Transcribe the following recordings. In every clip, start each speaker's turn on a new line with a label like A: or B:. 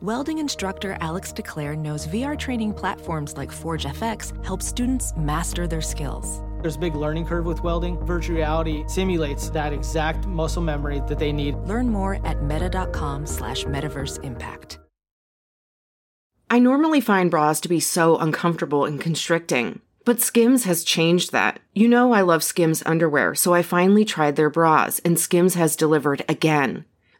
A: Welding instructor Alex DeClaire knows VR training platforms like Forge FX help students master their skills.
B: There's a big learning curve with welding. Virtual reality simulates that exact muscle memory that they need.
A: Learn more at meta.com slash metaverse impact.
C: I normally find bras to be so uncomfortable and constricting, but Skims has changed that. You know, I love Skims underwear, so I finally tried their bras, and Skims has delivered again.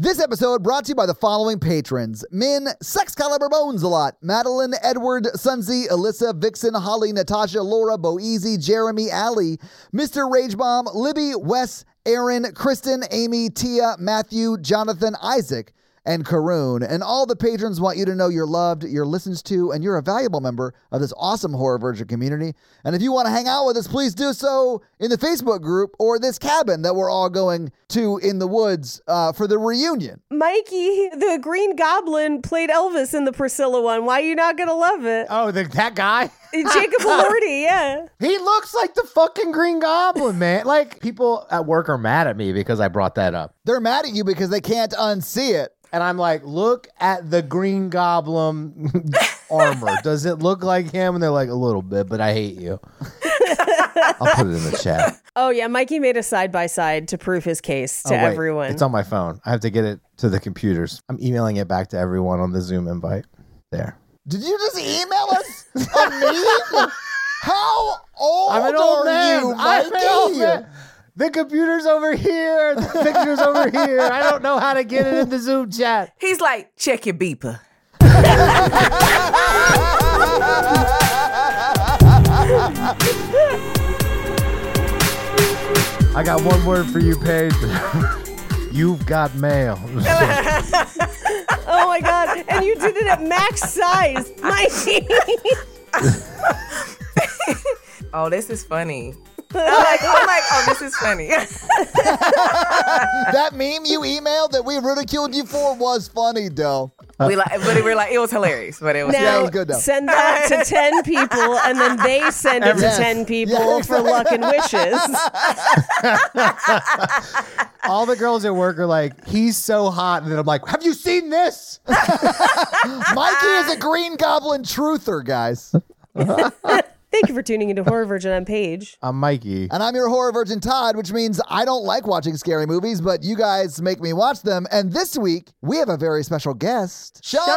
D: This episode brought to you by the following patrons Min, Sex Caliber Bones a lot, Madeline, Edward, Sunsy, Alyssa, Vixen, Holly, Natasha, Laura, Boeasy, Jeremy, Alley, Mr. Rage Bomb, Libby, Wes, Aaron, Kristen, Amy, Tia, Matthew, Jonathan, Isaac, and Karoon. And all the patrons want you to know you're loved, you're listened to, and you're a valuable member of this awesome Horror Virgin community. And if you want to hang out with us, please do so in the Facebook group or this cabin that we're all going to in the woods uh, for the reunion.
E: Mikey, the Green Goblin, played Elvis in the Priscilla one. Why are you not gonna love it?
F: Oh, the, that guy?
E: Jacob Elordi, yeah.
F: He looks like the fucking Green Goblin, man. Like, people at work are mad at me because I brought that up.
D: They're mad at you because they can't unsee it.
F: And I'm like, look at the Green Goblin armor. Does it look like him? And they're like, a little bit, but I hate you. I'll put it in the chat.
E: Oh yeah, Mikey made a side by side to prove his case to
F: Oh, wait.
E: everyone.
F: It's on my phone. I have to get it to the computers. I'm emailing it back to everyone on the Zoom invite. There.
D: Did you just email us a meme? How old,
F: I'm an old
D: are
F: man.
D: you,
F: I'm an old
D: Mikey?
F: man. The computer's over here. The picture's over here. I don't know how to get it in the Zoom chat.
G: He's like, check your beeper.
F: I got one word for you, Paige. You've got mail.
E: oh my god! And you did it at max size, Mikey.
G: Oh, this is funny. I'm like, I'm like, oh, this is funny.
D: That meme you emailed that we ridiculed you for was funny, though.
G: we like, but we were like, it was hilarious. But it was
D: Yeah, it
E: now
D: was good, though.
E: send that to ten people, and then they send it to
D: Yes.
E: ten people
D: Yeah,
E: for luck and wishes.
F: All the girls at work are like, he's so hot. And then I'm like, have you seen this?
D: Mikey is a Green Goblin truther, guys.
E: Thank you for tuning into Horror Virgin. I'm Paige.
F: I'm Mikey.
D: And I'm your horror virgin, Todd, which means I don't like watching scary movies, but you guys make me watch them. And this week, we have a very special guest, Chandelier.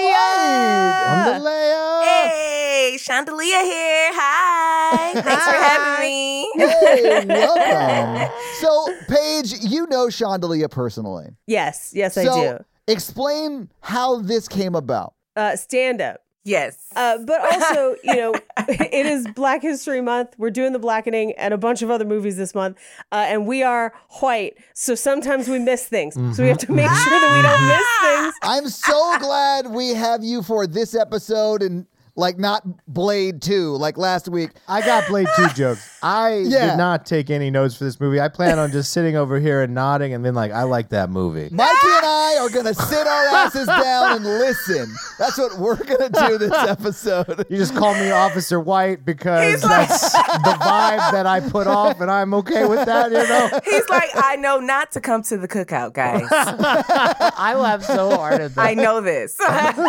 D: White.
F: Chandelier.
G: Hey, Chandelier here. Hi. Thanks for having me.
D: Hey, welcome. so, Paige, you know Chandelier personally.
E: Yes, yes,
D: so,
E: I do.
D: explain how this came about.
E: Uh, stand up.
G: Yes.
E: Uh, but also, you know, it is Black History Month. We're doing the blackening and a bunch of other movies this month, uh, and we are white, so sometimes we miss things. So we have to make sure that we don't miss things.
D: I'm so glad we have you for this episode and like not Blade 2, like last week.
F: I got Blade 2 jokes. I
D: Yeah.
F: did not take any notes for this movie. I plan on just sitting over here and nodding and then, like, I like that movie.
D: Mikey and I are going to sit our asses down and listen. That's what we're going to do this episode.
F: You just call me Officer White because that's the vibe that I put off, and I'm okay with that, you know?
H: He's like, I know not to come to the cookout, guys.
F: I laugh so hard at
H: I know this.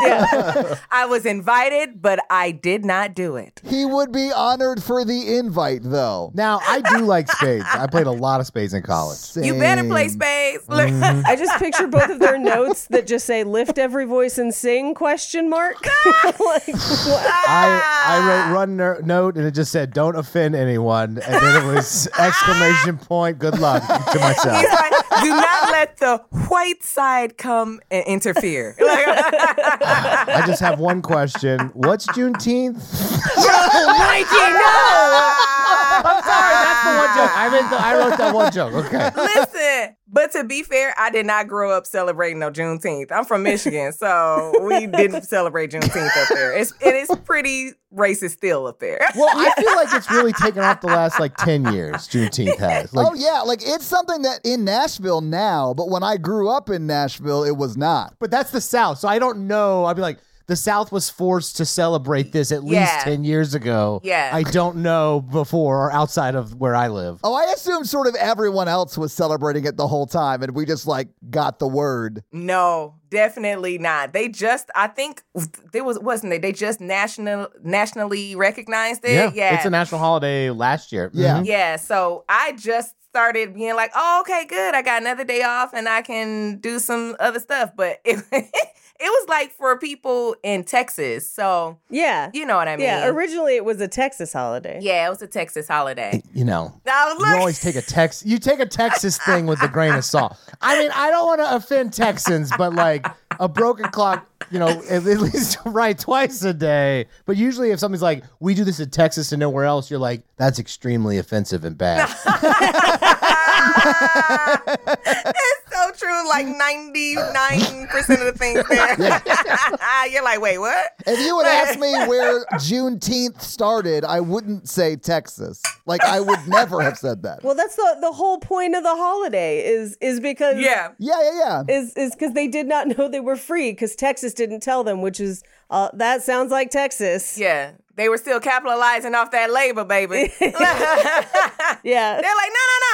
H: Yeah. I was invited, but I did not do it.
D: He would be honored for the invite, though.
F: Now, I do like spades. I played a lot of spades in college.
H: You better play
D: Same.
H: spades.
E: I just picture both of their notes that just say "lift every voice and sing?" question mark. like, what?
F: I, I wrote run ner- note and it just said don't offend anyone and then it was exclamation point good luck to myself.
H: He's like, do not let the white side come and interfere. Like,
F: I just have one question. What's Juneteenth? I'm sorry, that's the one joke. I meant the, I wrote that one joke. Okay.
H: Listen, but to be fair, I did not grow up celebrating no Juneteenth. I'm from Michigan, so we didn't celebrate Juneteenth up there. It's it is pretty racist still up there.
F: Well, I feel like it's really taken off the last like ten years. Juneteenth has. Like,
D: oh yeah, like it's something that in Nashville now, but when I grew up in Nashville, it was not.
F: but that's the South, so I don't know. I'd be like, the South was forced to celebrate this at
H: Yeah.
F: least ten years ago.
H: Yeah.
F: I don't know before or outside of where I live.
D: Oh, I assumed sort of everyone else was celebrating it the whole time, and we just like got the word.
H: No, definitely not. They just, I think there was wasn't they? They just national nationally recognized it. Yeah,
F: it's a national holiday last year.
E: Mm-hmm.
D: Yeah.
F: Mhm.
H: yeah. So I just started being like, oh, okay, good. I got another day off and I can do some other stuff. But it, it was like for people in Texas. So
E: Yeah,
H: you know what I mean?
E: yeah. Originally, it was a Texas holiday.
H: Yeah, it was a Texas holiday.
F: Mm-hmm. You know,
H: I was
F: you
H: like-
F: always take a Tex. You take a Texas thing with a grain of salt. I mean, I don't want to offend Texans, but like a broken clock, you know, at, at least right twice a day. But usually, if something's like, "We do this in Texas and nowhere else," you're like, "That's extremely offensive and bad."
H: it's so true. Like 99% of the things there. You're like, wait, what?
D: If you would ask me where Juneteenth started, I wouldn't say Texas. Like I would never have said that.
E: Well, that's the the whole point of the holiday is is because
H: Yeah.
D: yeah, yeah, yeah.
E: is is because they did not know they were free because Texas didn't tell them, which is uh, that sounds like Texas.
H: Yeah, they were still capitalizing off that labor, baby. They're like, no,
E: Yeah,
H: no,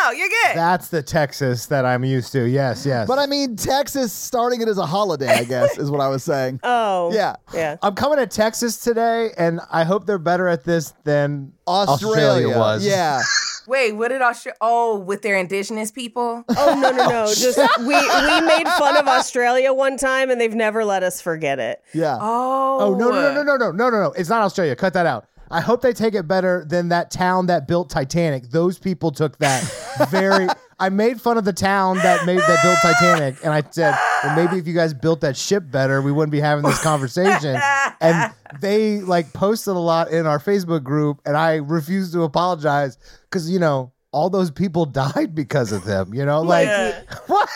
H: no, you're good.
F: That's the Texas that I'm used to. Yes, yes.
D: But I mean, Texas starting it as a holiday, I guess, is what I was saying.
E: Oh.
D: Yeah.
E: Yeah.
F: I'm coming to Texas today, and I hope they're better at this than
D: Australia,
F: was.
D: Yeah.
H: Wait, what did Australia? Oh, with their indigenous people.
E: Oh no no no! Just we we made fun of Australia one time, and they've never let us forget it.
D: Yeah.
H: Oh,
F: Oh no no no no no no no no! It's not Australia. Cut that out. I hope they take it better than that town that built Titanic. Those people took that very. I made fun of the town that made that built Titanic, and I said, "Well, maybe if you guys built that ship better, we wouldn't be having this conversation." and they like posted a lot in our Facebook group, and I refused to apologize because you know all those people died because of them. You know, like what?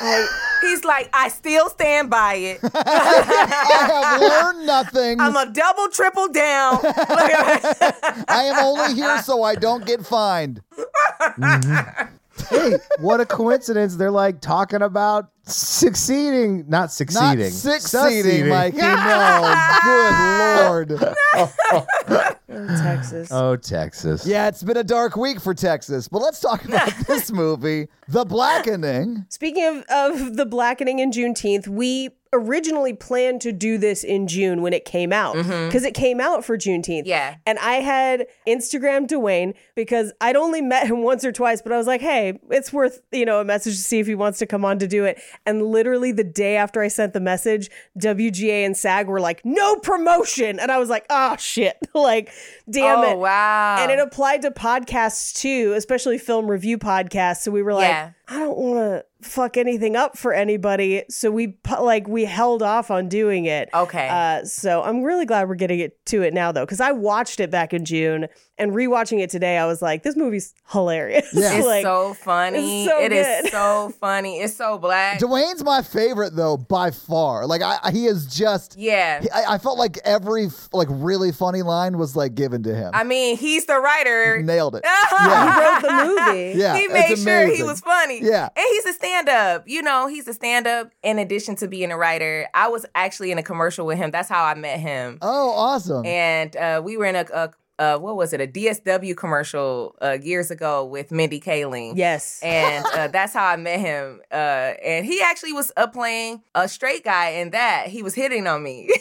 H: He's like, I still stand by it.
D: I have learned nothing.
H: I'm a double, triple down.
D: I am only here so I don't get fined.
F: hey, what a coincidence! They're like talking about succeeding, not
D: Not
F: succeeding,
D: succeeding,
F: Succeeding.
D: Mikey. No. Good lord.
E: Texas.
F: Oh, Texas.
D: Yeah, it's been a dark week for Texas, but let's talk about this movie, The Blackening.
E: Speaking of, of the blackening in Juneteenth, we originally planned to do this in June when it came out because it came out for Juneteenth.
H: Mm-hmm. Yeah.
E: And I had Instagram Dwayne because I'd only met him once or twice, but I was like, hey, it's worth, you know, a message to see if he wants to come on to do it. And literally the day after I sent the message, WGA and SAG were like, no promotion. And I was like, oh, shit. like, damn
H: oh
E: it.
H: wow.
E: And it applied to podcasts too, especially film review podcasts. So we were like,
H: Yeah.
E: I don't want to fuck anything up for anybody. So we pu- like we held off on doing it.
H: Okay.
E: Uh, so I'm really glad we're getting it to it now though, because I watched it back in June And rewatching it today, I was like, this movie's hilarious.
D: Yeah.
H: It's
E: like,
H: so funny.
E: it's so
H: It is
E: good.
H: so funny. It's so black.
D: Dwayne's my favorite though by far. Like I, I- he is just.
H: Yeah.
D: he- I, I felt like every f- like really funny line was like given to him.
H: I mean, he's the writer.
D: Nailed it.
E: he wrote the movie.
D: Yeah,
H: he
D: it's
H: made sure he
D: amazing.
H: was funny.
D: Yeah.
H: And he's a stand up. You know, he's a stand up in addition to being a writer. I was actually in a commercial with him. That's how I met him.
D: Oh, awesome!
H: And uh, we were in a, a uh, what was it, a DSW commercial uh, years ago with Mindy Kaling.
E: Yes.
H: And uh, that's how I met him. Uh, and he actually was uh, playing a straight guy in that. He was hitting on me.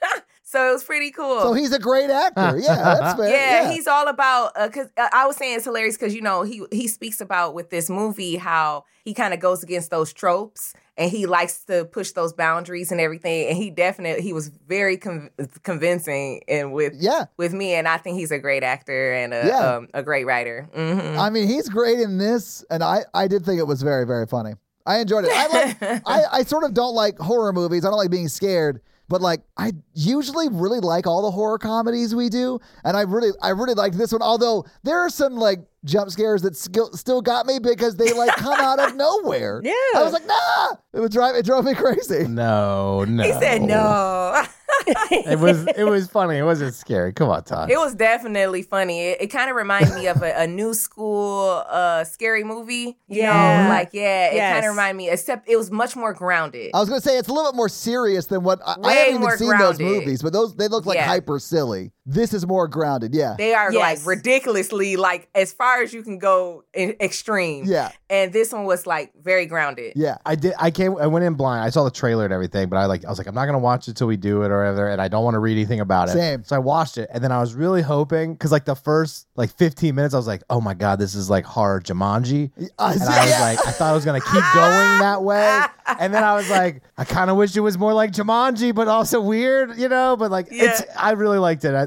H: so it was pretty cool.
D: so he's a great actor. Yeah, that's fair.
H: Yeah, he's all about because I was saying it's hilarious because you know he he speaks about with this movie how he kind of goes against those tropes and he likes to push those boundaries and everything and he definitely he was very con- convincing and with
D: yeah.
H: with me and I think he's a great actor and a
D: Yeah.
H: um, a great writer. hmm
D: I mean, he's great in this, and I, I did think it was very, very funny. I enjoyed it. I like, I, I sort of don't like horror movies. I don't like being scared, but like, I usually really like all the horror comedies we do, and I really, I really liked this one. Although there are some like jump scares that skill, still got me because they like come out of nowhere.
E: Yeah.
D: I was like, nah. It would drive, it drove me crazy.
F: No, no.
H: He said no.
F: It was it was funny. It wasn't scary. Come on, Todd.
H: It was definitely funny. It, it kind of reminded me of a, a new school uh, scary movie. You
E: Yeah.
H: know, like yeah, it
E: Yes.
H: kind of reminded me. Except it was much more grounded.
D: I was gonna say it's a little bit more serious than what I, I
H: Way
D: haven't even
H: more
D: seen those
H: grounded.
D: movies, but those they look like
H: Yeah.
D: hyper silly. This is more grounded, yeah.
H: They are
E: Yes.
H: like ridiculously like as far as you can go in extreme.
D: Yeah.
H: And this one was like very grounded.
D: yeah.
F: I did. I came. I went in blind. I saw the trailer and everything, but I like. I was like, I'm not gonna watch it till we do it or whatever, and I don't want to read anything about it.
D: Same.
F: So I watched it, and then I was really hoping because like the first like 15 minutes, I was like, oh my god, this is like hard Jumanji.
D: I
F: And
D: see-
F: I was like, I thought I was gonna keep going that way, and then I was like, I kind of wish it was more like Jumanji, but also weird, you know. But like, it's, I really liked it. I,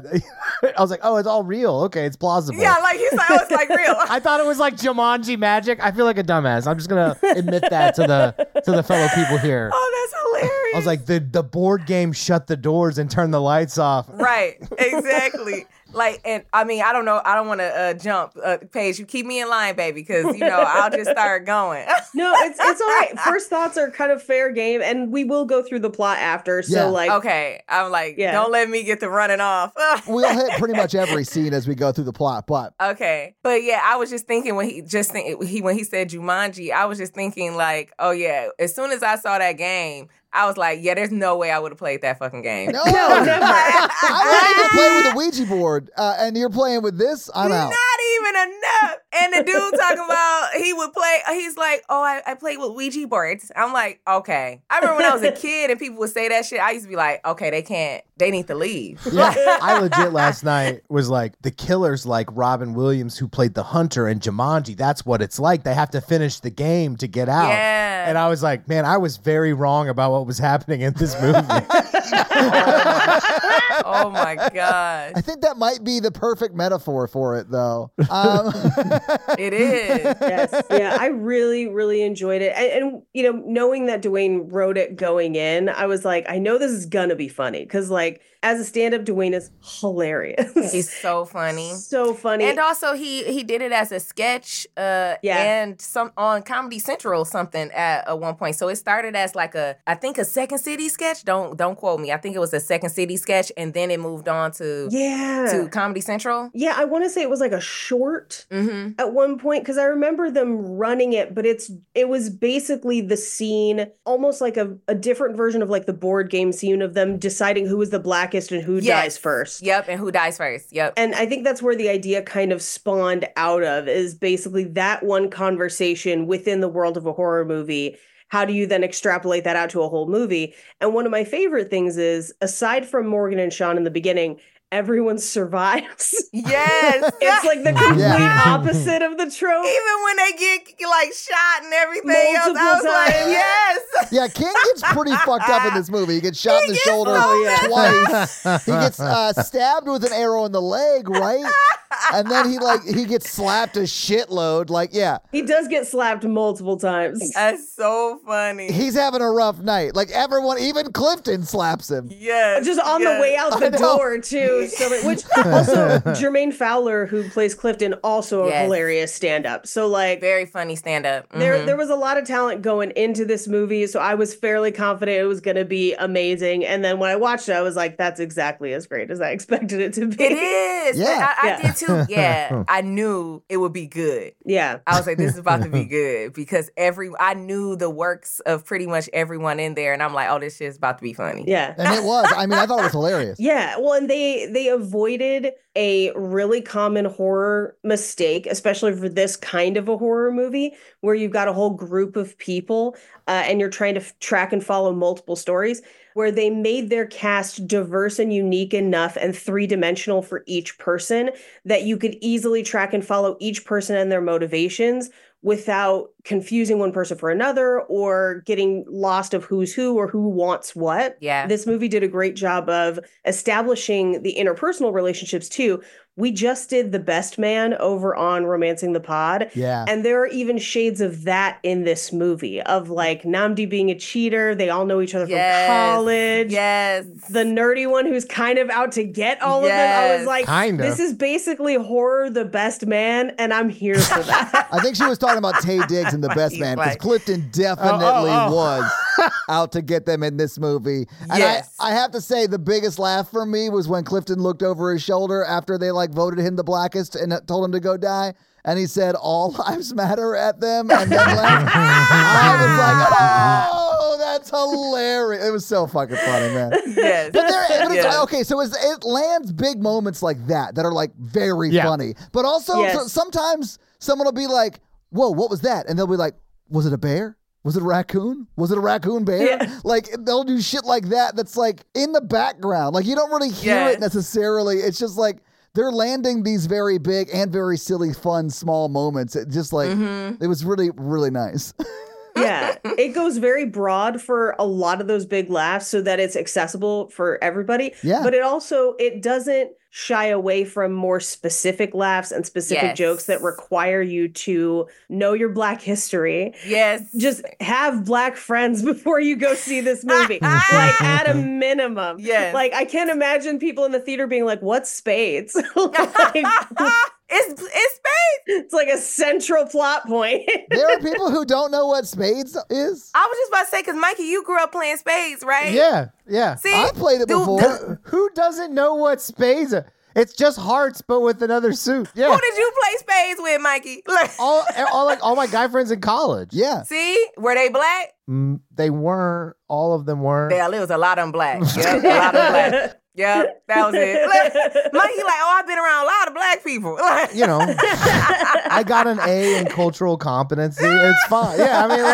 F: I was like, oh, it's all real. Okay, it's plausible.
H: Yeah, like he's like, oh, it's like real.
F: I thought it was like Jumanji magic. I feel like a dumbass. I'm just gonna admit that to the to the fellow people here.
H: oh, that's hilarious.
F: I was like, the the board game shut the doors and turned the lights off.
H: Right, exactly. like, and I mean, I don't know. I don't want to uh, jump, uh, Paige. You keep me in line, baby, because you know I'll just start going.
E: No, it's it's all right. First thoughts are kind of fair game, and we will go through the plot after. So
D: Yeah.
E: like,
H: okay, I'm like,
E: Yeah.
H: don't let me get to running off.
D: we'll hit pretty much every scene as we go through the plot, but
H: Okay, but yeah, I was just thinking when he just think, he when he said Jumanji, I was just thinking like, oh yeah. As soon as I saw that game, I was like, yeah, there's no way I would have played that fucking game.
D: no, I wouldn't even play with a Ouija board, uh, and you're playing with this. I'm out.
H: Not even enough. And the dude talking about he would play. He's like, oh, I, I played with Ouija boards. I'm like, okay. I remember when I was a kid and people would say that shit. I used to be like, okay, they can't. They need to leave.
F: Yeah, I legit last night was like the killers, like Robin Williams, who played the hunter in Jumanji. That's what it's like. They have to finish the game to get out.
H: Yeah.
F: And I was like, man, I was very wrong about what was happening in this movie.
H: oh my gosh,
D: I think that might be the perfect metaphor for it, though. Um,
H: it is.
E: yes, yeah, I really, really enjoyed it, and, and you know, knowing that Dwayne wrote it going in, I was like, I know this is gonna be funny because like as a stand-up, Dwayne is hilarious.
H: He's so funny.
E: so funny.
H: And also he he did it as a sketch uh
E: Yeah.
H: and some on Comedy Central something at, at one point. So it started as like a I think a Second City sketch. Don't don't quote me. I think it was a Second City sketch and then it moved on to
E: yeah,
H: to Comedy Central.
E: yeah, I want to say it was like a short
H: Mhm.
E: at one point because I remember them running it, but it's it was basically the scene, almost like a, a different version of like the board game scene of them deciding who is the blackest and who
H: Yes.
E: dies first.
H: Yep, and who dies first? Yep.
E: And I think that's where the idea kind of spawned out of is basically that one conversation within the world of a horror movie. How do you then extrapolate that out to a whole movie? And one of my favorite things is, aside from Morgan and Sean in the beginning, everyone survives.
H: yes.
E: it's like the complete
D: Yeah.
E: opposite of the trope.
H: even when they get like shot and everything else, I was
E: Multiple
H: like,
E: times.
H: yes.
D: yeah, King gets pretty fucked up in this movie. He gets shot in the shoulder
H: so
D: twice. he gets uh, stabbed with an arrow in the leg, right? and then he like he gets slapped a shitload. Like, yeah,
E: He does get slapped multiple times. Uh,
H: That's so funny.
D: he's having a rough night. Like everyone, even Clifton slaps him.
H: yes.
E: just on the
H: yes.
E: way out the
D: I know.
E: door too. So, which also Jermaine Fowler, who plays Clifton, also a
H: Yes.
E: hilarious stand-up. So like
H: Very mm-hmm. funny stand up.
E: there there was a lot of talent going into this movie, so I was fairly confident it was going to be amazing. And then when I watched it, I was like, "That's exactly as great as I expected it to be."
H: It is.
D: Yeah.
H: I, I
E: Yeah.
H: did too. Yeah. I knew it would be good.
E: Yeah,
H: I was like, this is about to be good because every I knew the works of pretty much everyone in there, and I'm like, oh, this shit's about to be funny.
E: yeah.
D: And it was. I mean, I thought it was hilarious.
E: Yeah, well, and they they avoided a really common horror mistake, especially for this kind of a horror movie, where you've got a whole group of people uh, and you're trying to f- track and follow multiple stories. Where they made their cast diverse and unique enough and three dimensional for each person that you could easily track and follow each person and their motivations without confusing one person for another or getting lost of who's who or who wants what
H: Yeah.
E: this movie did a great job of establishing the interpersonal relationships too. We just did The Best Man over on Romancing the Pod.
D: Yeah.
E: And there are even shades of that in this movie of like Namdi being a cheater. They all know each other
H: Yes.
E: from college.
H: Yes.
E: The nerdy one who's kind of out to get all of them. I was
H: Yes.
E: like,
F: Kinda.
E: this is basically horror, the best man, and I'm here for that.
D: I think she was talking about Tay Diggs and the Best
H: He's
D: Man because
H: like-
D: Clifton definitely
F: oh.
D: was out to get them in this movie. And
H: Yes.
D: I, I have to say, the biggest laugh for me was when Clifton looked over his shoulder after they like voted him the blackest and uh, told him to go die. And he said, "All lives matter" at them, and then left. I was like, "Oh, that's hilarious!" It was so fucking funny, man.
H: yes.
D: But, there, but it's,
H: Yes.
D: okay, so it's, it lands big moments like that that are like very
F: Yeah.
D: funny. But also
E: Yes.
D: so- sometimes someone will be like, "Whoa, what was that?" And they'll be like, "Was it a bear? Was it a raccoon? Was it a raccoon bear?"
E: Yeah.
D: Like they'll do shit like that. That's like in the background. Like you don't really hear it
H: Yes.
D: necessarily. It's just like they're landing these very big and very silly, fun, small moments. It just like
H: Mm-hmm.
D: it was really, really nice.
E: yeah, it goes very broad for a lot of those big laughs so that it's accessible for everybody.
D: Yeah.
E: But it also it doesn't shy away from more specific laughs and specific
H: Yes.
E: jokes that require you to know your black history.
H: Yes.
E: Just have black friends before you go see this movie. like at a minimum.
H: Yes.
E: Like I can't imagine people in the theater being like, what's spades? Like,
H: it's it's space.
E: it's like a central plot point.
D: there are people who don't know what spades is.
H: I was just about to say because Mikey, you grew up playing spades, right?
F: Yeah, yeah.
H: See,
D: I played it
H: Dude,
D: before.
H: dude,
F: Who doesn't know what spades are? It's just hearts, but with another suit. Yeah.
H: who did you play spades with, Mikey? Like,
F: all, eh, all like all my guy friends in college.
D: yeah.
H: see, were they black?
F: Mm, they weren't. All of them weren't.
H: Yeah, there was a lot of them black. Yeah, a lot of them black. Yeah, that was it. Like, Mikey, like, oh, I've been around a lot of black people. Like,
F: you know, I got an A in cultural competency. It's fine. Yeah, I mean,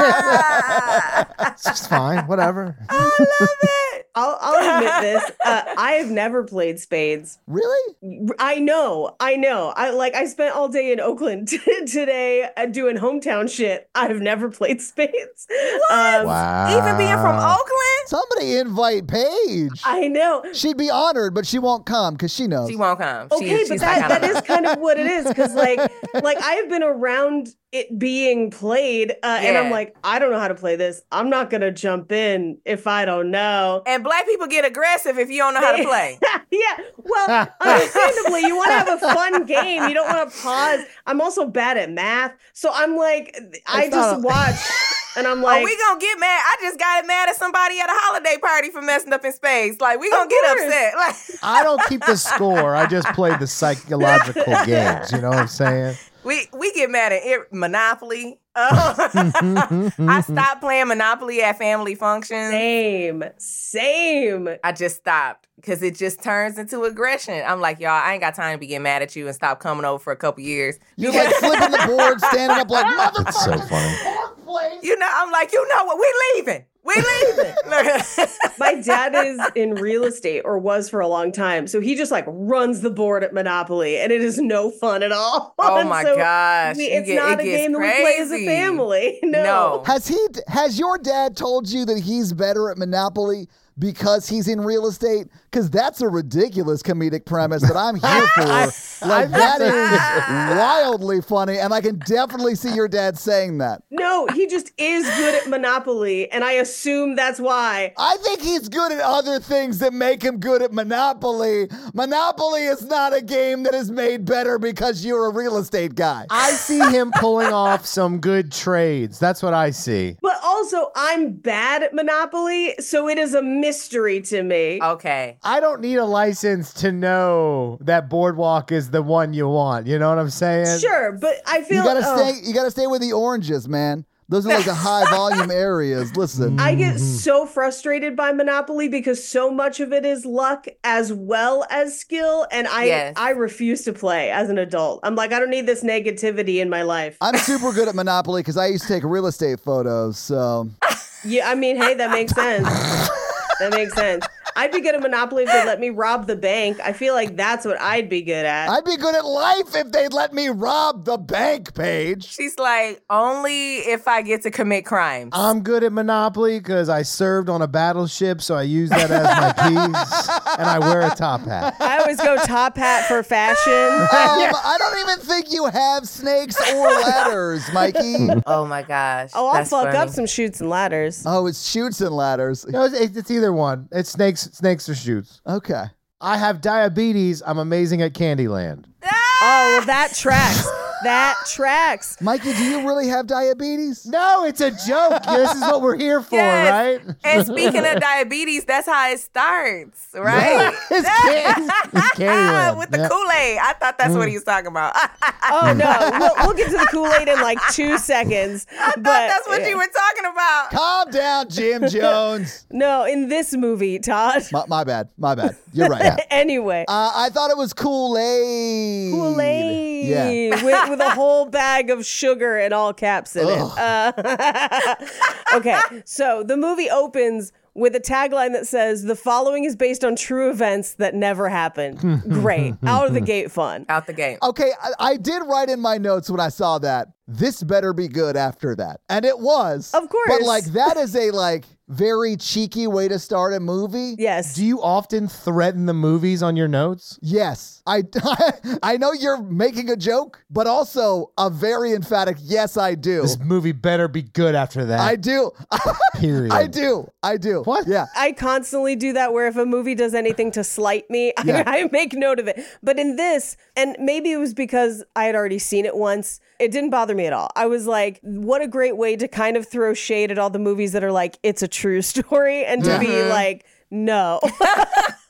F: like, it's just fine. Whatever.
E: I'll, I'll admit this. Uh, I have never played spades.
D: Really?
E: I know, I know. I like. I spent all day in Oakland today uh, doing hometown shit. I've never played spades. Um,
F: Wow.
H: even being from
F: Ah.
H: Oakland,
D: Somebody invite Paige.
E: I know.
D: She'd be honored, but she won't come because she knows.
H: she won't come. She-
E: Okay, but
H: she's
E: that,
H: like, I
E: that
H: don't
E: is
H: know.
E: kind of what it is because like like I have been around it being played, uh, and I'm
H: Yeah.
E: like, I don't know how to play this. I'm not gonna jump in if I don't know.
H: And black people get aggressive if you don't know how to play.
E: yeah. Well, understandably, you want to have a fun game. You don't want to pause. I'm also bad at math. So I'm like, I
F: It's
E: just
F: not-
E: watch and I'm
H: Are
E: like,
H: we gonna get mad? I just got mad at somebody at a holiday party for messing up in space. Like we gonna get
E: course.
H: upset. Like
F: I don't keep the score. I just play the psychological games. You know what I'm saying?
H: we we get mad at it, Monopoly. Uh, I stopped playing Monopoly at family functions.
E: same, same.
H: I just stopped because it just turns into aggression. I'm like, y'all, I ain't got time to be getting mad at you and stop coming over for a couple years.
D: You're like flipping the board, standing up like, motherfucker.
F: It's so funny.
H: You know, I'm like, you know what? We leaving. We leaving. Look.
E: My dad is in real estate or was for a long time. So he just like runs the board at Monopoly and it is no fun at all.
H: Oh
E: And
H: my
E: so
H: gosh.
E: we-
H: You
E: it's
H: get-
E: not
H: it
E: a
H: gets
E: game that we play as a
H: crazy.
E: family. No.
H: No.
D: Has he? Has your dad told you that he's better at Monopoly because he's in real estate? Because that's a ridiculous comedic premise that I'm here for. like that is wildly funny, and I can definitely see your dad saying that.
E: No, he just is good at Monopoly. And I assume that's why.
D: I think he's good at other things that make him good at Monopoly. Monopoly is not a game that is made better because you're a real estate guy.
F: I see him pulling off some good trades. That's what I see.
E: But also, I'm bad at Monopoly. So it is a mystery to me.
D: Oh,
H: Okay.
F: I don't need a license to know that boardwalk is the one you want. You know what I'm saying?
E: Sure. But I feel oh,
D: You gotta
E: ugh.
D: stay. You gotta stay with the oranges, man. Those are like the high volume areas. Listen,
E: I get so frustrated by Monopoly because so much of it is luck as well as skill, and I
H: Yes.
E: I refuse to play as an adult. I'm like, I don't need this negativity in my life.
D: I'm super good at Monopoly because I used to take real estate photos. So
E: yeah, I mean, hey, that makes sense. that makes sense. I'd be good at Monopoly if they let me rob the bank. I feel like that's what I'd be good at.
D: I'd be good at life if they'd let me rob the bank, Paige.
H: She's like, only if I get to commit crimes.
F: I'm good at Monopoly because I served on a battleship, so I use that as my piece, and I wear a top hat.
E: I always go top hat for fashion.
D: Um, I don't even think you have snakes or ladders, Mikey.
H: oh my gosh.
E: Oh, I'll
H: That's
E: fuck
H: funny.
E: up some shoots and ladders.
D: Oh, it's shoots and ladders.
F: No, it's, it's either one. It's snakes, snakes or shoots.
D: Okay.
F: I have diabetes. I'm amazing at Candyland.
E: Oh, well, that tracks. That tracks.
D: Mikey, do you really have diabetes?
F: No, it's a joke. this is what we're here for,
H: Yes.
F: right?
H: And speaking of diabetes, that's how it starts, right?
F: It's Candy- it's Candyland.
H: With the
F: Yeah.
H: Kool Aid. I thought that's what he was talking about. I
E: Oh no, we'll, we'll get to the Kool Aid in like two seconds. but
H: thought that's what you were talking about.
D: Calm down, Jim Jones.
E: No, in this movie, Todd.
D: my, my bad. My bad. You're right.
E: Anyway,
D: Uh, I thought it was Kool Aid.
E: Kool Aid
D: Yeah.
E: with, with a whole bag of sugar and all caps in it. Uh, okay, so the movie opens with a tagline that says, "The following is based on true events that never happened."
H: Hmm.
E: Great, out of the gate, fun.
H: Out the game.
D: Okay, I, I did write in my notes when I saw that. This better be good after that, and it was.
E: Of course.
D: but like that is a like very cheeky way to start a movie.
E: Yes.
F: Do you often threaten the movies on your notes?
D: Yes, I, I know you're making a joke, but also a very emphatic yes, I do.
F: This movie better be good after that.
D: Oh. I do.
F: period.
D: I do. I do.
F: What?
D: Yeah.
E: I constantly do that where if a movie does anything to slight me,
D: Yeah.
E: I, I make note of it. But in this, and maybe it was because I had already seen it once, it didn't bother me at all. I was like, what a great way to kind of throw shade at all the movies that are like, it's a true story, and to be
D: Mm-hmm.
E: like, no.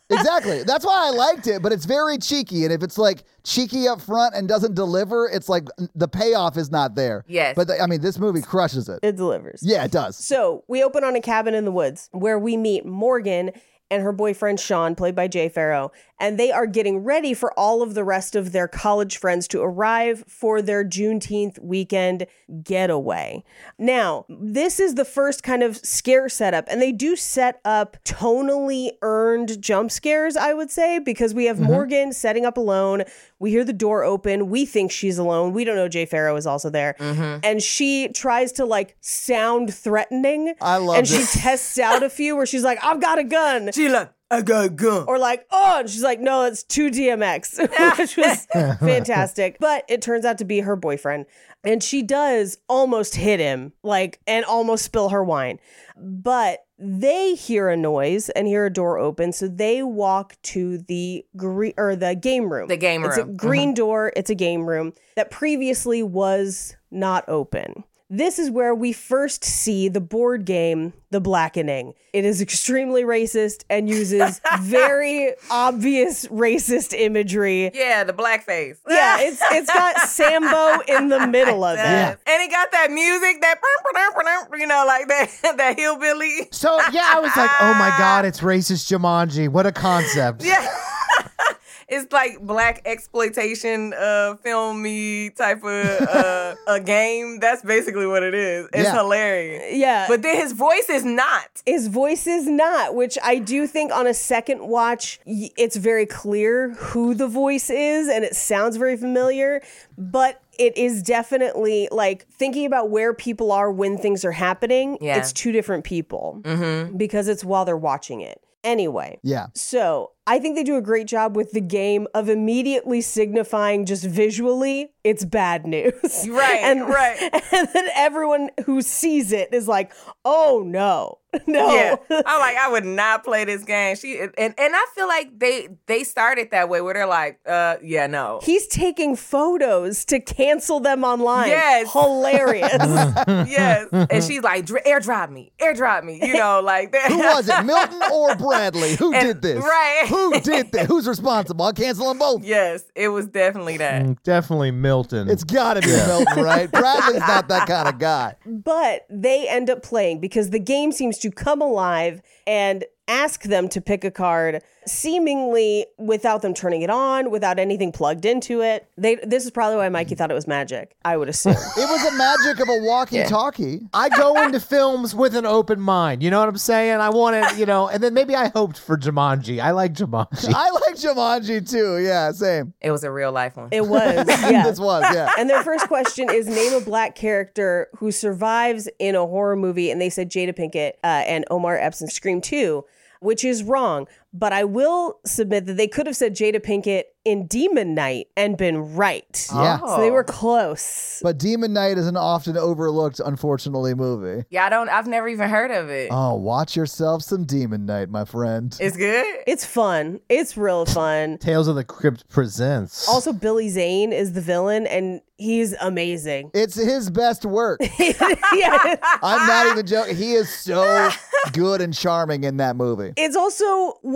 D: Exactly. That's why I liked it, but it's very cheeky. And if it's like cheeky up front and doesn't deliver, it's like the payoff is not there.
H: Yes.
D: But the- I mean, this movie crushes it.
E: it delivers.
D: Yeah, it does.
E: So we open on a cabin in the woods where we meet Morgan and her boyfriend Sean, played by Jay Farrow, and they are getting ready for all of the rest of their college friends to arrive for their Juneteenth weekend getaway. Now, this is the first kind of scare setup, and they do set up tonally earned jump scares, I would say, because we
D: Mm-hmm.
E: have Morgan setting up alone. We hear the door open. We think she's alone. We don't know Jay Farrow is also there.
D: Mm-hmm.
E: And she tries to like sound threatening.
D: I love
E: And
D: this.
E: she tests out a few where she's like, I've got a gun.
H: She like, I got a gun.
E: or like, oh, and she's like, no, it's two DMX, which was fantastic. But it turns out to be her boyfriend. And she does almost hit him, like, and almost spill her wine. But they hear a noise and hear a door open. So they walk to the gre- or the game room.
H: The game
E: It's a
H: room.
E: green door, it's a game room that previously was not open. This is where we first see the board game, The Blackening. It is extremely racist and uses very obvious racist imagery.
H: Yeah, the blackface. Ah,
E: Yeah, it's it's got Sambo in the middle of it.
H: And he got that music, that you know, like that that hillbilly.
F: So yeah, I was like, oh my god, it's racist Jumanji. What a concept.
H: Yeah. it's like black exploitation uh filmy type of uh, a game. That's basically what it is. It's
D: Yeah.
H: hilarious.
E: Yeah.
H: But then his voice is not.
E: His voice is not, which I do think on a second watch, y- it's very clear who the voice is and it sounds very familiar, but it is definitely like thinking about where people are when things are happening.
H: Yeah. Mm-hmm.
E: It's two different people because it's while they're watching it. Anyway.
D: Yeah.
E: So I think they do a great job with the game of immediately signifying just visually it's bad news.
H: Right,
E: and,
H: right.
E: And then everyone who sees it is like, oh no. No.
H: Yeah, I'm like I would not play this game. She and and I feel like they they started that way where they're like, uh, yeah, no,
E: He's taking photos to cancel them online.
H: Yes.
E: Hilarious.
H: yes. And she's like, "Dr- airdrop me, airdrop me, you know, like that.
D: Who was it, Milton or Bradley? Who
H: And-
D: did this?
H: right.
D: Who did that? Who's responsible? I'll cancel them both.
H: Yes, it was definitely that.
F: Mm, Definitely Milton.
D: It's gotta be Milton, right? Bradley's not that kind of guy.
E: but they end up playing because the game seems to come alive and ask them to pick a card seemingly without them turning it on without anything plugged into it they this is probably why mikey thought it was magic i would assume
D: It was the magic of a walkie-talkie.
F: I go into films with an open mind. You know what I'm saying? I want to, you know, and then maybe I hoped for Jumanji. I like Jumanji.
D: I like Jumanji too. Yeah, same.
H: It was a real life one.
E: it was yeah
D: This was, yeah.
E: and their first question is name a black character who survives in a horror movie and they said jada pinkett uh, and omar epps in scream 2 which is wrong but i will submit that they could have said jada pinkett in demon knight and been right
D: Yeah.
E: so they were close
D: But Demon Knight is an often overlooked, unfortunately, movie.
H: Yeah, I don't. I've never even heard of it.
D: Oh, watch yourself some Demon Knight, my friend.
H: It's good.
E: it's fun it's real fun
F: Tales of the Crypt presents.
E: also billy zane is the villain and he's amazing
D: It's his best work.
E: yeah.
D: I'm not even joking. He is so good and charming in that movie.
E: It's also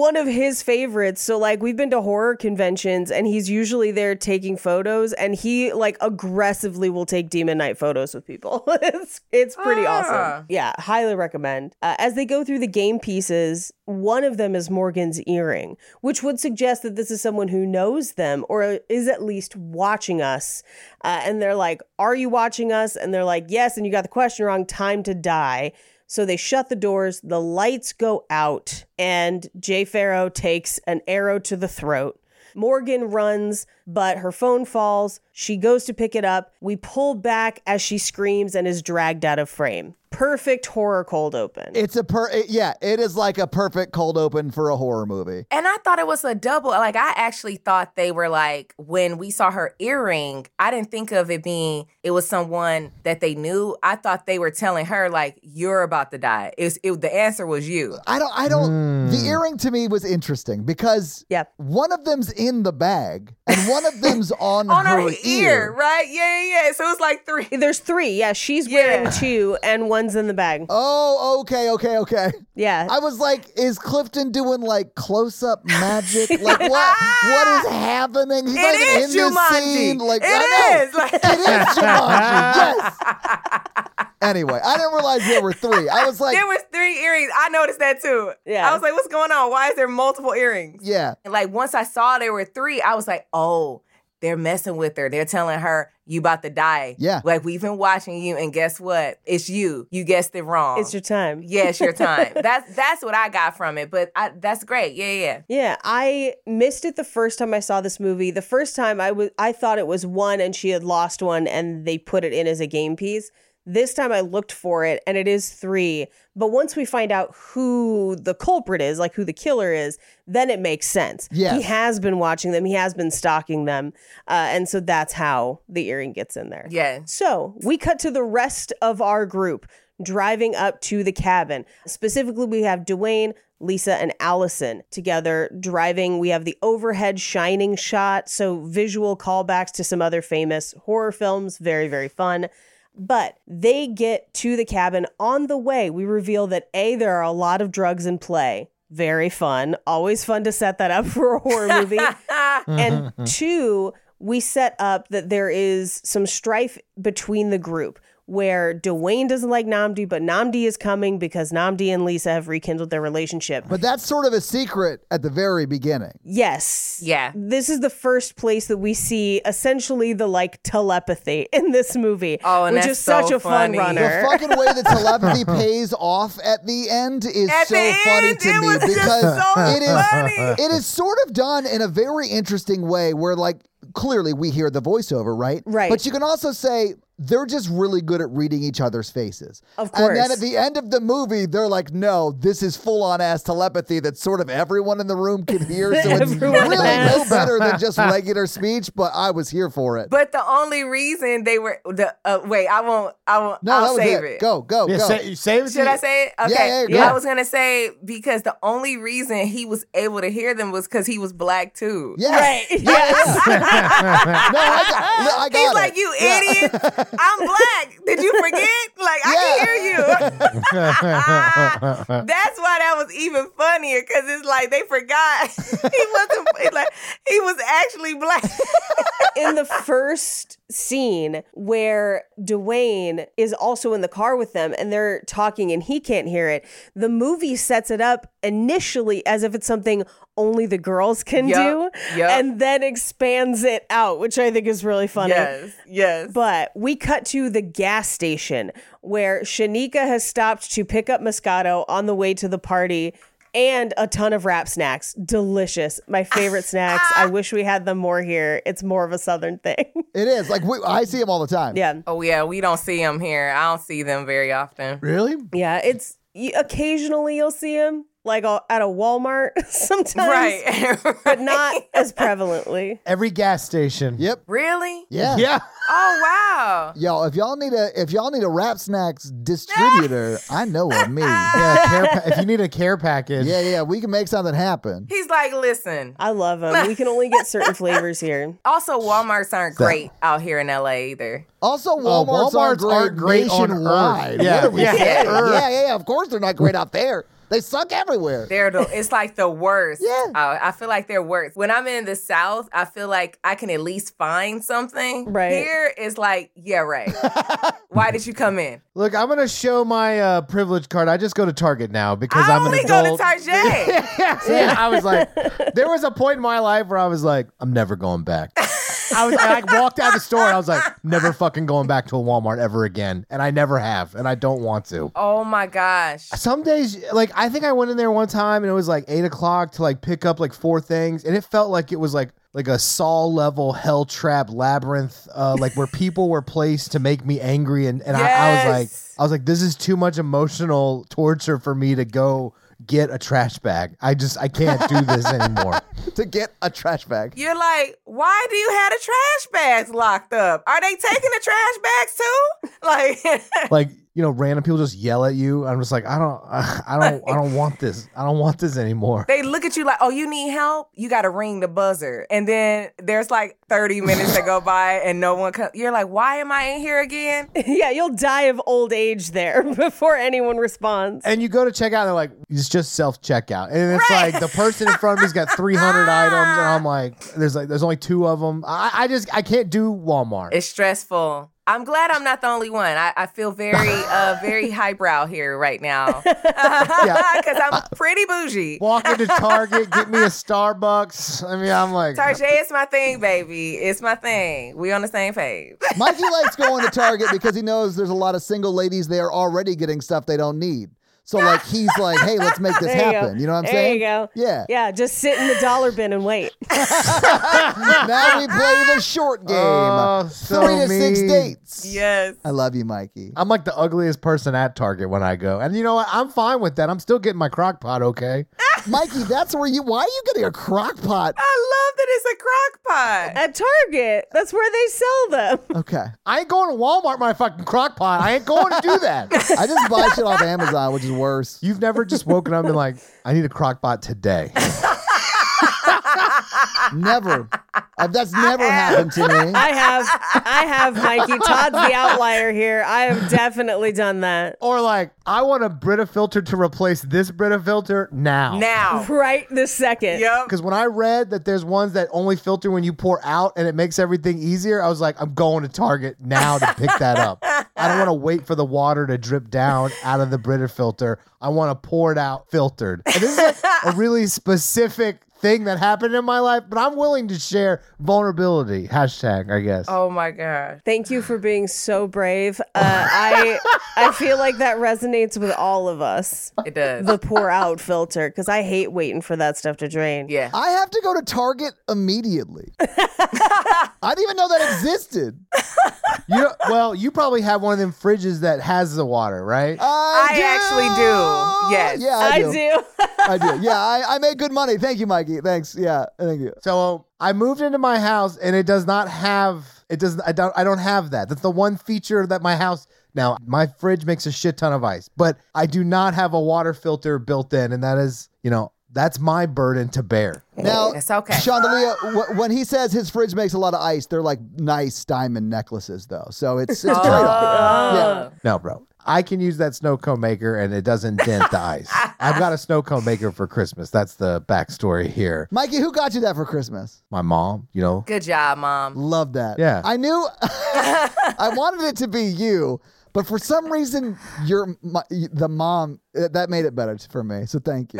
E: one of his favorites. So like we've been to horror conventions and he's usually there taking photos and he like aggressively will take demon night photos with people. it's it's pretty awesome. Yeah, highly recommend. Uh, as they go through the game pieces, one of them is Morgan's earring, which would suggest that this is someone who knows them or is at least watching us. Uh, and they're like, "Are you watching us?" And they're like, "Yes." And you got the question wrong. Time to die. So they shut the doors, the lights go out, and Jay Farrow takes an arrow to the throat. Morgan runs, but her phone falls. She goes to pick it up. We pull back as she screams and is dragged out of frame. Perfect horror cold open.
D: It's a per it- yeah, it is like a perfect cold open for a horror movie.
H: And I thought it was a double. Like I actually thought they were like when we saw her earring. I didn't think of it being it was someone that they knew. I thought they were telling her like you're about to die. It's it, the answer was you.
D: I don't I don't the earring to me was interesting because
E: Yep.
D: one of them's in the bag and one of them's on,
H: On her,
D: her,
H: ear, right? Yeah, yeah, yeah. So it was like three.
E: There's three. Yeah, she's
H: Yeah.
E: wearing two, and one's in the bag.
D: Oh, okay, okay, okay.
E: Yeah.
D: I was like, is Clifton doing like close up magic? Like what what is happening? He's not even
H: It is
D: in this
H: Jumanji.
D: scene. Like
H: It
D: I know.
H: is. Like,
D: It is Jumanji. Yes. Anyway, I didn't realize there were three. I was like,
H: there was three earrings. I noticed that too.
E: Yeah.
H: I was like, what's going on? Why is there multiple earrings?
D: yeah.
H: And like once I saw there were three, I was like, oh, they're messing with her. They're telling her you about to die.
D: Yeah.
H: Like we've been watching you, and guess what? It's you. You guessed it wrong.
E: it's your time.
H: yeah, it's your time. that's that's what I got from it. But I, that's great. Yeah, yeah.
E: Yeah, I missed it the first time I saw this movie. The first time I was I thought it was one and she had lost one and they put it in as a game piece. This time I looked for it and it is 3. But once we find out who the culprit is, like who the killer is, then it makes sense.
D: Yes.
E: He has been watching them, he has been stalking them. Uh, and so that's how the earring gets in there.
H: Yeah.
E: So we cut to the rest of our group driving up to the cabin. Specifically, we have Dwayne, Lisa, and Allison together driving. We have the overhead shining shot. So visual callbacks to some other famous horror films. Very, very fun. But they get to the cabin on the way. We reveal that A, there are a lot of drugs in play. Very fun. Always fun to set that up for a horror movie and
H: Mm-hmm,
E: two, we set up that there is some strife between the group. where Dwayne doesn't like Namdi, but Namdi is coming because Namdi and Lisa have rekindled their relationship.
D: But that's sort of a secret at the very beginning.
E: Yes.
H: Yeah.
E: This is the first place that we see essentially the like telepathy in this movie.
H: Oh, and
E: which
H: that's
E: is such
H: so
E: a fun
H: funny.
D: The
E: runner.
D: fucking way the telepathy pays off at the end is
H: At
D: so
H: the
D: funny
H: end,
D: to
H: it
D: me
H: was just
D: because
H: so
D: it is
H: funny.
D: it is sort of done in a very interesting way where like clearly we hear the voiceover, right?
E: Right.
D: But you can also say they're just really good at reading each other's faces.
E: Of
D: And then
E: course.
D: at the end of the movie, they're like, no, this is full on ass telepathy that sort of everyone in the room can hear. So it's
E: Everyone
D: really no
E: has.
D: better than just regular speech, but I was here for it.
H: But the only reason they were the uh, wait, I won't, I won't,
D: no, that
H: I'll
D: was
H: save
D: it.
H: it.
D: Go, go,
F: Yeah,
D: go.
F: say, you say it
H: Should I say it? Okay.
D: yeah, go.
H: I was gonna say because the only reason he was able to hear them was because he was black too.
D: yeah.
E: Right.
D: Yeah.
E: Yes.
D: No, I got, no, I got
H: He's
D: it.
H: like, you
D: Yeah.
H: idiot! I'm black. Did you forget? Like
D: Yeah.
H: I can hear you. That's why that was even funnier because it's like they forgot he wasn't it's like he was actually black.
E: in the first scene where Dwayne is also in the car with them and they're talking and he can't hear it, the movie sets it up initially as if it's something only the girls can
H: Yup,
E: do
H: yup.
E: and then expands it out, which I think is really funny.
H: Yes, yes.
E: But we cut to the gas station where Shanika has stopped to pick up Moscato on the way to the party and a ton of wrap snacks. Delicious. My favorite snacks. I wish we had them more here. It's more of a southern thing.
D: It is. Like, we, I see him all the time.
E: yeah.
H: oh yeah, we don't see him here. I don't see them very often.
F: Really?
E: Yeah, it's you, occasionally you'll see them like a- at a Walmart sometimes.
H: Right.
E: But not as prevalently.
F: Every gas station.
D: Yep.
H: really?
D: Yeah.
F: Yeah.
H: Oh wow.
D: Y'all, if y'all need a if y'all need a rap snacks distributor, I know of me. Yeah,
F: Yeah, care pa- if you need a care package.
D: yeah, yeah. We can make something happen.
H: He's like, listen.
E: I love them. We can only get certain flavors here.
H: Also, WalMarts aren't great out here in LA either.
D: Also, Walmart's, are
F: Uh, Walmarts aren't great on
D: nationwide.
F: Earth. Yeah.
D: What are we
F: Yeah.
D: saying?
F: Earth.
D: yeah, yeah, yeah. Of course, they're not great out there. They suck everywhere.
H: They're the, it's like the worst.
D: Yeah.
H: Uh, I feel like they're worse. When I'm in the South, I feel like I can at least find something.
E: Right.
H: Here, it's like, yeah, right. Why did you come in?
F: Look, I'm gonna show my uh, privilege card. I just go to Target now because
H: I
F: am
H: only
F: an
H: go
F: adult.
H: to Target.
F: yeah, yeah. I was like, there was a point in my life where I was like, I'm never going back. I was I like, walked out of the store. and I was like, never fucking going back to a Walmart ever again, and I never have, and I don't want to.
H: oh my gosh.
F: Some days, like I think I went in there one time and it was like eight o'clock to like pick up like four things, and it felt like it was like like a Saw level hell trap labyrinth, uh, like where people were placed to make me angry, and and I, I was like,
H: Yes.
F: I was like, this is too much emotional torture for me to go get a trash bag. I just I can't do this anymore.
D: to get a trash bag.
H: You're like, why do you have the trash bags locked up? Are they taking the trash bags too? Like,
F: like you know, random people just yell at you. I'm just like, I don't, I don't, I don't want this. I don't want this anymore.
H: they look at you like, oh, you need help? You got to ring the buzzer. And then there's like 30 minutes that go by and no one comes. You're like, why am I in here again?
E: yeah, you'll die of old age there before anyone responds.
F: And you go to checkout, and they're like, it's just self checkout, and it's like the person in front of me's got 300 items, and I'm like, there's like, there's only two of them. I, I just, I can't do Walmart.
H: It's stressful. I'm glad I'm not the only one. I, I feel very, uh, very highbrow here right now because I'm pretty bougie.
F: Walk into Target, get me a Starbucks. I mean, I'm like,
H: Tarjay is my thing, baby. It's my thing. We on the same page.
D: Mikey likes going to Target because he knows there's a lot of single ladies there already getting stuff they don't need. So like he's like, hey, let's make this
E: There you
D: happen.
E: go.
D: You know what I'm
E: there
D: saying?
E: you go.
D: Yeah.
E: Yeah, just sit in the dollar bin and wait.
D: Now we play the short game.
F: Oh, so
D: Three to six
F: mean.
D: dates.
H: Yes.
D: I love you, Mikey.
F: I'm like the ugliest person at Target when I go, and you know what? I'm fine with that. I'm still getting my crock pot, okay?
D: Mikey, that's where you. Why are you getting a crock pot?
H: I love that it's a crock pot.
E: At Target, that's where they sell them.
D: Okay.
F: I ain't going to Walmart, my fucking crock pot. I ain't going to do that.
D: I just buy shit off Amazon, which is worse.
F: You've never just woken up and like, I need a crock pot today.
D: Never. Uh, That's never happened to me.
E: I have, I have, Mikey. Todd's the outlier here. I have definitely done that.
F: Or like, I want a Brita filter to replace this Brita filter now.
H: Now.
E: Right this second.
H: Yep.
F: Because when I read that there's ones that only filter when you pour out and it makes everything easier, I was like, I'm going to Target now to pick that up. I don't want to wait for the water to drip down out of the Brita filter. I want to pour it out filtered. And this is like a really specific thing that happened in my life, but I'm willing to share vulnerability. Hashtag, I guess.
H: Oh my god.
E: Thank you for being so brave. Uh, I I feel like that resonates with all of us.
H: It does.
E: The pour out filter, because I hate waiting for that stuff to drain.
H: yeah.
D: I have to go to Target immediately. I didn't even know that existed.
F: You know, well, you probably have one of them fridges that has the water, right?
D: I,
H: I
D: do.
H: actually do. Yes.
D: Yeah, Oh. I,
E: I
D: do.
E: do.
D: I do. Yeah, I, I made good money. Thank you, Mikey. Thanks. Yeah, thank you.
F: So um, I moved into my house and it does not have it does I don't I don't have that. That's the one feature that my house now my fridge makes a shit ton of ice, but I do not have a water filter built in and that is, you know, that's my burden to bear.
D: Now,
H: It's okay.
D: Chandelier, wh- when he says his fridge makes a lot of ice, they're like nice diamond necklaces, though. So it's, it's trade off. Yeah.
F: No, bro. I can use that snow cone maker and it doesn't dent the ice. I've got a snow cone maker for Christmas. That's the backstory here.
D: Mikey, who got you that for Christmas?
F: My mom, you know,
H: Good job, mom.
D: Love that.
F: Yeah.
D: I knew I wanted it to be you, but for some reason, you're my, the mom. uh, That made it better for me. So thank you.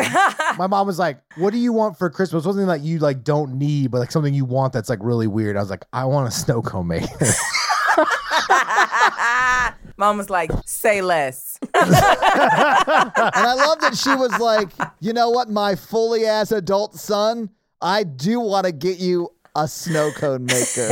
F: my mom was like, "What do you want for Christmas?" Wasn't like you like don't need, but like something you want that's like really weird. I was like, "I want a snow cone maker."
H: Mom was like, say less.
D: And I love that she was like, you know what, my fully ass adult son, I do want to get you a snow cone maker.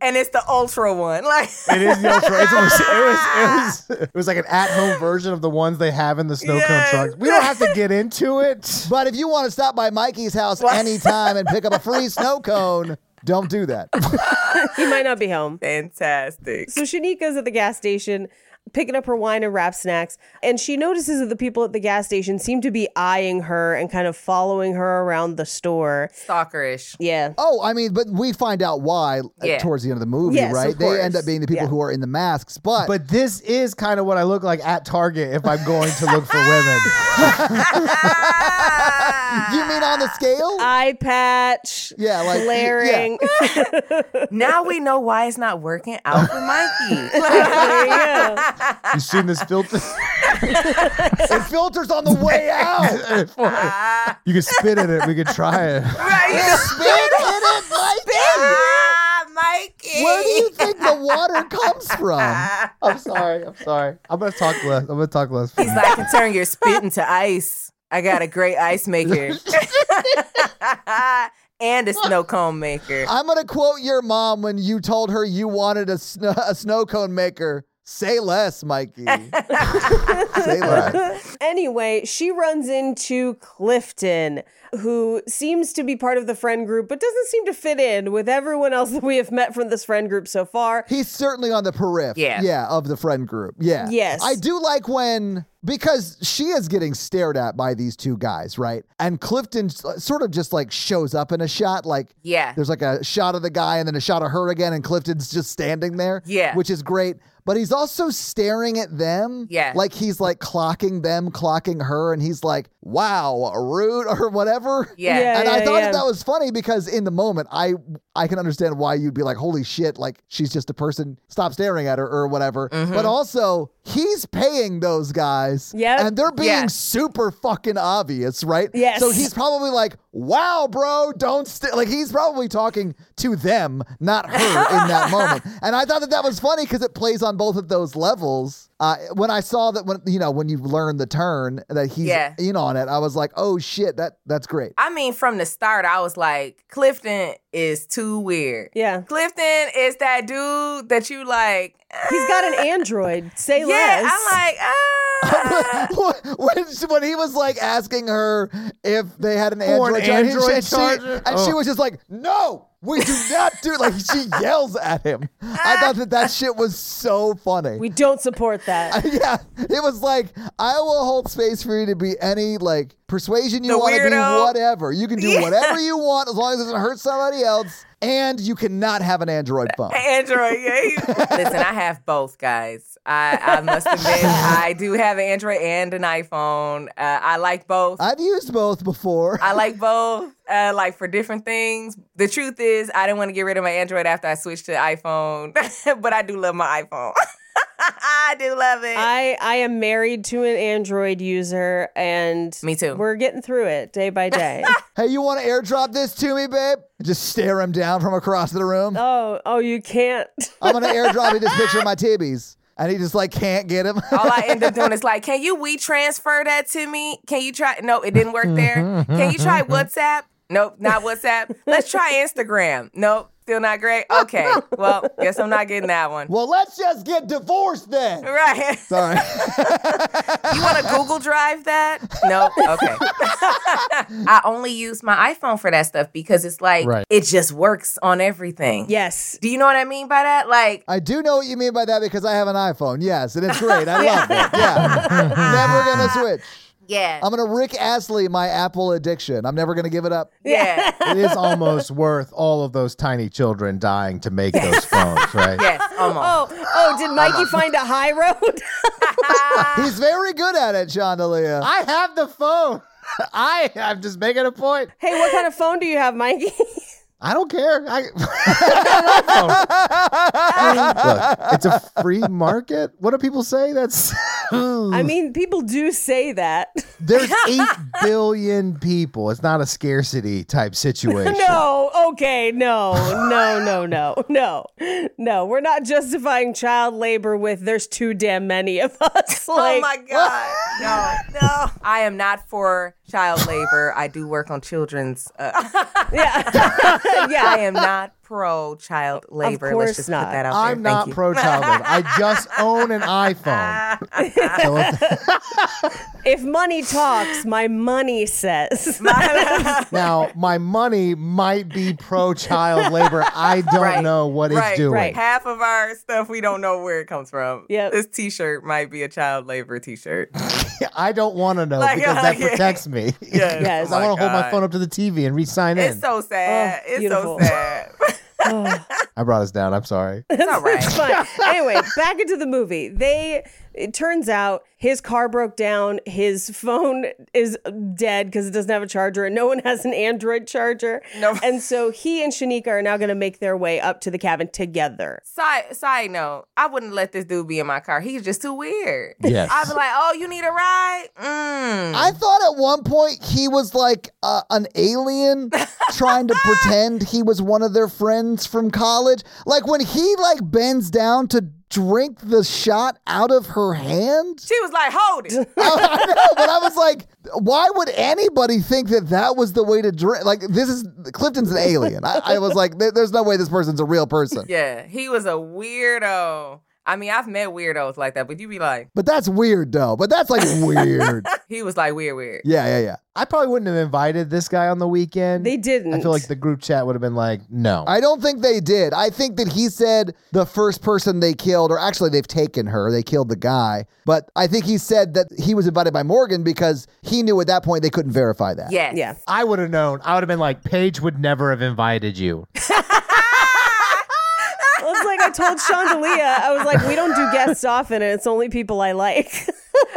H: and it's the ultra one. Like
F: It is the ultra. It's almost, it was it was it was like an at home version of the ones they have in the snow
H: Yes.
F: cone trucks. We don't have to get into it.
D: but if you want to stop by Mikey's house anytime and pick up a free snow cone, don't do that.
E: He might not be home.
H: fantastic.
E: So Shanika's at the gas station picking up her wine and wrap snacks, and she notices that the people at the gas station seem to be eyeing her and kind of following her around the store.
H: Stalkerish.
E: Yeah.
D: Oh, I mean, but we find out why uh,
H: Yeah.
D: towards the end of the movie,
E: Yes, of
D: right? They end
E: course.
D: up being the people
E: Yeah.
D: who are in the masks, but,
F: But this is kind of what I look like at Target if I'm going to look for women.
D: you mean on the scale?
E: Eye patch.
D: Yeah, like-
E: glaring.
H: Now we know why it's not working out for Mikey.
E: Yeah.
F: You seen this filter?
D: it filters on the way out.
F: you can spit in it. We could try it.
D: Spit in it, Mikey.
H: ah, Mikey.
D: Where do you think the water comes from?
F: I'm sorry. I'm sorry. I'm gonna talk less. I'm gonna talk less.
H: He's like, I can turn your spit into ice. I got a great ice maker. and a snow cone maker.
D: I'm gonna quote your mom when you told her you wanted a, sn- a snow cone maker. Say less, Mikey. Say less.
E: anyway, she runs into Clifton, who seems to be part of the friend group, but doesn't seem to fit in with everyone else that we have met from this friend group so far.
D: He's certainly on the periphery.
H: Yeah.
D: Yeah, of the friend group. Yeah.
E: Yes.
D: I do like when because she is getting stared at by these two guys, right? And Clifton s- uh, sort of just like shows up in a shot like
H: Yeah.
D: There's like a shot of the guy and then a shot of her again, and Clifton's just standing there.
H: Yeah.
D: Which is great. But he's also staring at them.
H: Yeah.
D: Like he's like clocking them, clocking her, and he's like, wow, rude or whatever.
H: Yeah.
E: Yeah.
D: and I thought
E: yeah.
D: that that was funny because in the moment I I can understand why you'd be like, holy shit, like she's just a person, stop staring at her or whatever.
E: Mm-hmm.
D: But also he's paying those guys.
E: Yep.
D: And they're being
H: Yeah.
D: super fucking obvious, right?
E: Yes.
D: So he's probably like, wow, bro, don't st-. like he's probably talking to them, not her in that moment. And I thought that that was funny because it plays on both of those levels. Uh, when I saw that when you know, when you learn the turn that he's
H: Yeah.
D: in on it, I was like, oh shit, that that's great.
H: I mean, from the start, I was like, Clifton is too weird.
E: Yeah.
H: Clifton is that dude that you like. eh.
E: He's got an android. Say
H: Yeah,
E: less.
H: I'm like, ah.
D: when, when he was like asking her if they had an
F: For
D: Android,
F: an
D: charger,
F: Android
D: and, she,
F: charger?
D: and she
F: Oh.
D: was just like, "No, We do not do like she yells at him. I thought that that shit was so funny.
E: We don't support that.
D: yeah, it was like I will hold space for you to be any like persuasion you
H: The
D: want to be,
H: weirdo.
D: whatever. You can do whatever you want as long as it doesn't hurt somebody else, and you cannot have an Android phone.
H: Android. Yeah. you- Listen, I have both, guys. I, I must admit, I do have an Android and an iPhone. Uh, I like both.
D: I've used both before.
H: I like both, uh, like for different things. The truth is, I didn't want to get rid of my Android after I switched to iPhone, but I do love my iPhone. I do love it.
E: I, I am married to an Android user and
H: Me too.
E: we're getting through it day by day.
D: hey, you want to airdrop this to me, babe? Just stare him down from across the room.
E: oh, oh, you can't.
D: I'm gonna airdrop you this picture of my tibbies, and he just like can't get him.
H: All I end up doing is like, can you we transfer that to me? Can you try? No, it didn't work there. Can you try WhatsApp? Nope, not WhatsApp. Let's try Instagram. Nope, still not great. Okay, well, guess I'm not getting that one.
D: well, let's just get divorced then.
H: Right.
D: Sorry.
H: You want to Google Drive that? Nope. Okay. I only use my iPhone for that stuff because it's like,
F: Right.
H: it just works on everything.
E: yes.
H: Do you know what I mean by that? Like,
D: I do know what you mean by that because I have an iPhone. Yes, and it's great. I love it. Yeah. never gonna switch.
H: yeah.
D: I'm gonna Rick Astley my Apple addiction. I'm never gonna give it up.
H: yeah.
F: it is almost worth all of those tiny children dying to make those phones, right?
H: Yes, almost.
E: Oh, oh, did Mikey find a high road?
D: He's very good at it, Chandelier.
F: I have the phone. I I'm just making a point.
E: hey, what kind of phone do you have, Mikey?
F: I don't care. I, I Look, it's a free market. What do people say? That's
E: I mean, people do say that.
F: there's eight billion people. It's not a scarcity type situation.
E: No, okay, no, no, no, no, no, no. We're not justifying child labor with there's too damn many of us. Like,
H: oh my God. No, no. I am not for child labor. I do work on children's. Uh,
E: yeah, yeah.
H: I am not pro child labor.
E: course
H: Let's just
E: not.
H: put that out
F: I'm
H: there.
F: not
H: Thank you.
F: pro child labor. I just own an iPhone. So if-
E: If money talks, my money says.
F: now my money might be pro child labor. I don't
H: Right.
F: know what
H: Right,
F: it's doing.
E: right.
H: Half of our stuff we don't know where it comes from.
E: Yep.
H: This t shirt might be a child labor t shirt.
F: I don't want to know
H: Like,
F: because that
H: okay.
F: protects me.
H: Yes.
E: Yes.
F: I
H: Oh
F: want to hold my
H: God.
F: phone up to the TV and re-sign in.
H: It's so sad.
E: Oh,
H: it's
E: beautiful.
H: so sad.
E: Oh.
F: I brought us down. I'm sorry.
H: it's all right.
E: It's fine. anyway, back into the movie. They it turns out his car broke down, his phone is dead because it doesn't have a charger, and no one has an Android charger.
H: No.
E: And so he and Shanika are now gonna make their way up to the cabin together.
H: Side, side note, I wouldn't let this dude be in my car. He's just too weird.
F: Yes.
H: I'd be like, oh, you need a ride? Mm.
D: I thought at one point he was like uh, an alien trying to pretend he was one of their friends from college. Like when he like bends down to drink the shot out of her hand.
H: she was like, hold it.
D: I know, but I was like, why would anybody think that that was the way to drink? Like this is Clifton's an alien. I, I was like, there- there's no way this person's a real person.
H: yeah, he was a weirdo. I mean, I've met weirdos like that, but you be like,
D: But that's weird though. But that's like weird.
H: he was like weird, weird.
D: Yeah, yeah, yeah.
F: I probably wouldn't have invited this guy on the weekend.
E: They didn't.
F: I feel like the group chat would have been like, no.
D: I don't think they did. I think that he said the first person they killed, or actually they've taken her, they killed the guy. But I think he said that he was invited by Morgan because he knew at that point they couldn't verify that.
H: Yes.
E: Yeah.
F: I would have known. I would have been like, Paige would never have invited you.
E: Well, it's like I told Chandelier, I was like, we don't do guests often and it's only people I like.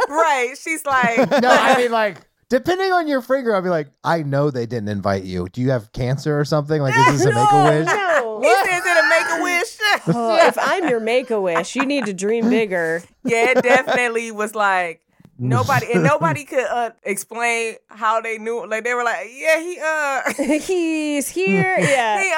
H: Right. She's like,
F: No, I mean like, depending on your finger, I'd be like, I know they didn't invite you. Do you have cancer or something? Like, is this a make a wish?
E: no.
H: he says it a make a wish.
E: Oh, if I'm your make a wish, you need to dream bigger.
H: yeah, it definitely was like nobody and nobody could uh, explain how they knew. Like they were like, yeah, he uh
E: He's here. Yeah.
H: he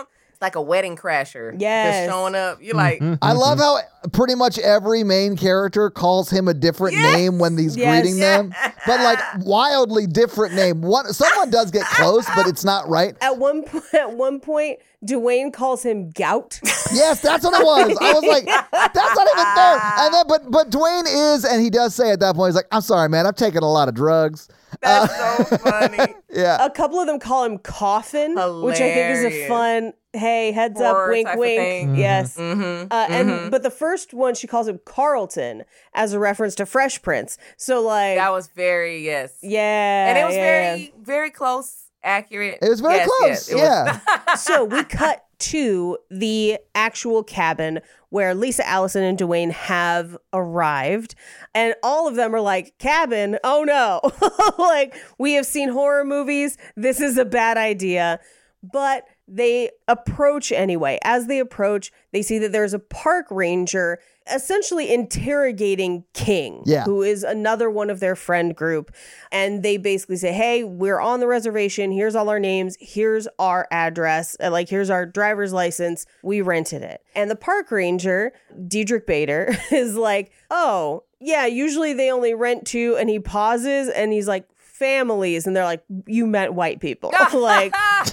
H: um it's like a wedding crasher.
E: Yes.
H: Just showing up. You're like,
D: I love how pretty much every main character calls him a different name when he's
E: Yes.
D: greeting them, but like wildly different name. One someone does get close, but it's not right.
E: At one po- at one point, Dwayne calls him gout.
D: Yes, that's what it was. I was like, that's not even fair. And then, but but Dwayne is, and he does say at that point, he's like, I'm sorry, man, I've taken a lot of drugs.
H: that's so funny.
D: Yeah,
E: A couple of them call him coffin, which I think is a
H: Hilarious.
E: fun. Hey, heads
H: Horror
E: up, wink,
H: type of
E: wink.
H: thing.
E: Yes.
H: Mm-hmm.
E: Uh, and but the first one she calls him Carlton as a reference to Fresh Prince. So like,
H: That was very, yes.
E: yeah,
H: And it was
E: yeah, yeah.
H: very, very close, accurate.
D: it was very
H: Yes,
D: close.
H: yes, it was-
D: yeah,
E: so we cut to the actual cabin where Lisa Allison and Dwayne have arrived. And all of them are like, cabin, oh no. like, we have seen horror movies. This is a bad idea. But they approach anyway. As they approach, they see that there's a park ranger essentially interrogating King,
D: Yeah.
E: who is another one of their friend group. And they basically say, Hey, we're on the reservation. Here's all our names. Here's our address. Uh, Like, here's our driver's license. We rented it. And the park ranger, Diedrich Bader, is like, Oh, yeah, usually they only rent to. And he pauses and he's like, Families. And they're like, You meant white people. like,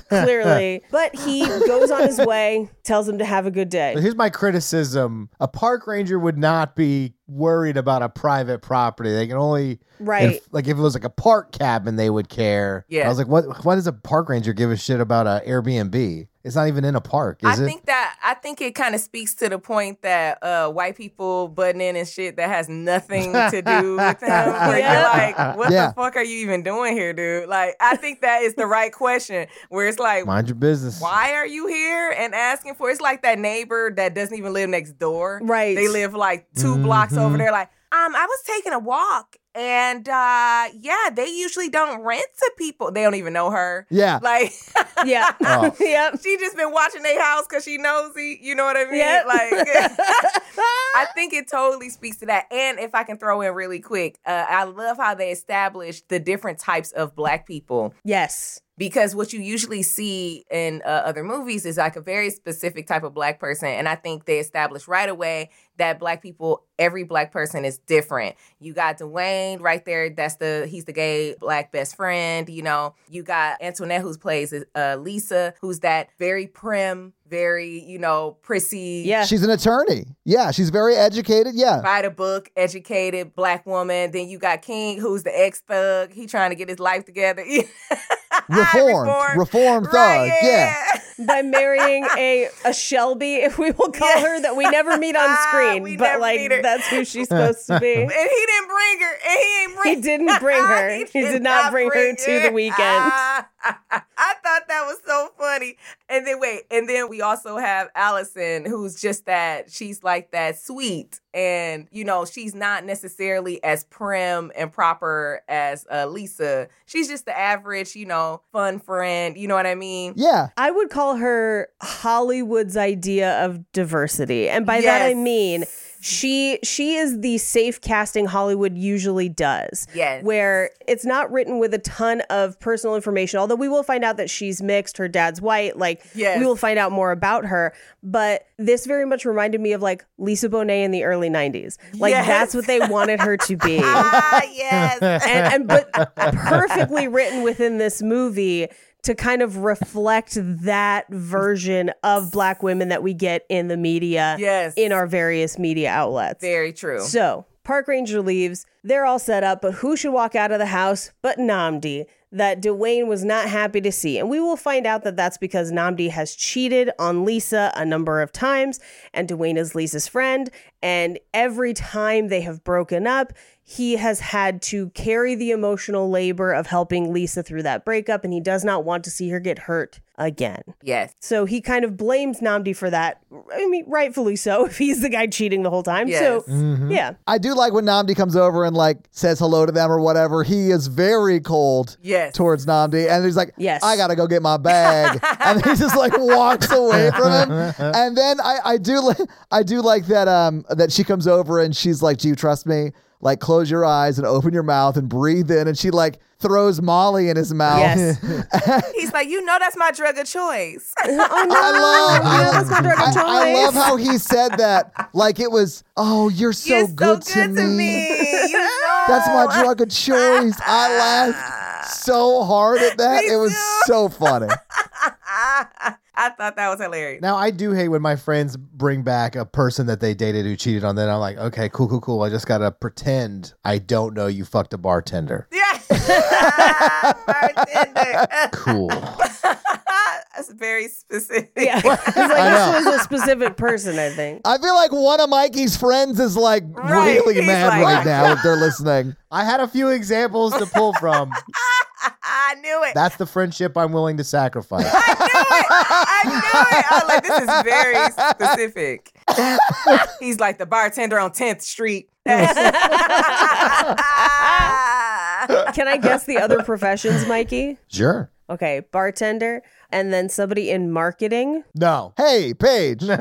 E: clearly. But he goes on his way, tells them to have a good day.
F: But here's my criticism: a park ranger would not be worried about a private property. They can only
E: Right.
F: if- like if it was like a park cabin, they would care.
H: Yeah.
F: I was like, what? Why does a park ranger give a shit about a Airbnb? It's not even in a park,
H: I
F: is it?
H: think that I think it kind of speaks to the point that uh, white people butting in and shit that has nothing to do with them. Where
E: Yeah.
H: you're like, what
D: Yeah.
H: the fuck are you even doing here, dude? Like, I think that is the right question. Where it's like,
F: Mind your business.
H: why are you here and asking for? It's like that neighbor that doesn't even live next door.
E: Right.
H: They live like 2 blocks over
F: Mhm.
H: there. Like, um, I was taking a walk, and uh, yeah, they usually don't rent to people. They don't even know her.
D: yeah.
H: Like.
E: Yeah.
F: Oh.
E: yep.
H: she just been watching their house because she nosy. You know what I mean?
E: Yep.
H: Like, I think it totally speaks to that. And if I can throw in really quick, uh, I love how they established the different types of black people
E: Yes.
H: because what you usually see in uh, other movies is like a very specific type of black person and i think they established right away that black people every black person is different you got dwayne right there that's the he's the gay black best friend you know you got antoinette who plays uh, lisa who's that very prim very you know prissy
E: Yeah.
D: She's an attorney. Yeah, she's very educated. Yeah,
H: by the book, educated black woman. Then you got King, who's the ex thug. He trying to get his life together.
D: reformed,
H: Reformed.
D: reformed thug.
H: Right,
D: yeah.
E: by marrying a a Shelby, if we will call her that, we never meet on screen,
H: We
E: but
H: never
E: like
H: meet her.
E: that's who she's supposed to be.
H: and he didn't bring her. And he ain't bring.
E: He didn't bring her. He did not bring her to the weekend.
H: I, thought that was so funny. And then wait, and then we also have Allison, who's just that. She's like that sweet, and you know, she's not necessarily as prim and proper as uh, Lisa. She's just the average, you know, fun friend. You know what I mean?
D: Yeah.
E: I would call her Hollywood's idea of diversity. And by that I
H: Yes.
E: mean she she is the safe casting Hollywood usually does.
H: Yes.
E: Where it's not written with a ton of personal information, although we will find out that she's mixed, her dad's white, like
H: Yes.
E: we will find out more about her. But this very much reminded me of like Lisa Bonet in the early 90s. Like
H: Yes.
E: that's what they wanted her to be
H: Ah, yes.
E: and, and but perfectly written within this movie to kind of reflect that version of black women that we get in the media
H: Yes.
E: in our various media outlets.
H: Very true.
E: So park ranger leaves. They're all set up, but who should walk out of the house but Namdi? That Dwayne was not happy to see. And we will find out that that's because Namdi has cheated on Lisa a number of times, and Dwayne is Lisa's friend. And every time they have broken up, he has had to carry the emotional labor of helping Lisa through that breakup, and he does not want to see her get hurt again.
H: yes.
E: So he kind of blames Namdi for that. I mean, rightfully so, if he's the guy cheating the whole time. So,
H: Yes.
E: yeah.
D: I do like when Namdi comes over and like says hello to them or whatever. He is very cold
H: Yes.
D: towards Namdi, and he's like,
E: Yes.
D: I gotta go get my bag," and he just like walks away from him. And then I, I do li- I do like that um that she comes over and she's like, "Do you trust me?" like close your eyes and open your mouth and breathe in, and she like throws Molly in his mouth.
E: Yes.
H: He's like, you know, that's my drug of choice.
E: oh no,
D: I love,
E: I know, that's my drug of
D: I- I
E: choice.
D: love how he said that. Like it was, oh, you're so,
H: You're
D: good, to, me.
H: You know.
D: That's my drug of choice. I laughed so hard at that.
H: Me
D: It was
H: too.
D: so funny.
H: I thought that was hilarious.
F: Now I do hate when my friends bring back a person that they dated who cheated on them. I'm like, okay, cool, cool, cool. I just gotta pretend I don't know you fucked a bartender.
H: Yeah. Bartender.
F: Cool.
H: That's very specific.
E: yeah, it's like
D: I
E: this was a specific person. I think.
D: I feel like one of Mikey's friends is like
H: Right.
D: really
H: He's
D: mad
H: like-
D: right now if they're listening.
F: I had a few examples to pull from.
H: I knew it.
F: That's the friendship I'm willing to sacrifice.
H: I knew it. I was like, this is very specific. He's like the bartender on 10th Street. That's
E: Can I guess the other professions, Mikey?
F: Sure.
E: Okay, bartender, and then somebody in marketing,
F: No.
D: Hey, Paige, calm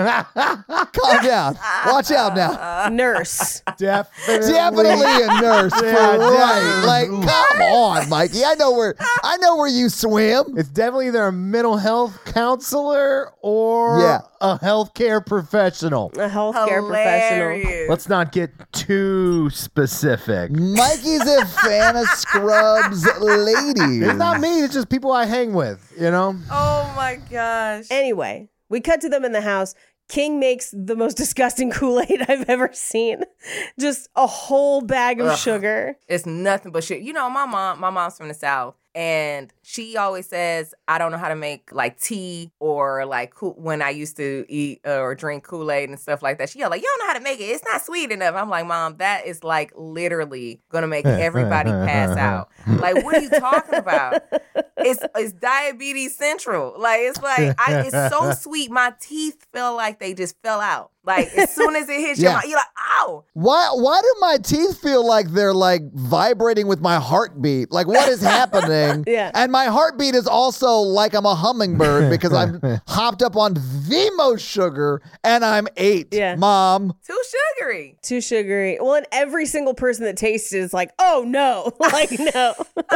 D: down. Watch out now.
E: nurse.
F: Definitely.
D: Definitely a nurse. for
F: Yeah,
D: right.
F: definitely.
D: Like, come on, Mikey. I know where I know where you swim.
F: It's definitely either a mental health counselor or
D: Yeah.
F: a healthcare professional.
E: a healthcare professional.
H: hilarious.
F: Let's not get too specific.
D: Mikey's a fan of Scrubs ladies.
F: It's not me. It's just people I hang with. You know.
H: Oh my gosh.
E: Anyway, we cut to them in the house. King makes the most disgusting Kool Aid I've ever seen. Just a whole bag of sugar.
H: It's nothing but shit. You know, my mom, my mom's from the South, and she always says, I don't know how to make like tea or like Kool- when I used to eat uh, or drink Kool Aid and stuff like that. She yelled, like, You don't know how to make it. It's not sweet enough. I'm like, Mom, that is like literally gonna make everybody pass out. Like, what are you talking about? It's it's diabetes central. Like it's like I, it's so sweet. My teeth feel like they just fell out. Like as soon as it hits your
D: Yeah.
H: mouth, you're like, ow.
D: Why why do my teeth feel like they're like vibrating with my heartbeat? Like what is happening?
E: Yeah.
D: And my heartbeat is also like I'm a hummingbird because I'm hopped up on the most sugar and I'm eight.
E: Yeah.
D: Mom.
H: Too sugary.
E: Too sugary. Well, and every single person that tastes it is like, oh no, like no, which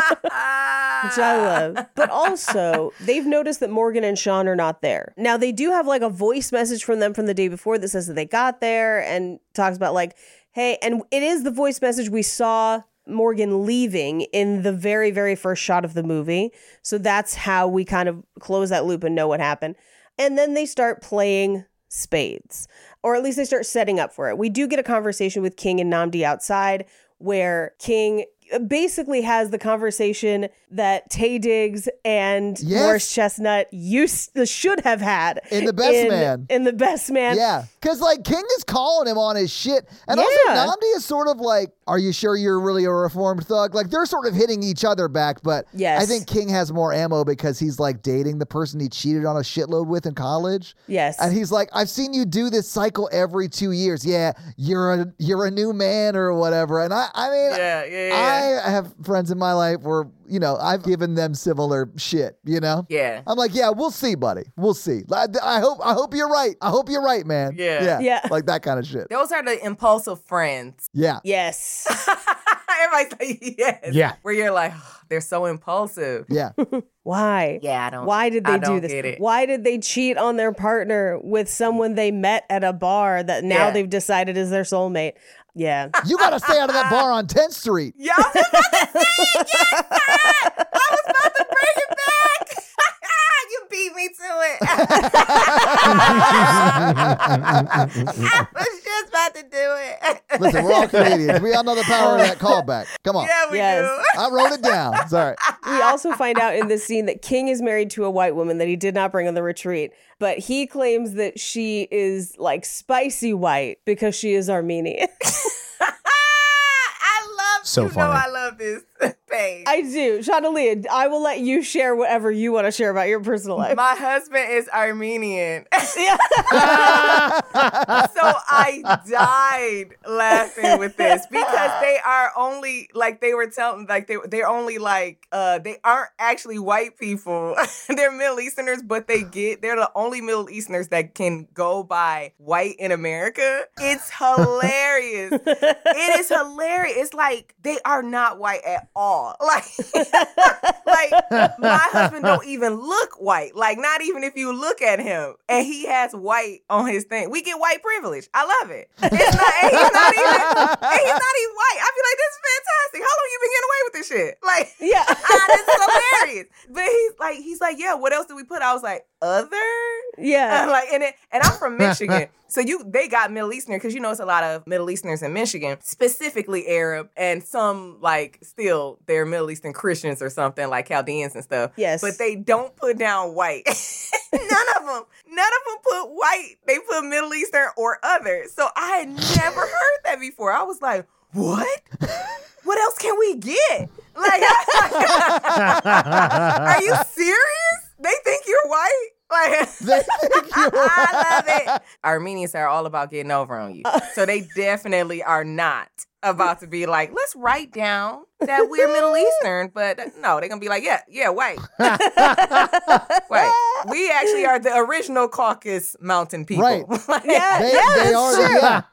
E: I love. But also, they've noticed that Morgan and Sean are not there. Now, they do have like a voice message from them from the day before that says that they got there and talks about like, hey, and it is the voice message we saw Morgan leaving in the very, very first shot of the movie. So that's how we kind of close that loop and know what happened. And then they start playing spades, or at least they start setting up for it. We do get a conversation with King and Namdi outside where King basically has the conversation that Tay Diggs and
D: Yes.
E: Morris Chestnut used should have had
D: In The Best
E: in-
D: Man.
E: In the best man.
D: yeah. Cause like King is calling him on his shit. And
E: Yeah.
D: also Namdi is sort of like, Are you sure you're really a reformed thug? Like they're sort of hitting each other back, but
E: Yes.
D: I think King has more ammo because he's like dating the person he cheated on a shitload with in college.
E: Yes.
D: And he's like, I've seen you do this cycle every two years. Yeah, you're a you're a new man or whatever. And I, I mean,
H: Yeah, yeah, yeah.
D: I have friends in my life where you know I've given them similar shit. You know,
H: Yeah.
D: I'm like, yeah, we'll see, buddy. We'll see. I, I hope I hope you're right. I hope you're right, man.
H: Yeah.
D: yeah,
E: Yeah.
D: like that kind of shit.
H: Those are the impulsive friends.
D: Yeah.
E: Yes.
H: Everybody's like, yes.
F: Yeah.
H: Where you're like, "Ugh, they're so impulsive.
D: Yeah,
E: Why?
H: Yeah, I don't.
E: Why did they
H: I
E: do
H: don't
E: this?
H: Get it.
E: Why did they cheat on their partner with someone they met at a bar that now
H: Yeah.
E: they've decided is their soulmate? Yeah.
D: you gotta stay out of that bar on 10th Street.
H: Yeah, I was about to say it. Yes, I was about to bring it back. you beat me to it. I was just about to do it.
D: Listen, we're all Canadians. We all know the power of that callback. Come on,
H: yeah, we
E: Yes.
D: I wrote it down. Sorry.
E: we
H: Ah.
E: also find out in this scene that King is married to a white woman that he did not bring on the retreat, but he claims that she is like spicy white because she is Armenian.
H: do. I love.
F: So
H: you know
F: funny.
H: I love this. way.
E: I do. Shadalia, I will let you share whatever you want to share about your personal life.
H: My husband is Armenian.
E: Yeah.
H: so I died laughing with this because they are only like they were telling like they they're only like uh they aren't actually white people. they're Middle Easterners, but they get they're the only Middle Easterners that can go by white in America. It's hilarious. it is hilarious. It's like they are not white at all. Like like my husband don't even look white. Like not even if you look at him and he has white on his thing. We get white privilege. I love it. It's not, and he's not even and he's not even white. I feel like this is fantastic. How long you been getting away with this shit? Like
E: Yeah.
H: ah, this is hilarious. But he's like he's like, yeah, what else did we put? I was like, other?
E: yeah.
H: And like and it, and I'm from Michigan, so you they got Middle Easterner because you know it's a lot of Middle Easterners in Michigan, specifically Arab and some like still they're Middle Eastern Christians or something like Chaldeans and stuff.
E: Yes.
H: but they don't put down white. none of them, none of them put white. They put Middle Eastern or other. So I had never heard that before. I was like, what? what else can we get? Like, are you serious? They think you're white. Like,
D: They think you're
H: I love it. Armenians are all about getting over on you. uh, So they definitely are not about to be like, let's write down that we're Middle Eastern, but no, they're gonna be like, yeah, yeah, white. white. We actually are the original caucus mountain people.
D: Right.
H: Like,
E: Yeah.
D: They,
E: yeah.
D: they are.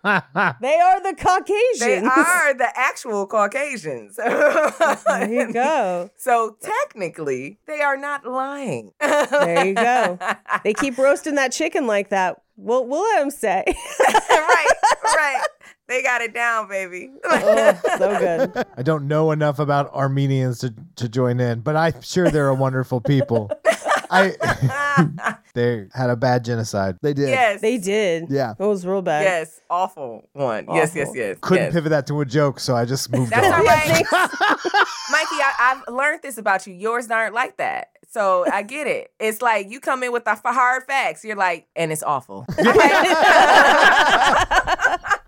D: Yeah.
E: They are the Caucasians.
H: They are the actual Caucasians.
E: There you go.
H: So technically, they are not lying.
E: There you go. They keep roasting that chicken like that. We'll, we'll let them um, say.
H: right, right. They got it down, baby.
E: so good.
F: I don't know enough about Armenians to, to join in, but I'm sure they're a wonderful people. I they had a bad genocide.
D: They did.
H: yes.
E: They did.
D: Yeah.
E: It was real bad.
H: Yes. Awful one. Yes, yes,
E: Awful.
H: yes.
F: Couldn't
H: yes.
F: pivot that to a joke, so I just moved
H: That's
F: on.
H: all right. Mikey, I, I've learned this about you. Yours aren't like that. So I get it. It's like you come in with the f- hard facts. You're like, and it's awful.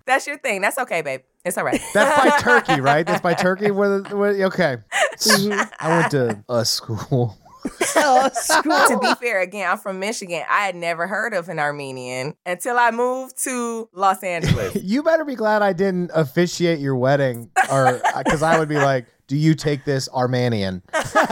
H: That's your thing. That's okay, babe. It's all right.
F: That's by Turkey, right? That's by Turkey. Where, the- where, okay,
H: Mm-hmm.
F: I went to a school.
E: Oh, screw
H: to be fair, again, I'm from Michigan. I had never heard of an Armenian until I moved to Los Angeles.
F: You better be glad I didn't officiate your wedding, or because I would be like, "Do you take this Armenian?"
H: That's what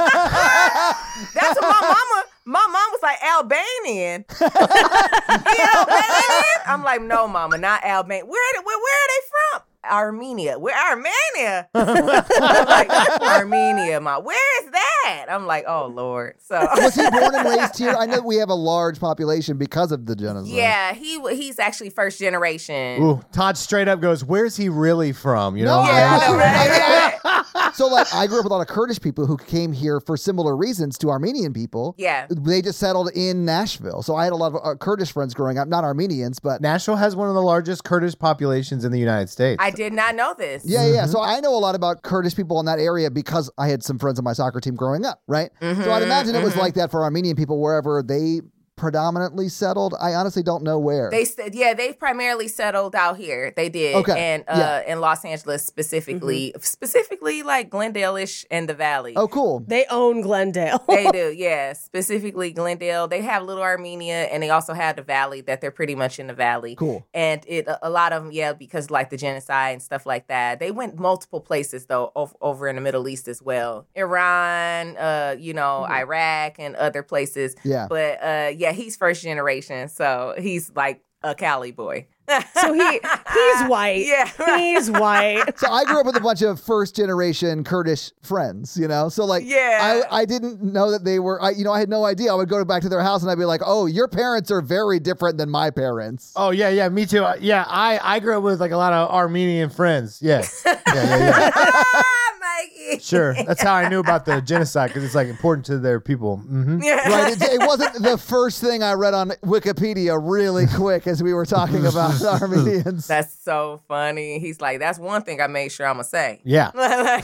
H: my mama. My mom was like Albanian. he Albanian? I'm like, no, mama, not Albanian. Where, are they- where where are they from? Armenia. Where Armenia? I'm like Armenia, ma. Where is that? I'm like, oh Lord. So
D: Was he born and raised here? I know we have a large population because of the genocide.
H: yeah, he w- he's actually first generation.
F: Ooh, Todd straight up goes, "Where's he really from?" You know,
D: No,
F: what
H: Yeah,
F: I'm
H: I know,
F: saying?
H: right? Right.
D: So like I grew up with a lot of Kurdish people who came here for similar reasons to Armenian people.
H: Yeah.
D: They just settled in Nashville. So I had a lot of uh, Kurdish friends growing up, not Armenians, but
F: Nashville has one of the largest Kurdish populations in the United States.
H: I did not know this.
D: yeah, yeah. So
H: Mm-hmm.
D: I know a lot about Kurdish people in that area because I had some friends on my soccer team growing up, right? So
H: Mm-hmm,
D: I'd imagine it was like that for Armenian people wherever they predominantly settled. I honestly don't know where.
H: They said, yeah, they primarily settled out here. They did,
D: Okay,
H: and uh, in Los Angeles
E: Mm-hmm.
H: specifically, specifically like Glendale-ish and the Valley.
D: oh, cool.
E: They own Glendale.
H: they do, yeah. Specifically Glendale. They have Little Armenia, and they also have the Valley. That they're pretty much in the Valley.
D: Cool.
H: And it a- a lot of them, yeah, because like the genocide and stuff like that. They went multiple places though, ov- over in the Middle East as well, Iran, uh, you know, Iraq, and other places.
D: Yeah.
H: But uh, yeah, he's first generation, so he's like a Cali boy.
E: So he he's white.
H: Yeah, right.
E: He's white.
D: So I grew up with a bunch of first generation Kurdish friends, you know. So like,
H: Yeah.
D: I, I didn't know that they were. I you know I had no idea. I would go back to their house and I'd be like, oh, your parents are very different than my parents.
F: Oh yeah, yeah, me too. Uh, Yeah, I I grew up with like a lot of Armenian friends. Yeah, yeah, yeah, yeah.
H: ah, Mikey.
F: sure. That's how I knew about the genocide because it's like important to their people. hmm
D: Right? It, it wasn't the first thing I read on Wikipedia really quick as we were talking about Armenians.
H: That's so funny. He's like, that's one thing I made sure I'm gonna say.
F: Yeah,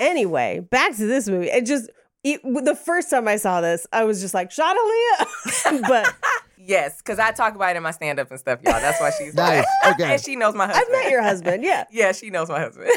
E: Anyway, back to this movie. It just it, the first time I saw this, I was just like Shadalia, but
H: yes, because I talk about it in my stand up and stuff, y'all. That's why she's
D: Nice. Okay.
H: and she knows my
E: I've
H: husband.
E: met your husband. Yeah.
H: Yeah, she knows my husband.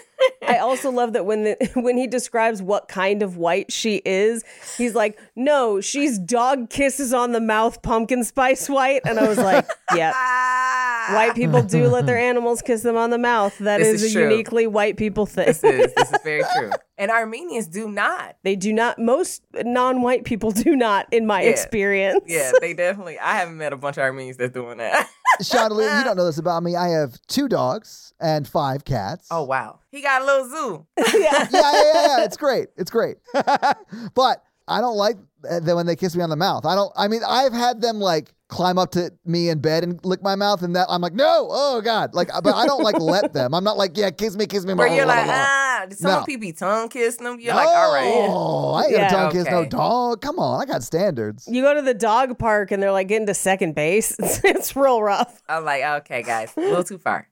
E: I also love that when the, when he describes what kind of white she is, he's like, "No, she's dog kisses on the mouth, pumpkin spice white." And I was like, "Yep, white people do let their animals kiss them on the mouth. That
H: This
E: is,
H: is
E: a
H: true.
E: uniquely white people thing.
H: This is, this is very true. And Armenians do not.
E: They do not. Most non-white people do not, in my
H: Yeah.
E: experience.
H: Yeah, they definitely. I haven't met a bunch of Armenians that's doing that.
D: Shadaloo, you don't know this about me. I have two dogs and five cats.
H: oh wow, he got a little zoo.
D: yeah, yeah, yeah, yeah. It's great. It's great. but I don't like that when they kiss me on the mouth. I don't. I mean, I've had them like climb up to me in bed and lick my mouth, and that I'm like, no, oh god. Like, but I don't like let them. I'm not like, yeah, kiss me, kiss me.
H: Where
D: blah,
H: you're
D: blah,
H: like,
D: blah, blah.
H: ah, some
D: No.
H: people be tongue kissing them. You're
D: no,
H: like, all right.
D: Oh, I ain't
E: Yeah,
D: gonna tongue kiss no
H: okay.
D: dog. Come on, I got standards.
E: You go to the dog park and they're like getting to second base. It's, it's real rough.
H: I'm like, okay, guys, a little too far.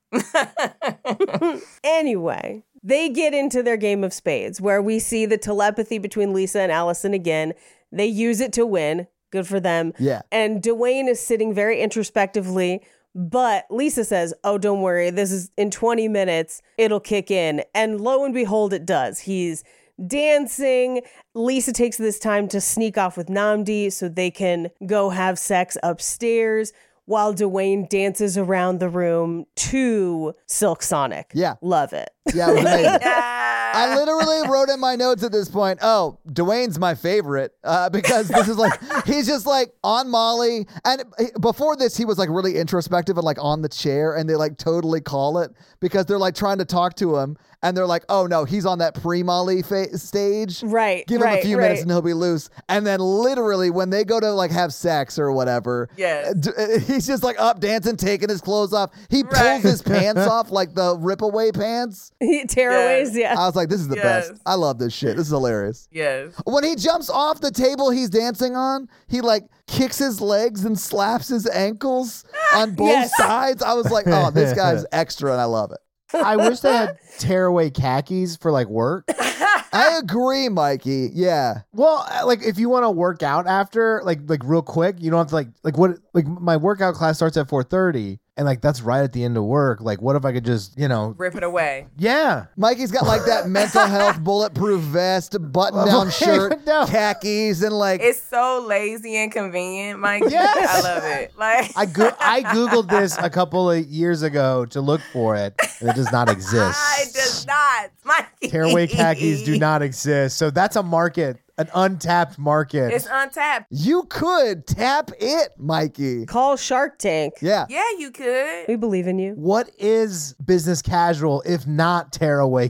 E: Anyway, they get into their game of spades where we see the telepathy between Lisa and Allison again. They use it to win. Good for them.
D: Yeah.
E: And Dwayne is sitting very introspectively, but Lisa says, Oh, don't worry. This is in 20 minutes, it'll kick in. And lo and behold, it does. He's dancing. Lisa takes this time to sneak off with Namdi so they can go have sex upstairs. While Dwayne dances around the room to Silk Sonic.
D: Yeah.
E: Love it.
D: Yeah, it was amazing.
H: Ah.
D: I literally wrote in my notes at this point, oh, Dwayne's my favorite uh, because this is like, he's just like on Molly. And before this, he was like really introspective and like on the chair, and they like totally call it because they're like trying to talk to him. And they're like, oh no, he's on that pre Molly fa- stage.
E: Right,
D: Give him a
E: right,
D: few
E: right.
D: minutes and he'll be loose. And then literally, when they go to like have sex or whatever, uh,
H: Yes.
D: d- he's just like up dancing, taking his clothes off. He pulls
H: Right.
D: his pants off, like the rip away pants.
E: Tearaways, yeah.
D: I was like, this is the
H: Yes.
D: best. I love this shit. This is hilarious.
H: yes.
D: When he jumps off the table he's dancing on, he like kicks his legs and slaps his ankles on both
E: Yes.
D: sides. I was like, oh, this guy's extra and I love it.
F: I wish they had tearaway khakis for like work.
D: I agree, Mikey. Yeah.
F: Well, uh, like if you want to work out after, like like real quick, you don't have to like like what like my workout class starts at four thirty, and like that's right at the end of work. Like, what if I could just you know,
H: Rip it away.
F: yeah,
D: Mikey's got like that mental health bulletproof vest, button down shirt,
F: No.
D: khakis, and like
H: It's so lazy and convenient, Mike.
F: Yes.
H: I love it. Like
F: I go- I googled this a couple of years ago to look for it, and it does not exist.
H: it does not. Mikey.
F: Tearaway khakis do not exist, so that's a market, an untapped market.
H: It's untapped.
D: you could tap it, Mikey.
E: Call Shark Tank.
D: Yeah.
H: Yeah, you could
E: We believe in you.
F: what is business casual if not tearaway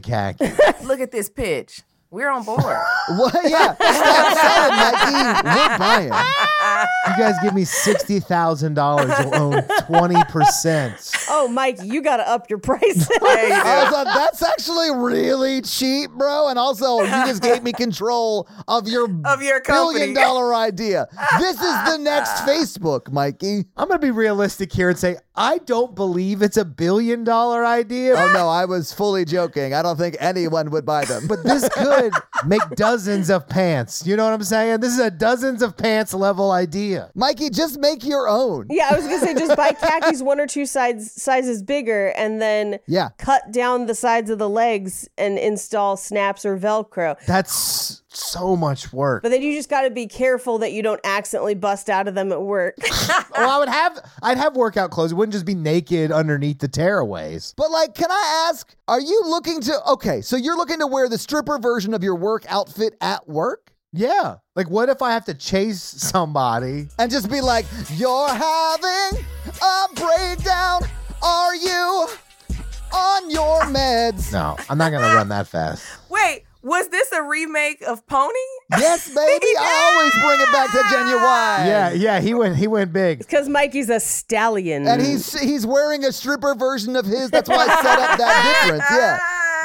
F: khaki?
H: look at this pitch. We're on board.
D: What? Yeah. Stop selling, Mikey. We're buying.
F: You guys give me sixty thousand dollars, you'll own twenty percent.
E: Oh, Mike, you got to up your price.
D: I was like, that's actually really cheap, bro. And also, you just gave me control of your
H: Of your company.
D: billion dollar idea. This is the next Facebook, Mikey.
F: I'm gonna be realistic here and say I don't believe it's a billion dollar idea,
D: Oh no, I was fully joking. I don't think anyone would buy them. But
F: but this could make dozens of pants. You know what I'm saying? This is a dozens of pants level idea.
D: Mikey, just make your own.
E: Yeah, I was gonna say just buy khakis one or two sides sizes bigger, and then
D: Yeah.
E: cut down the sides of the legs and install snaps or Velcro.
F: That's so much work.
E: But then you just got to be careful that you don't accidentally bust out of them at work.
F: Well, I would have I'd have workout clothes. It wouldn't just be naked underneath the tearaways.
D: But like, can I ask, are you looking to okay, so you're looking to wear the stripper version of your work outfit at work?
F: Yeah. Like what if I have to chase somebody?
D: And just be like, you're having a breakdown. Are you on your meds?
F: No, I'm not gonna run that fast.
H: Wait, was this a remake of Pony?
D: Yes, baby. I always bring it back to genuine.
F: Yeah, yeah, he went he went big.
E: Because Mikey's a stallion.
D: And he's he's wearing a stripper version of his. That's why I set up that difference. Yeah.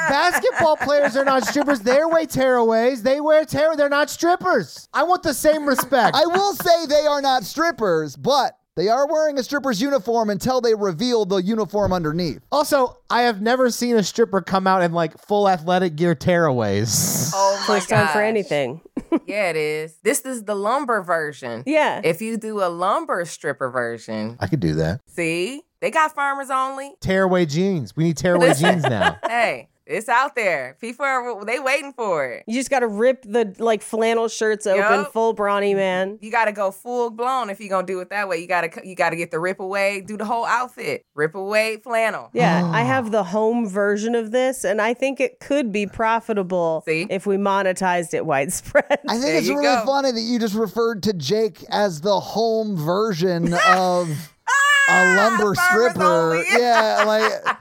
F: Basketball players are not strippers. They wear tearaways. They wear tear. They're not strippers. I want the same respect.
D: I will say they are not strippers, but they are wearing a stripper's uniform until they reveal the uniform underneath.
F: also, I have never seen a stripper come out in like full athletic gear tearaways.
H: Oh my
E: First time for
H: gosh.
E: anything.
H: Yeah, it is. This is the lumber version.
E: Yeah.
H: If you do a lumber stripper version,
F: I could do that.
H: see, they got farmers only.
F: Tearaway jeans. We need tearaway jeans now.
H: Hey, It's out there. People are they waiting for it.
E: You just got to rip the like flannel shirts open,
H: Yup.
E: full brawny man.
H: You got to go full blown if you're gonna do it that way. You gotta c- you gotta get the rip away, do the whole outfit, rip away flannel.
E: Yeah, I have the home version of this, and I think it could be profitable
H: See?
E: if we monetized it widespread.
D: I think
H: There
D: it's
H: you
D: really
H: go.
D: funny that you just referred to Jake as the home version of a lumber
H: farmers
D: stripper.
H: only.
D: Yeah, like.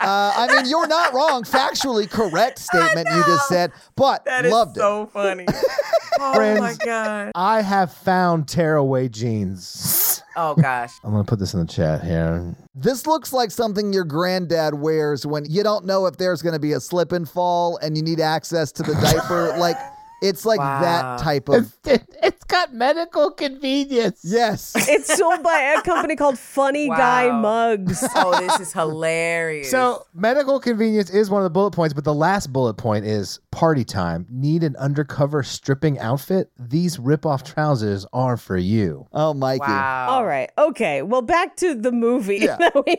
D: Uh, I mean, you're not wrong. Factually correct statement you just said, but
H: That is
D: loved it.
H: so funny. oh my
F: Friends.
H: god.
F: I have found tearaway jeans.
H: Oh gosh.
F: I'm gonna put this in the chat here.
D: This looks like something your granddad wears when you don't know if there's going to be a slip and fall and you need access to the diaper. Like, it's like
H: Wow.
D: that type of.
F: it's got medical convenience.
D: Yes.
E: it's sold by a company called Funny Guy
H: Wow.
E: Mugs.
H: Oh, this is hilarious.
F: So medical convenience is one of the bullet points, but the last bullet point is party time. Need an undercover stripping outfit? These rip-off trousers are for you.
D: Oh, Mikey.
H: wow.
E: All right. Okay. Well, back to the movie that we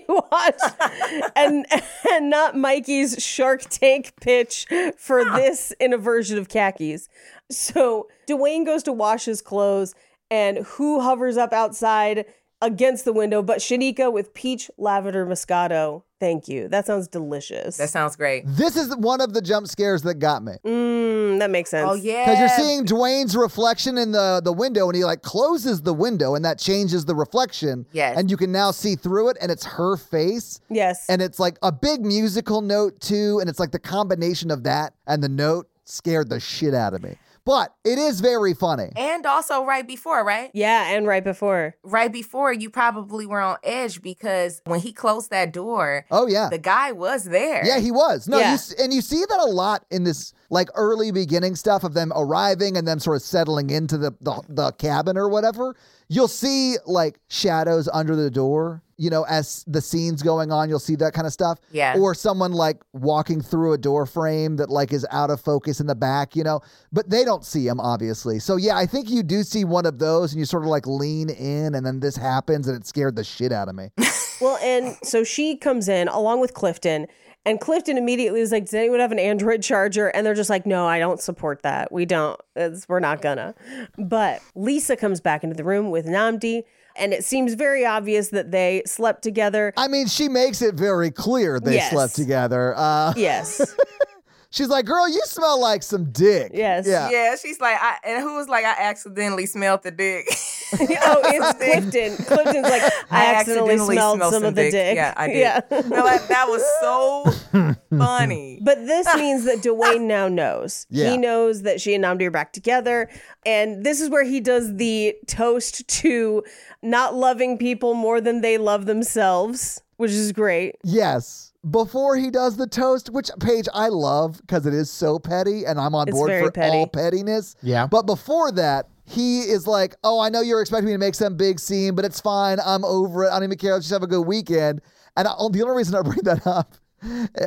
E: watched, and and not Mikey's Shark Tank pitch for
H: Ah.
E: this in a version of khakis. So Dwayne goes to wash his clothes, and who hovers up outside against the window but Shanika with peach lavender moscato? Thank you. That sounds delicious.
H: That sounds great.
D: This is one of the jump scares that got me.
E: mm, that makes sense.
H: Oh yeah.
D: Because you're seeing Dwayne's reflection in the, the window, and he like closes the window, and that changes the reflection.
H: Yes.
D: And you can now see through it, and it's her face,
E: Yes.
D: and it's like a big musical note too, and it's like the combination of that and the note scared the shit out of me. But it is very funny.
H: and also right before, right?
E: yeah, and right before.
H: Right before you probably were on edge because when he closed that door,
D: Oh yeah,
H: the guy was there.
D: yeah, he was. No,
E: Yeah.
D: you, s- and you see that a lot in this like early beginning stuff of them arriving and them sort of settling into the the, the cabin or whatever. You'll see like shadows under the door. You know, as the scenes going on, you'll see that kind of stuff.
H: Yeah.
D: Or someone like walking through a door frame that like is out of focus in the back, you know, but they don't see him obviously. So yeah, I think you do see one of those and you sort of like lean in and then this happens and it scared the shit out of me.
E: Well, and so she comes in along with Clifton, and Clifton immediately is like, "Does anyone have an Android charger?" And they're just like, "No, I don't support that. We don't. It's, we're not gonna." But Lisa comes back into the room with Namdi, and it seems very obvious that they slept together.
D: I mean, she makes it very clear they
E: Yes.
D: slept together. Uh,
E: Yes,
D: she's like, "Girl, you smell like some dick."
E: yes.
D: Yeah.
H: Yeah, she's like, I, and who was like, I accidentally smelled the dick.
E: oh, it's Clifton. Clifton's like, I, accidentally, smelled some, of the dick.
H: Yeah, I did. No, that, that was so funny.
E: But this means that Dwayne now knows.
D: Yeah.
E: He knows that she and Namdi are back together. And this is where he does the toast to not loving people more than they love themselves, which is great.
D: Yes. Before he does the toast, which page I love because it is so petty and I'm on
E: It's
D: board
E: very
D: for
E: petty.
D: all pettiness.
F: Yeah.
D: But before that, he is like, Oh, I know you're expecting me to make some big scene, but it's fine. I'm over it. I don't even care. Let's just have a good weekend. And I, the only reason I bring that up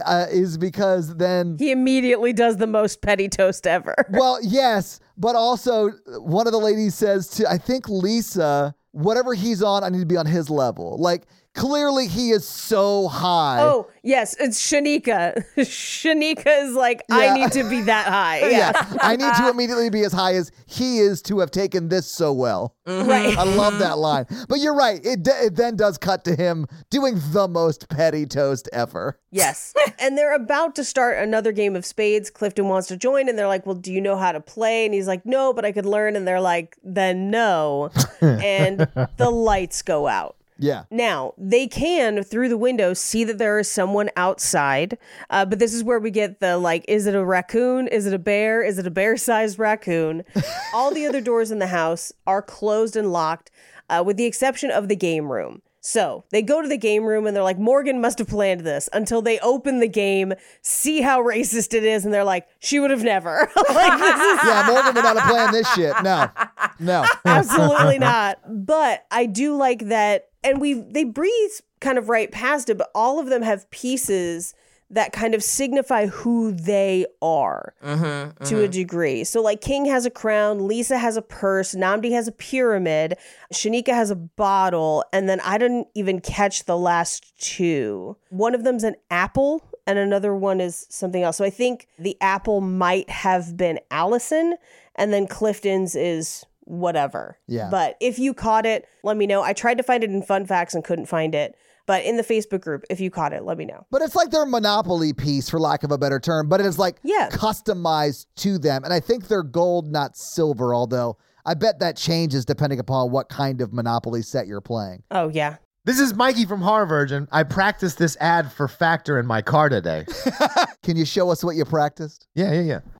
D: uh, is because then
E: He immediately does the most petty toast ever.
D: Well, yes, but also one of the ladies says to I think Lisa, whatever he's on, I need to be on his level. Like clearly he is so high.
E: Oh, yes, it's Shanika. Shanika is like,
D: Yeah.
E: I need to be that high. Yeah.
D: I need to immediately be as high as he is to have taken this so well.
E: Right.
D: I love that line. But you're right. It, d- it then does cut to him doing the most petty toast ever.
E: Yes. and they're about to start another game of spades. Clifton wants to join, and they're like, Well, do you know how to play? And he's like, No, but I could learn. And they're like, Then no. and the lights go out.
D: Yeah.
E: Now, they can, through the window, see that there is someone outside. Uh, but this is where we get the like, is it a raccoon? Is it a bear? Is it a bear sized raccoon? All the other doors in the house are closed and locked, uh, with the exception of the game room. So they go to the game room and they're like, Morgan must have planned this until they open the game, see how racist it is, and they're like, she would have never. like, this is
D: Yeah, Morgan would not have planned this shit. No. No.
E: Absolutely not. But I do like that, and we they breeze kind of right past it, but all of them have pieces that kind of signify who they are to a degree. So like King has a crown, Lisa has a purse, Namdi has a pyramid, Shanika has a bottle, and then I didn't even catch the last two. One of them's an apple, and another one is something else. So I think the apple might have been Allison, and then Clifton's is whatever.
D: Yeah.
E: But if you caught it, let me know. I tried to find it in fun facts and couldn't find it. But in the Facebook group, if you caught it, let me know.
D: But it's like their monopoly piece, for lack of a better term, but it is like
E: Yeah.
D: customized to them. And I think they're gold, not silver, although I bet that changes depending upon what kind of monopoly set you're playing.
E: Oh yeah.
F: This is Mikey from Harvirgin. I practiced this ad for Factor in my car today.
D: Can you show us what you practiced?
F: Yeah, yeah, yeah.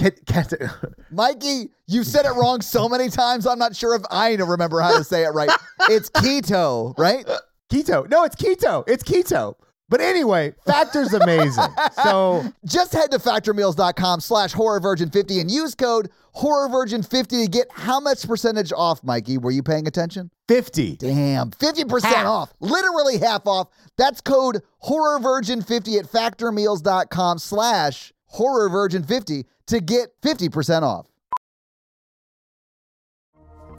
F: Ket- keto.
D: Mikey, you said it wrong so many times, I'm not sure if I remember how to say it right. It's keto, right?
F: keto. No, it's keto. It's keto. But anyway, Factor's amazing. so
D: Just head to factormeals.com slash horrorvirgin50 and use code horrorvirgin50 to get how much percentage off, Mikey? Were you paying attention?
F: 50.
D: Damn, 50%
F: Half.
D: off. Literally half off. That's code horrorvirgin50 at factormeals.com slash horrorvirgin50 to get 50% off.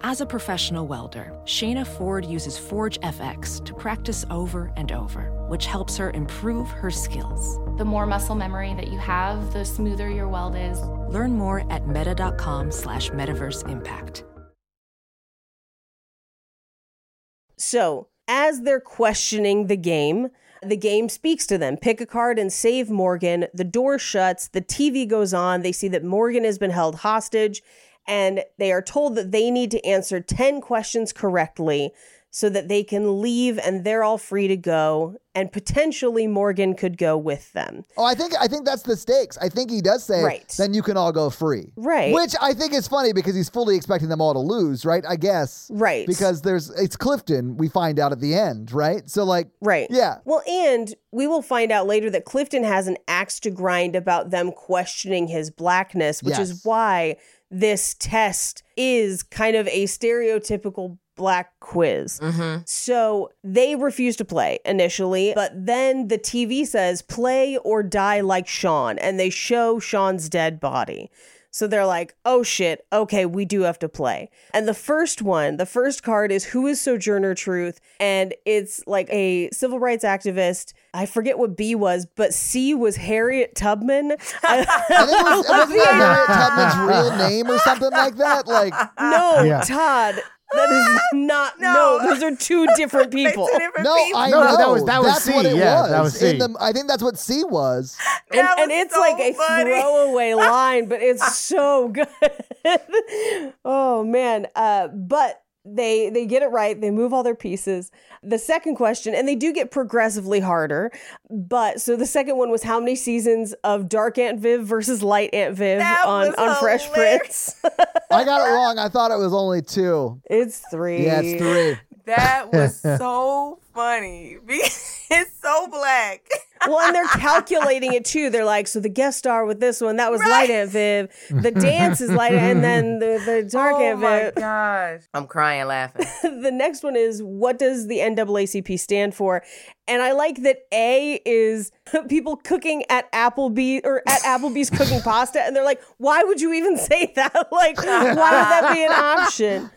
A: As a professional welder, Shayna Ford uses Forge FX to practice over and over, which helps her improve her skills.
I: The more muscle memory that you have, the smoother your weld is.
A: Learn more at meta.com slash metaverse impact.
E: So, as they're questioning the game, the game speaks to them. Pick a card and save Morgan. The door shuts, the TV goes on. They see that Morgan has been held hostage, and they are told that they need to answer 10 questions correctly so that they can leave and they're all free to go. And potentially, Morgan could go with them.
D: Oh, I think I think that's the stakes. I think he does say
E: Right.
D: then you can all go free.
E: Right.
D: Which I think is funny because he's fully expecting them all to lose, right? I guess.
E: Right.
D: Because there's it's Clifton, we find out at the end, right? So like
E: Right.
D: Yeah.
E: Well, and we will find out later that Clifton has an axe to grind about them questioning his blackness, which
D: Yes.
E: is why this test is kind of a stereotypical black quiz. So they refuse to play initially, but then the TV says, play or die like Sean, and they show Sean's dead body. So they're like, oh shit, okay, we do have to play. And the first one, the first card is Who is Sojourner Truth? And it's like a civil rights activist. I forget what B was, but C was Harriet Tubman.
D: I think it was, wasn't that Harriet Tubman's real name or something like that. Like
E: no,
F: Yeah.
E: Todd, that is not, no.
H: No.
E: those are two different people.
H: Two different
D: no,
H: people.
D: I
F: No,
D: know
F: no, that was- that was
D: that's what
F: C,
D: it
F: yeah,
D: was.
F: that was
D: In
F: C.
D: the, I think that's what C was.
E: and,
H: That
E: and
H: was
E: it's
H: so
E: like a
H: funny.
E: throwaway line, but it's so good. oh man! Uh, but they they get it right. They move all their pieces. The second question, and they do get progressively harder. But so the second one was how many seasons of Dark Aunt Viv versus Light Aunt Viv
H: That
E: on
H: was
E: on Fresh
H: hilarious.
E: Prince?
D: I got it wrong. I thought it was only two.
E: it's three.
D: Yeah, it's three.
H: That was so funny. it's so black.
E: Well, and they're calculating it too. They're like, so the guest star with this one that was Light Aunt Viv. The dance is Light, and then the, the Dark
H: oh
E: Aunt
H: my
E: Viv.
H: gosh. I'm crying laughing.
E: the next one is what does the NAACP stand for? And I like that A is people cooking at Applebee or at Applebee's cooking pasta, and they're like, why would you even say that? Like, why would that be an option?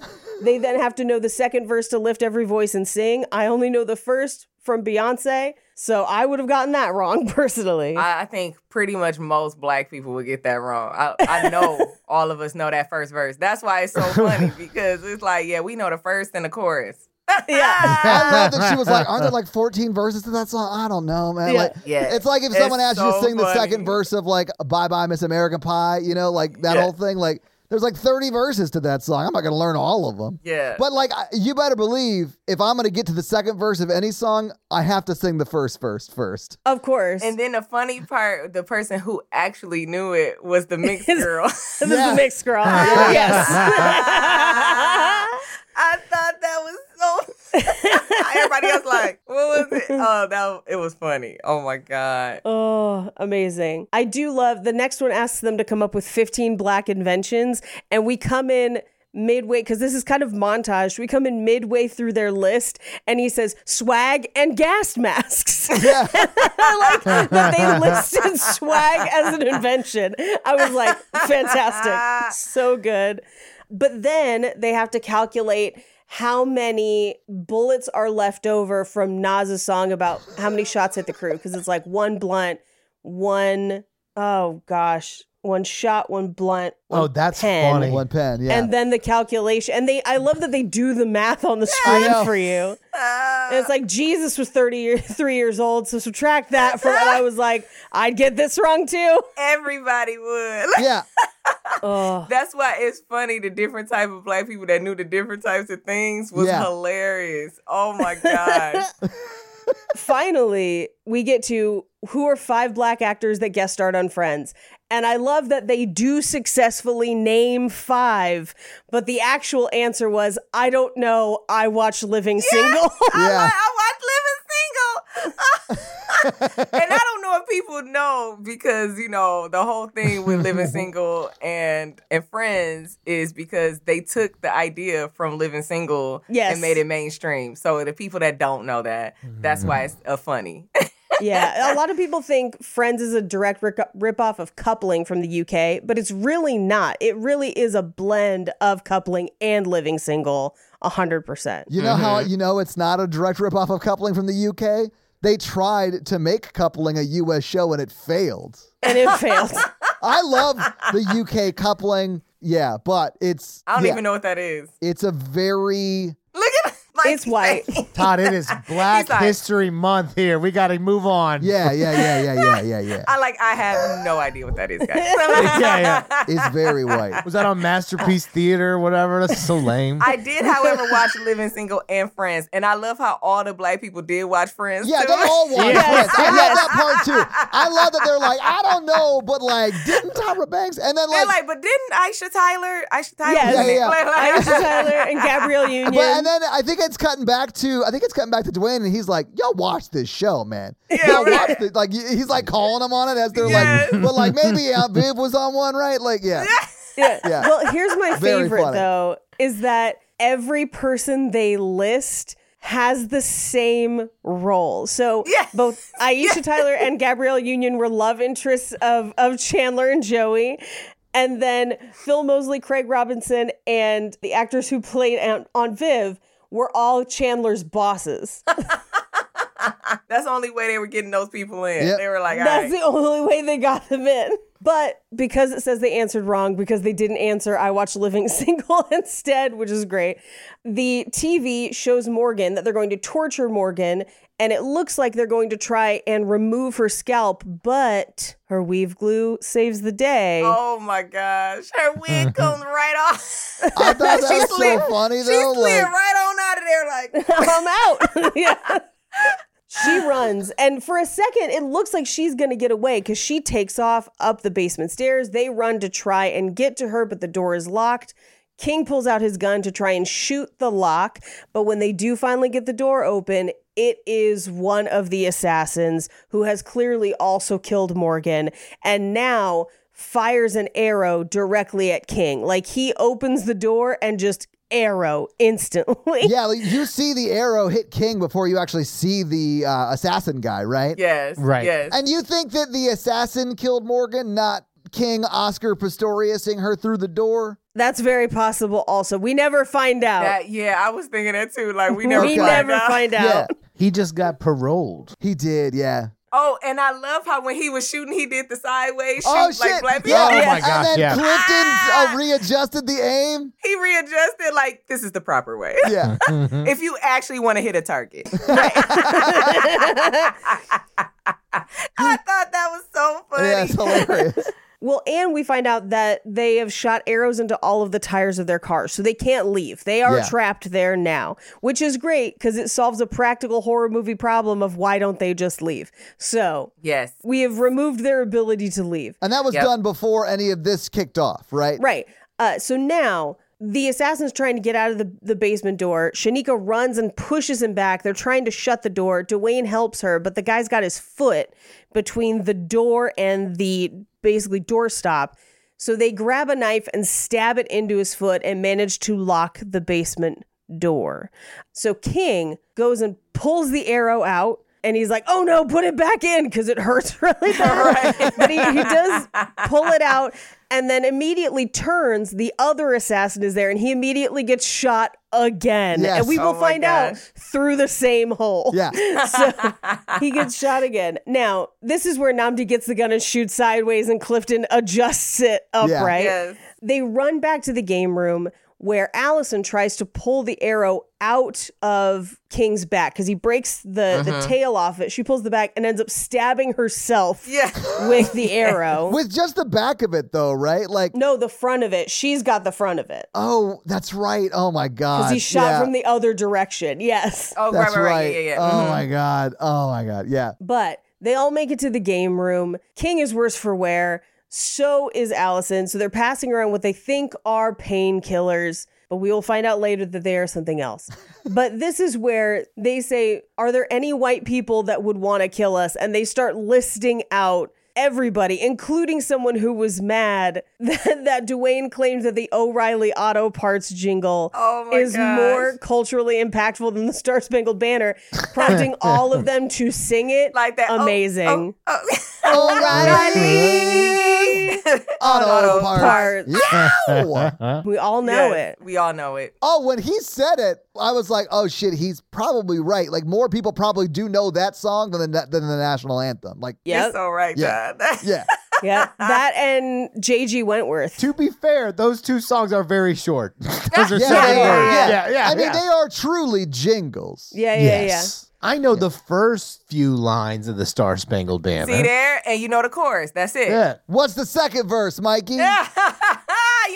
E: They then have to know the second verse to lift every voice and sing. I only know the first from Beyonce, so I would have gotten that wrong personally.
H: I, I think pretty much most black people would get that wrong. I, I know all of us know that first verse. That's why it's so funny because it's like, yeah, we know the first and the chorus.
E: yeah.
D: I love that she was like, aren't there like 14 verses to that song? I don't know, man.
E: Yeah.
D: Like,
H: Yeah.
D: It's like if
H: It's
D: someone asked you to
H: so
D: sing the
H: funny.
D: second verse of like Bye Bye Miss American Pie, you know, like that
H: Yeah.
D: whole thing. Like, There's like 30 verses to that song. I'm not going to learn all of them.
H: Yeah.
D: But like, I- you better believe if I'm going to get to the second verse of any song, I have to sing the first verse first.
E: Of course.
H: And then the funny part, the person who actually knew it was the mixed girl.
E: this is
D: Yeah.
E: a mixed girl.
H: I thought that was so. Everybody else like, what was it? Oh, that it was funny. Oh my god.
E: Oh, amazing. I do love the next one asks them to come up with 15 black inventions, and we come in midway because this is kind of montage. We come in midway through their list, and he says swag and gas masks. I like that they listed swag as an invention. I was like, fantastic. So good. But then they have to calculate how many bullets are left over from Nas's song about how many shots hit the crew because it's like one blunt, one oh gosh, one shot, one blunt.
F: Oh,
E: one
F: that's
E: pen.
F: funny.
D: One pen, yeah.
E: And then the calculation, and they I love that they do the math on the screen for you. And it's like Jesus was thirty year, three years old, so subtract that from. And I was like, I'd get this wrong too.
H: Everybody would.
D: yeah.
E: Oh,
H: That's why it's funny. The different type of black people that knew the different types of things was
D: Yeah.
H: hilarious. Oh my god.
E: finally, we get to who are five black actors that guest starred on Friends. And I love that they do successfully name five, but the actual answer was, I don't know. I watch Living Single.
D: Yeah.
H: I watch Living Single. and I don't know if people know because, you know, the whole thing with Living Single and and Friends is because they took the idea from Living Single
E: Yes.
H: and made it mainstream. So the people that don't know that, that's why it's uh, funny.
E: yeah. A lot of people think Friends is a direct rick- ripoff of coupling from the UK, but it's really not. It really is a blend of coupling and Living Single, 100%.
D: You know how you know it's not a direct ripoff of coupling from the UK? They tried to make coupling a US show and it failed.
E: And it failed.
D: I love the UK coupling. Yeah, but it's
H: I don't
D: yeah,
H: even know what that is.
D: It's a very
H: Look at my
E: It's white.
F: Todd, it is Black
H: He's like-
F: History Month here. We got to move on.
D: yeah, yeah, yeah, yeah, yeah, yeah, yeah.
H: I like I have no idea what that is, guys.
F: yeah, yeah.
D: It's very white.
F: Was that on Masterpiece Theater? Whatever. That's so lame.
H: I did, however, watch Living Single and Friends, and I love how all the black people did watch Friends.
D: Yeah,
H: too.
D: they all watch
F: Yes,
D: Friends. I love that part too. I love that they're like, I don't know, but like, didn't Tyra Banks? And then
H: They're like,
D: like,
H: but didn't Aisha Tyler? Aisha Tyler.
E: Yes.
H: was in
D: Yeah,
H: it."
D: yeah.
H: Like, like-
E: Aisha Tyler and Gabrielle Union.
D: but and then I think it's cutting back to I think it's cutting back to Dwayne, and he's like, y'all watch this show, man.
H: Yeah,
D: y'all
H: right.
D: watch this. Like he's like calling them on it as they're
H: Yes.
D: like, but like maybe Aunt Viv was on one, right? Like, yeah,
E: yeah.
D: Yeah.
E: Well, here's my
D: Very
E: favorite
D: funny.
E: though is that every person they list has the same role. So
H: Yes.
E: both Aisha Tyler and Gabrielle Union were love interests of of Chandler and Joey. And then Phil Mosley, Craig Robinson, and the actors who played on, on Viv were all Chandler's bosses.
H: That's the only way they were getting those people in.
D: Yep.
H: They were like, all
E: That's
H: right.
E: the only way they got them in. But because it says they answered wrong, because they didn't answer, I watched Living Single instead, which is great. The TV shows Morgan that they're going to torture Morgan, and it looks like they're going to try and remove her scalp, but her weave glue saves the day.
H: Oh my gosh, her wig comes right off.
D: I thought that
H: She
D: was
H: slid-
D: so funny
H: She
D: though.
H: slid
D: like,
H: right on out of there, like
E: I'm out. yeah. She runs, and for a second, it looks like she's gonna get away because she takes off up the basement stairs. They run to try and get to her, but the door is locked. King pulls out his gun to try and shoot the lock, but when they do finally get the door open, it is one of the assassins who has clearly also killed Morgan and now fires an arrow directly at King. Like he opens the door and just arrow instantly.
D: yeah, like, you see the arrow hit King before you actually see the uh, assassin guy, right?
H: yes,
F: Right.
H: yes.
D: And you think that the assassin killed Morgan, not King Oscar Pistoriusing her through the door?
E: That's very possible. Also, we never find out.
H: That- yeah, I was thinking that too. Like we
E: we
H: never,
E: never,
H: find out.
E: find out.
D: Yeah,
F: He just got paroled.
D: he did. Yeah.
H: Oh, and I love how when he was shooting, he did the sideways shoot,
D: Oh shit!
H: like black people.
D: yeah.
F: Oh, my gosh,
D: And then
F: yeah.
D: Clifton
H: Ah!
D: uh, readjusted the aim.
H: He readjusted, like this is the proper way.
D: Yeah.
H: if you actually want to hit a target. I thought that was so funny.
D: yeah, it's hilarious.
E: Well, and we find out that they have shot arrows into all of the tires of their cars, so they can't leave. They are
D: Yeah.
E: trapped there now, which is great because it solves a practical horror movie problem of why don't they just leave? So
H: Yes.
E: we have removed their ability to leave.
D: And that was
H: Yep.
D: done before any of this kicked off, right?
E: Right. Uh, so now the assassin's trying to get out of the, the basement door. Shanika runs and pushes him back. They're trying to shut the door. Dwayne helps her, but the guy's got his foot between the door and the basically doorstop. So they grab a knife and stab it into his foot and manage to lock the basement door. So King goes and pulls the arrow out and he's like, oh no, put it back in because it hurts really bad. But he, he does pull it out and then immediately turns. The other assassin is there and he immediately gets shot again.
D: Yes. Oh
E: And we will
H: my
E: find out
H: gosh.
E: through the same hole.
D: Yeah.
E: So he gets shot again. Now, this is where Namdi gets the gun and shoots sideways and Clifton adjusts it
D: Yeah.
E: upright.
H: Yes.
E: They run back to the game room where Allison tries to pull the arrow out of King's back because he breaks the,
D: Uh-huh.
E: the tail off it. She pulls the back and ends up stabbing herself
H: Yeah.
E: with the arrow.
D: With just the back of it, though, right? Like,
E: no, the front of it. She's got the front of it
D: oh, that's right. Oh my god.
E: because he's shot
D: Yeah.
E: from the other direction. Yes.
H: Oh,
D: That's
H: right, right, right. Yeah, yeah, yeah.
D: Oh
H: Mhm.
D: my god. Oh my god. Yeah.
E: But they all make it to the game room. King is worse for wear. So is Allison. So they're passing around what they think are painkillers, but we will find out later that they are something else. but this is where they say, Are there any white people that would want to kill us? And they start listing out everybody, including someone who was mad that, that Dwayne claimed that the O'Reilly Auto Parts jingle
H: Oh my
E: is
H: gosh.
E: more culturally impactful than the Star Spangled Banner, prompting all of them to sing it
H: Like that. Oh,
E: Amazing.
H: Oh, oh.
D: O'Reilly Auto,
H: Auto
D: parts. Yeah.
E: We all know
H: Yes,
E: it.
H: We all know it.
D: Oh, when he said it, I was like, "Oh shit, he's probably right." Like more people probably do know that song than the than the national anthem. Like,
H: You're
E: Yep.
H: so right,
D: Yeah.
H: John.
D: yeah,
E: yep. That and JG Wentworth.
F: To be fair, those two songs are very short. those are
D: yeah, they
F: seven words.
D: are. Yeah.
F: yeah, yeah.
D: I mean,
F: yeah.
D: they are truly jingles.
E: Yeah, yeah,
F: I know the first few lines of the Star Spangled Banner.
H: See there? And you know the chorus. That's it.
F: Yeah.
D: What's the second verse, Mikey?
H: you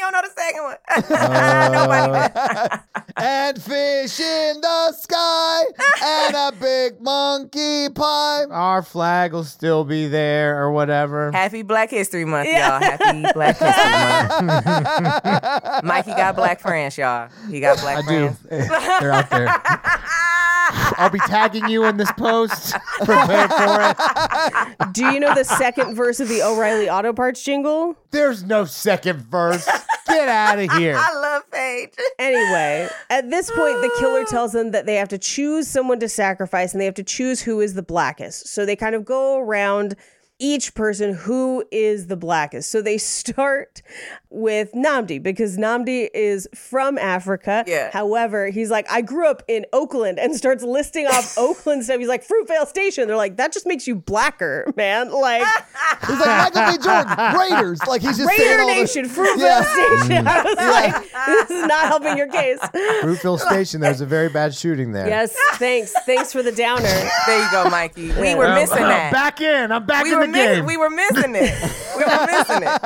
H: don't know the second one.
E: Uh-huh.
H: Nobody did.
D: and fish in the sky and a big monkey pie.
F: Our flag will still be there or whatever.
H: Happy Black History Month, y'all. Happy Black History Month. Mikey got black friends, y'all. He got black
F: I do.
H: friends.
F: They're out there. I'll be tagging you in this post. Prepare for it.
E: yeah. Do you know the second verse of the O'Reilly Auto Parts jingle?
F: There's no second verse. Get out of here.
H: I love Paige.
E: Anyway, at this point, the
D: Ah.
E: killer tells them that they have to choose someone to sacrifice and they have to choose who is the blackest. So they kind of go around each person who is the blackest. So they start with Namdi because Namdi is from Africa.
H: Yeah.
E: However, he's like, I grew up in Oakland and starts listing off Oakland stuff. He's like, Fruitvale Station. They're like, that just makes you blacker, man. Like,
D: He's like Michael B. Jordan, Raiders. Like he's just saying
E: Raider
D: all this-
E: Nation, Fruitvale
D: Yeah.
E: Station. I was like, this is not helping your case.
F: Fruitville Station, there's a very bad shooting there.
E: Yes, thanks. Thanks for the downer.
H: There you go, Mikey. We were
F: I'm-
H: missing
F: I'm
H: that.
F: Um, Back in. I'm back
H: we
F: in
H: were
F: the game.
H: missing. We were missing it. We were missing it.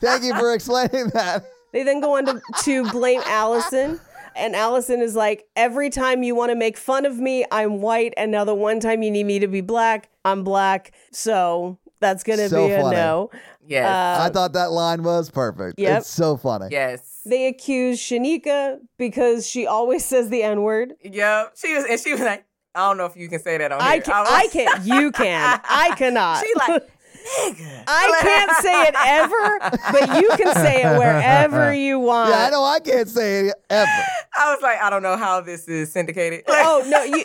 D: Thank you for explaining that.
E: They then go on to, to blame Allison. And Allison is like, every time you want to make fun of me, I'm white. And now the one time you need me to be black, I'm black. So that's going to
D: So
E: be a
D: funny.
E: no. Uh,
H: Yes.
D: I thought that line was perfect.
E: Yep.
D: It's so funny.
H: yes.
E: They accuse Shanika because she always says the N word.
H: Yep. She was and she was like, I don't know if you can say that on
E: I
H: here.
E: can,
H: was-
E: I can, you can, I cannot.
H: Oh, She like,
E: I can't say it ever, but you can say it wherever you want.
D: Yeah, I know I can't say it ever.
H: I was like, I don't know how this is syndicated. Like,
E: Oh no, you,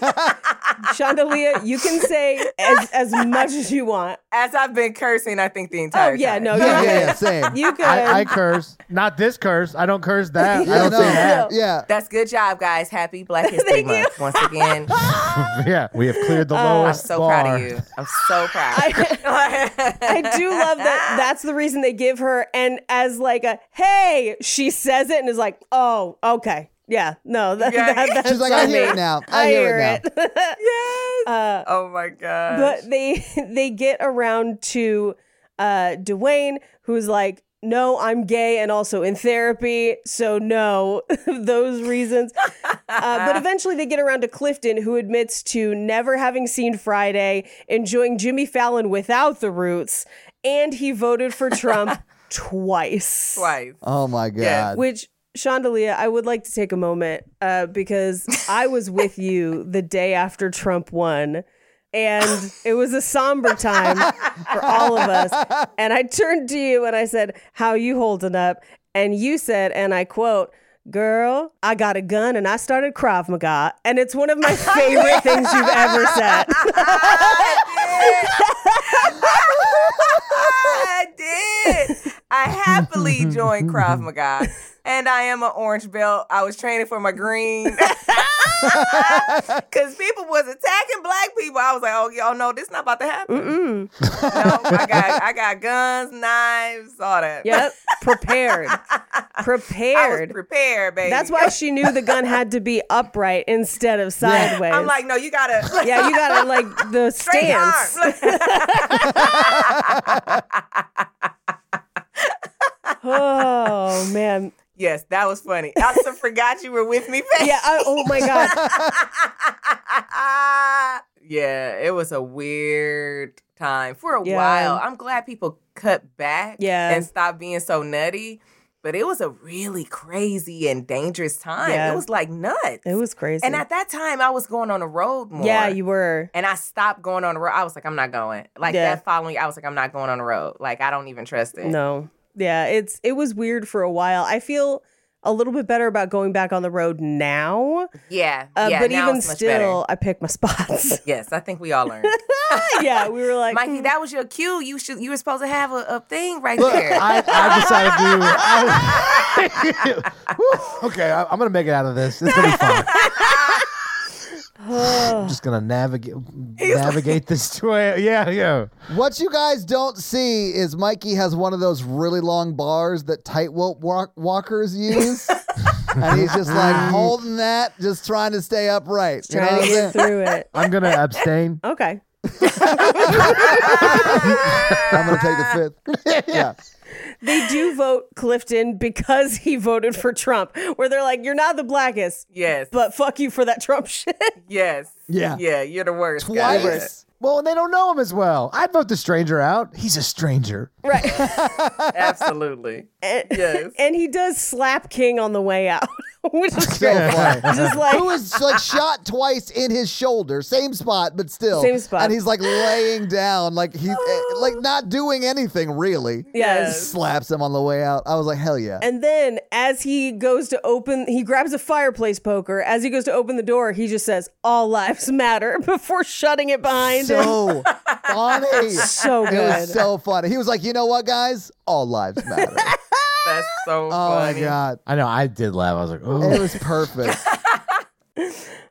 E: Chandelier, you can say as, as much as you want.
H: as I've been cursing, I think the entire
E: Oh yeah,
H: time.
E: no,
D: Yeah,
E: you
D: yeah,
E: can.
D: yeah, same.
E: You can.
F: I, I curse. Not this curse. I don't curse that.
D: yeah,
F: I don't
D: no,
F: say that.
D: yeah.
H: That's good job, guys. Happy Black History Month once again.
F: Yeah. We have cleared the
H: Oh, I'm
F: lowest
H: so
F: bar.
H: proud of you. I'm so proud.
E: I do love that. That's the reason they give her, and as like a hey, she says it and is like, oh, okay, yeah, no, that,
H: Yeah.
E: that- that's
D: She's like, I
E: on
D: hear
E: me.
D: it now. I, hear, it now.
E: it. Uh,
H: oh my god.
E: but they they get around to uh, Dwayne, who's like, no, I'm gay and also in therapy. So, no, those reasons. Uh, but eventually they get around to Clifton, who admits to never having seen Friday, enjoying Jimmy Fallon without the roots, and he voted for Trump twice.
H: Twice.
D: Oh my God.
E: Which Shandalia, I would like to take a moment uh, because I was with you the day after Trump won. And it was a somber time for all of us. And I turned to you and I said, How you holding up? And you said, and I quote, Girl, I got a gun and I started Krav Maga. And it's one of my favorite things you've ever said.
H: I did. I happily joined Krav Maga, and I am an orange belt. I was training for my green. Cause people was attacking black people. I was like, oh y'all know this not about to happen.
E: Mm-mm.
H: No, I got I got guns, knives, all that.
E: Yep. Prepared.
H: I was
E: Prepared.
H: prepared, baby.
E: That's why she knew the gun had to be upright instead of sideways.
H: I'm like, no, you gotta
E: yeah, you gotta like the
H: straight
E: stance. Oh man,
H: yes, that was funny. I also forgot you were with me, baby.
E: yeah. I, oh my god,
H: yeah, it was a weird time for a
E: Yeah.
H: while. I'm glad people cut back
E: Yeah.
H: and stopped being so nutty. But it was a really crazy and dangerous time.
E: Yeah.
H: It was like nuts.
E: it was crazy.
H: and at that time, I was going on the road more.
E: yeah, you were.
H: and I stopped going on the road. I was like, I'm not going. Like
E: Yeah.
H: that following, I was like, I'm not going on the road. Like I don't even trust it.
E: No, yeah, it's it was weird for a while. I feel a little bit better about going back on the road now,
H: Yeah.
E: uh,
H: yeah.
E: but
H: now
E: even
H: it's much
E: still, I pick my spots.
H: better. yes, I think we all learned.
E: yeah, we were like,
H: Mikey,
E: hmm.
H: that was your cue. You should. You were supposed to have a, a thing right
F: Look,
H: there.
F: I, I decided to. I- Whew, okay, I, am gonna make it out of this. It's gonna be fun. I'm just gonna navigate navigate this to a- Yeah, yeah.
D: What you guys don't see is Mikey has one of those really long bars that tightrope walk- walkers use. and he's just like holding that, just trying to stay upright. You know
E: trying
D: what I'm
E: to get
D: saying?
E: through it.
F: I'm gonna abstain.
E: Okay,
D: I'm going to take the fifth. yeah.
E: they do vote Clifton because he voted for Trump. Where they're like, you're not the blackest,
H: yes.
E: but fuck you for that Trump shit.
H: Yes.
D: Yeah.
H: Yeah. You're the worst. guys.
D: Twice.
F: Well, and they don't know him as well. I'd vote the stranger out. He's a stranger.
H: Absolutely.
E: And,
H: Yes.
E: and he does slap King on the way out, which is
D: So funny.
E: just like
D: Who was like shot twice in his shoulder, same spot, but still
E: Same spot. Oh.
D: And he's like laying down, like he's eh, like not doing anything really.
E: yes.
D: Slaps him on the way out. I was like, hell yeah.
E: And then as he goes to open, he grabs a fireplace poker. As he goes to open the door, he just says, "All lives matter" before shutting it behind him.
D: so funny.
E: So
D: It
E: good.
D: was so funny. He was like, you know what, guys? All lives matter.
H: That's so
D: oh my
H: funny.
D: god.
F: I know. I did laugh. I was like,
D: It
F: oh,
D: was perfect.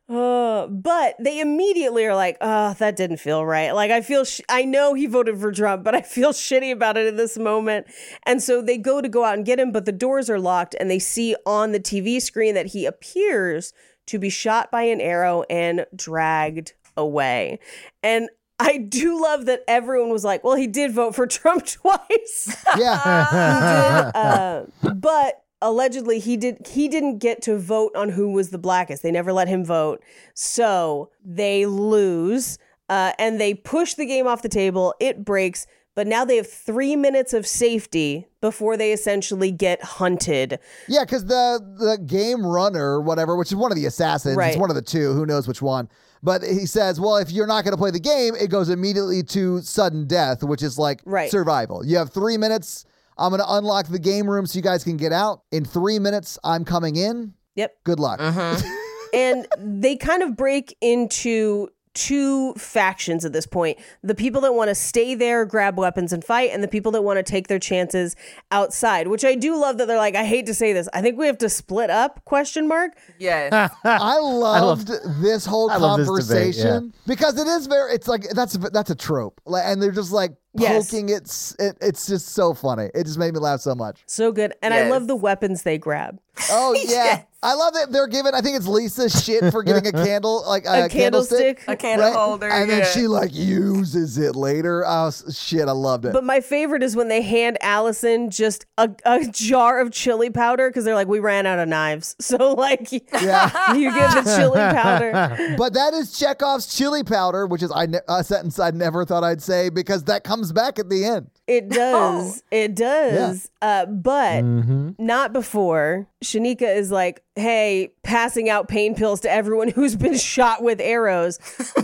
E: Uh, but they immediately are like, "Oh, that didn't feel right." Like I feel, sh- I know he voted for Trump, but I feel shitty about it in this moment. And so they go to go out and get him, but the doors are locked, and they see on the TV screen that he appears to be shot by an arrow and dragged away. And I do love that everyone was like, "Well, he did vote for Trump twice."
D: Yeah.
E: Uh, but allegedly he did he didn't get to vote on who was the blackest they never let him vote so they lose uh, and they push the game off the table it breaks but now they have three minutes of safety before they essentially get hunted
D: Yeah, because the the game runner, whatever, which is one of the assassins,
E: Right.
D: it's one of the two, who knows which one. But he says, well, if you're not going to play the game, it goes immediately to sudden death, which is like
E: Right.
D: survival. You have three minutes. I'm going to unlock the game room so you guys can get out. In three minutes, I'm coming in.
E: Yep.
D: Good luck.
F: Uh-huh.
E: and they kind of break into two factions at this point the people that want to stay there grab weapons and fight and the people that want to take their chances outside which i do love that they're like i hate to say this i think we have to split up question mark
H: Yes.
D: I loved this whole
F: I love this
D: conversation
F: debate, yeah.
D: because it is very. It's like that's that's a trope, like, and they're just like
E: Yes.
D: poking it's it, it's just so funny. It just made me laugh so much.
E: So good. And I love
H: Yes.
E: the weapons they grab.
D: Oh yeah.
H: Yes.
D: I love that they're giving I think it's Lisa shit for getting a candle like a,
E: a candlestick.
H: a candle
D: right?
H: holder.
D: And
H: yeah.
D: then she like uses it later. Oh s- shit, I loved it.
E: But my favorite is when they hand Allison just a, a jar of chili powder because they're like, we ran out of knives. So, like, you give the chili powder.
D: But that is Chekhov's chili powder, which is I ne- a sentence I never thought I'd say because that comes back at the end.
E: It does. It does. Uh, but not before Shanika is like, hey, passing out pain pills to everyone who's been shot with arrows,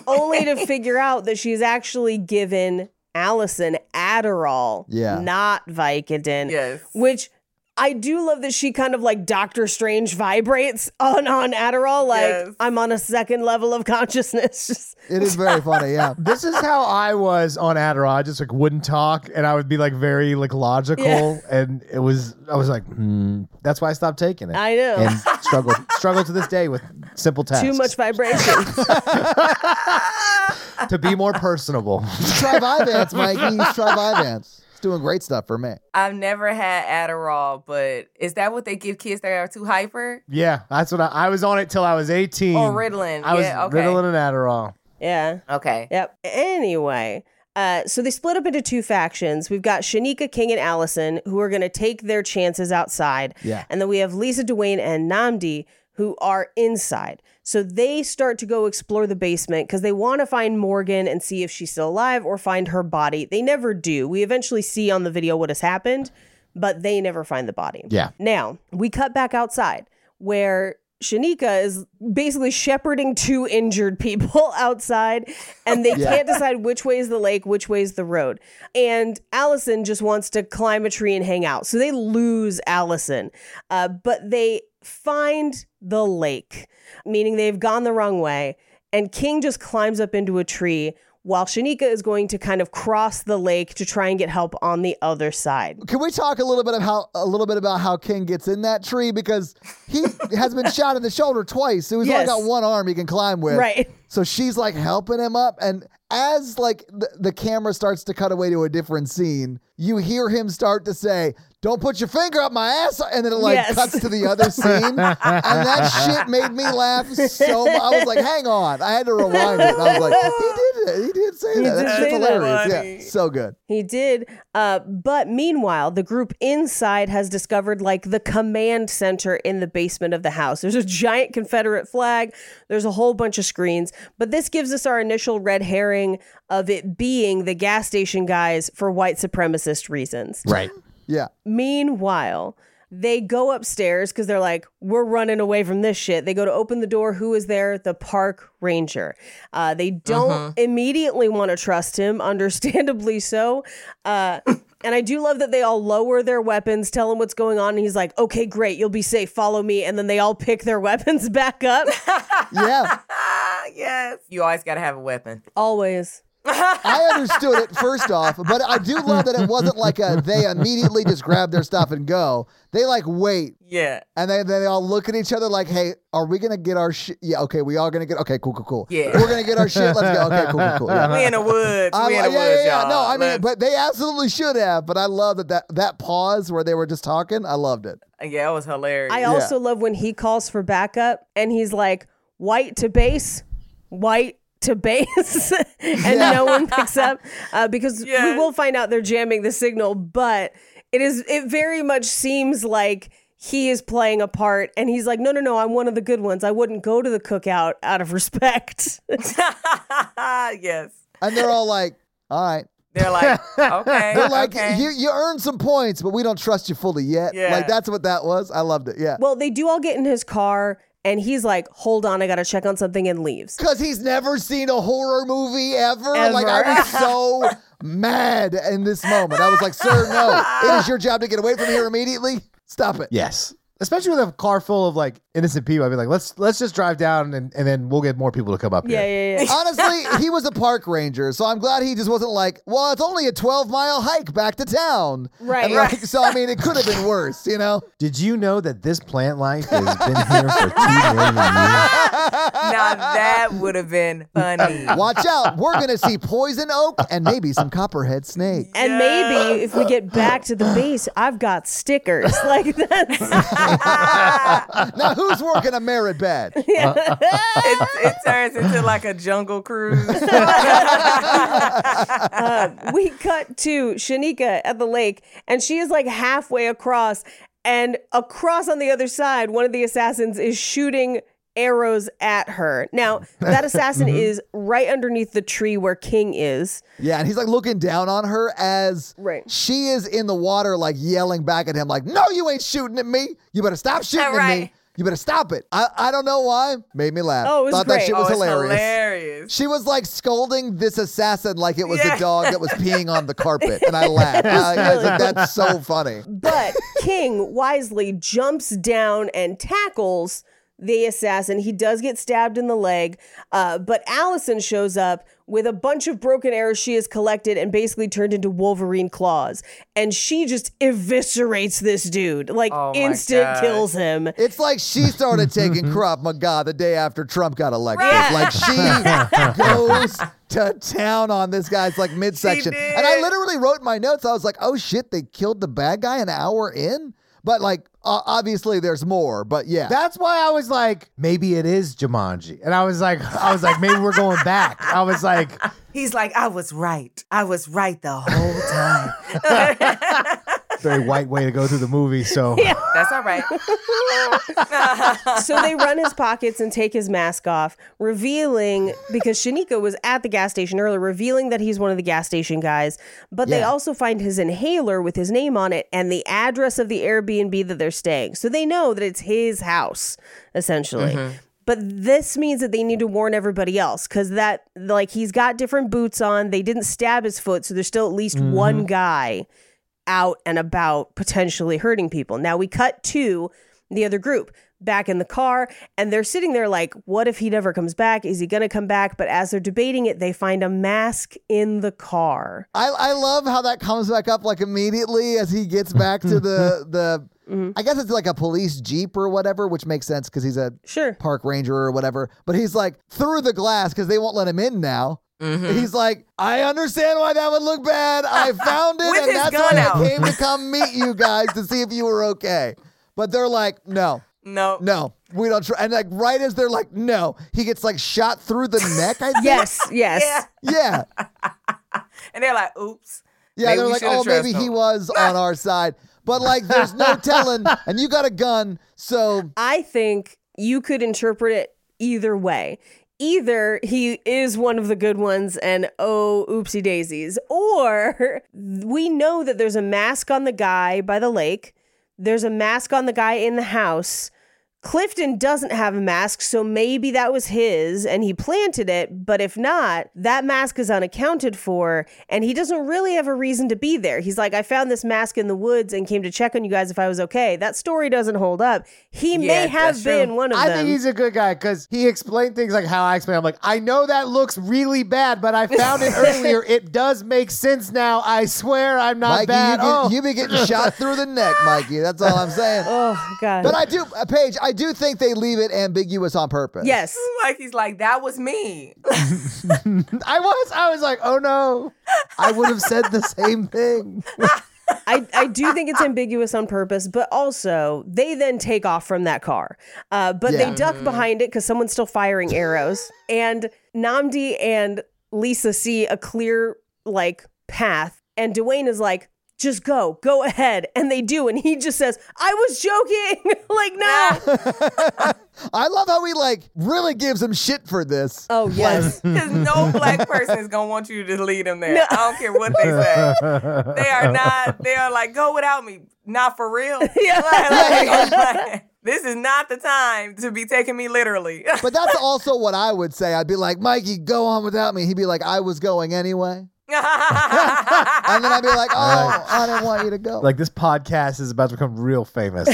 E: only to figure out that she's actually given Allison Adderall,
D: Yeah.
E: not Vicodin.
H: Yes.
E: which I do love that she kind of like Doctor Strange vibrates on on Adderall. Like
H: Yes.
E: I'm on a second level of consciousness. Just-
D: It is very funny, yeah.
F: This is how I was on Adderall. I just like wouldn't talk, and I would be like very like logical,
E: Yeah.
F: and it was I was like, hmm. that's why I stopped taking it.
E: I know.
F: and struggled struggled to this day with simple tasks.
E: Too much vibration.
F: to be more personable.
D: try Vyvanse, Mikey. Try Vyvanse. It's doing great stuff for me.
H: I've never had Adderall, but is that what they give kids that are too hyper?
F: yeah, that's what I, I was on it till I was eighteen.
H: Or Ritalin.
F: I was
H: yeah, okay.
F: Ritalin and Adderall.
E: yeah.
H: Okay.
E: Yep. Anyway, uh, so they split up into two factions. We've got Shanika King and Allison, who are going to take their chances outside.
D: Yeah.
E: And then we have Lisa Duane and Namdi, who are inside. So they start to go explore the basement because they want to find Morgan and see if she's still alive or find her body. They never do. We eventually see on the video what has happened, but they never find the body.
F: Yeah.
E: Now we cut back outside where Shanika is basically shepherding two injured people outside and they can't decide which way is the lake, which way is the road. And Allison just wants to climb a tree and hang out. So they lose Allison, uh, but they find the lake, meaning they've gone the wrong way. And King just climbs up into a tree while Shanika is going to kind of cross the lake to try and get help on the other side.
D: Can we talk a little bit of how a little bit about how King gets in that tree because he has been shot in the shoulder twice, so he's
E: Yes.
D: only got one arm he can climb with.
E: Right.
D: So she's like helping him up, and as like the, the camera starts to cut away to a different scene, you hear him start to say, "Don't put your finger up my ass," and then it like
E: Yes.
D: cuts to the other scene, and that shit made me laugh so. much. I was like, "Hang on," I had to rewind it. And I was like, "He did it. He did say that.
E: did
D: That's
E: say
D: just
E: that,
D: hilarious.
H: Lonnie.
D: yeah, so good."
E: He did. Uh, but meanwhile, the group inside has discovered like the command center in the basement of the house. There's a giant Confederate flag, there's a whole bunch of screens. But this gives us our initial red herring of it being the gas station guys for white supremacist reasons.
F: Right.
D: Yeah.
E: Meanwhile, they go upstairs because they're like, we're running away from this shit. They go to open the door. Who is there? The park ranger. Uh, they don't immediately want to trust him, understandably so. Uh, and I do love that they all lower their weapons, tell him what's going on. And he's like, okay, great. You'll be safe. Follow me. And then they all pick their weapons back up.
D: Yeah.
H: Ah, yes. You always got to have a weapon.
E: Always.
D: I understood it first off, but I do love that it wasn't like a they immediately just grab their stuff and go. They like wait
H: Yeah.
D: and they they all look at each other like, "Hey, are we gonna get our shit? Yeah, okay, we all gonna get. Okay, cool, cool, cool.
H: Yeah.
D: we're gonna get our shit. Let's go. Okay, cool, cool, cool. Yeah.
H: We in the woods.
D: Uh, I'm-
H: we in
D: yeah,
H: the woods,
D: yeah, yeah.
H: y'all.
D: No, I mean,
H: Let's-
D: but they absolutely should have. But I love that, that that pause where they were just talking. I loved it.
E: uh,
H: yeah, that was hilarious.
E: I also love when he calls for backup and he's like, white to base, white to base, and no one picks up uh, because we
H: Yes.
E: will find out they're jamming the signal. But it is, it very much seems like he is playing a part and he's like, no, no, no, I'm one of the good ones. I wouldn't go to the cookout out of respect.
H: yes.
D: And they're all like, "All right."
H: They're like, okay.
D: They're like,
H: okay.
D: you, you earned some points, but we don't trust you fully yet.
H: Yeah.
D: Like, that's what that was. I loved it. Yeah.
E: well, they do all get in his car and he's like, hold on, I got to check on something and leaves.
D: Because he's never seen a horror movie ever. Like, I
E: Ever.
D: was so mad in this moment. I was like, sir, no. It is your job to get away from here immediately. Stop it.
F: Yes. Especially with a car full of like innocent people. I'd be like, let's let's just drive down and, and then we'll get more people to come up
E: Yeah,
F: here.
E: yeah, yeah.
D: Honestly, he was a park ranger, so I'm glad he just wasn't like, well, it's only a 12 mile hike back to town.
E: Right,
D: And,
E: right.
D: like, so, I mean, it could have been worse, you know?
F: Did you know that this plant life has been here for two million years?
H: Now that would have been funny.
D: Watch out. We're going to see poison oak and maybe some copperhead snake.
E: And maybe if we get back to the base, I've got stickers like that.
D: Now, who's working a merit bed?
H: it, it turns into like a jungle cruise.
E: um, we cut to Shanika at the lake, and she is like halfway across, and across on the other side, one of the assassins is shooting arrows at her. Now, that assassin
D: Mm-hmm.
E: is right underneath the tree where King is.
D: Yeah, and he's like looking down on her as
E: Right.
D: she is in the water, like yelling back at him, like, No, you ain't shooting at me. You better stop shooting at
H: right.
D: me. You better stop it. I, I don't know why. Made me laugh.
E: Oh, it was
D: Thought that
E: great.
D: shit
H: oh,
D: was
H: it's
D: hilarious.
H: hilarious.
D: She was like scolding this assassin like it was
H: Yeah.
D: a dog that was peeing on the carpet. And I laughed. I, I was like, That's so funny.
E: But King wisely jumps down and tackles the assassin. He does get stabbed in the leg, uh, but Allison shows up with a bunch of broken arrows she has collected and basically turned into Wolverine claws. And she just eviscerates this dude, like
H: Oh my
E: instant
H: God.
E: kills him.
D: It's like she started taking Krav Maga the day after Trump got elected.
H: Right.
D: Like she goes to town on this guy's like midsection.
H: did.
D: And I literally wrote in my notes. I was like, "Oh shit, they killed the bad guy an hour in." But like, o obviously, there's more. But yeah,
F: That's why I was like, maybe it is Jumanji, and I was like, I was like, maybe we're going back. I was like,
H: He's like, I was right. I was right the whole time.
F: very white way to go through the movie. So
H: That's all right.
E: so they run his pockets and take his mask off, revealing because Shanika was at the gas station earlier, revealing that he's one of the gas station guys. But they
D: Yeah.
E: also find his inhaler with his name on it and the address of the Airbnb that they're staying. So they know that it's his house, essentially.
H: Mm-hmm.
E: But this means that they need to warn everybody else because that, like, he's got different boots on. They didn't stab his foot, so there's still at least
H: Mm-hmm.
E: one guy out and about potentially hurting people. Now we cut to the other group back in the car and they're sitting there like what if he never comes back is he going to come back but as they're debating it they find a mask in the car
D: I, I love how that comes back up like immediately as he gets back to the the.
H: Mm-hmm.
D: I guess it's like a police jeep or whatever, which makes sense because he's a
E: sure
D: park ranger or whatever. But he's like through the glass because they won't let him in now.
H: Mm-hmm.
D: He's like, I understand why that would look bad. I found it,
H: With
D: and
H: his
D: that's
H: gun
D: why
H: out.
D: I came to come meet you guys to see if you were okay. But they're like, no,
H: No.
D: no, we don't. Try. And like right as they're like, no, he gets like shot through the neck. I think.
E: yes yes
H: Yeah.
D: Yeah.
H: And they're like, oops.
D: Yeah,
H: Maybe
D: they're
H: we
D: like,
H: shoulda
D: oh, maybe
H: dressed
D: he
H: him."
D: was on our side. But like, there's no telling, and you got a gun, so
E: i think you could interpret it either way either he is one of the good ones and oh oopsie daisies or we know that there's a mask on the guy by the lake there's a mask on the guy in the house Clifton doesn't have a mask, so maybe that was his and he planted it. But if not, that mask is unaccounted for and he doesn't really have a reason to be there. He's like, I found this mask in the woods and came to check on you guys if I was okay. That story doesn't hold up. He
H: Yeah,
E: may have
H: that's true.
E: been one of
F: I
E: them.
F: think he's a good guy because he explained things like how I explained. I'm like, I know that looks really bad, but I found it earlier. It does make sense now. I swear I'm not
D: Mikey,
F: bad.
D: you, get,
F: oh.
D: you be getting shot through the neck, Mikey. That's all I'm saying.
E: oh, God.
D: But I do, uh, Paige, I do think they leave it ambiguous on purpose.
E: yes.
H: Like he's like, that was me.
F: I was, I was like, oh no, I would have said the same thing.
E: I, I do think it's ambiguous on purpose, but also they then take off from that car. Uh, but
D: Yeah.
E: they duck behind it because someone's still firing arrows. and Namdi and Lisa see a clear like path, and Dwayne is like, just go, go ahead. And they do. And he just says, I was joking. like, no.
D: I love how he like really gives him shit for this.
E: oh, yes.
H: Because no black person is gonna want you to lead them there. I don't care what they say. They are not. They are like, go without me. Not for real. Like, like, this is not the time to be taking me literally.
D: But that's also what I would say. I'd be like, Mikey, go on without me. He'd be like, I was going anyway. And then I'd be like, oh,
F: Right.
D: I didn't want you to go.
F: Like this podcast is about to become real famous.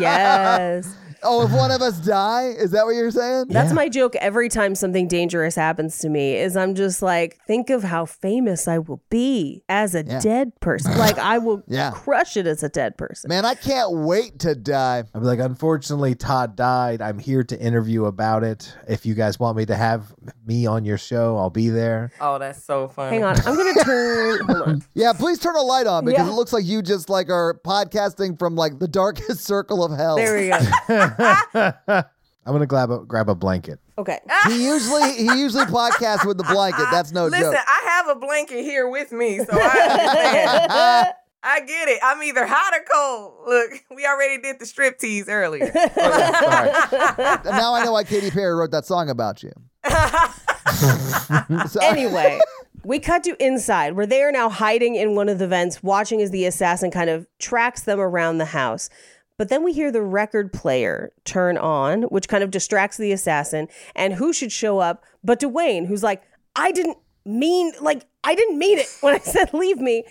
E: yes.
D: Oh, if one of us die, is that what you're saying?
E: That's my joke every time something dangerous happens to me is I'm just like, think of how famous I will be as a
D: Yeah.
E: dead person. like I will
D: Yeah.
E: crush it as a dead person.
D: Man, I can't wait to die.
F: I'd be like, unfortunately, Todd died. I'm here to interview about it. If you guys want me to have me on your show, I'll be there.
H: Oh, that's so funny.
E: Hang on. I'm gonna turn hold on.
D: Yeah, please turn a light on because
E: Yeah.
D: it looks like you just like are podcasting from like the darkest circle of hell.
E: There we go.
F: I'm gonna grab a grab a blanket.
E: Okay.
D: He usually he usually podcasts with the blanket. That's no
H: Listen,
D: joke.
H: I have a blanket here with me, so I understand. I get it. I'm either hot or cold. Look, we already did the strip tease earlier.
D: now I know why Katy Perry wrote that song about you. So-
E: Anyway, we cut to inside where they are now hiding in one of the vents, watching as the assassin kind of tracks them around the house. But then we hear the record player turn on, which kind of distracts the assassin. And who should show up but Dwayne, who's like, I didn't mean, like, I didn't mean it when I said leave me.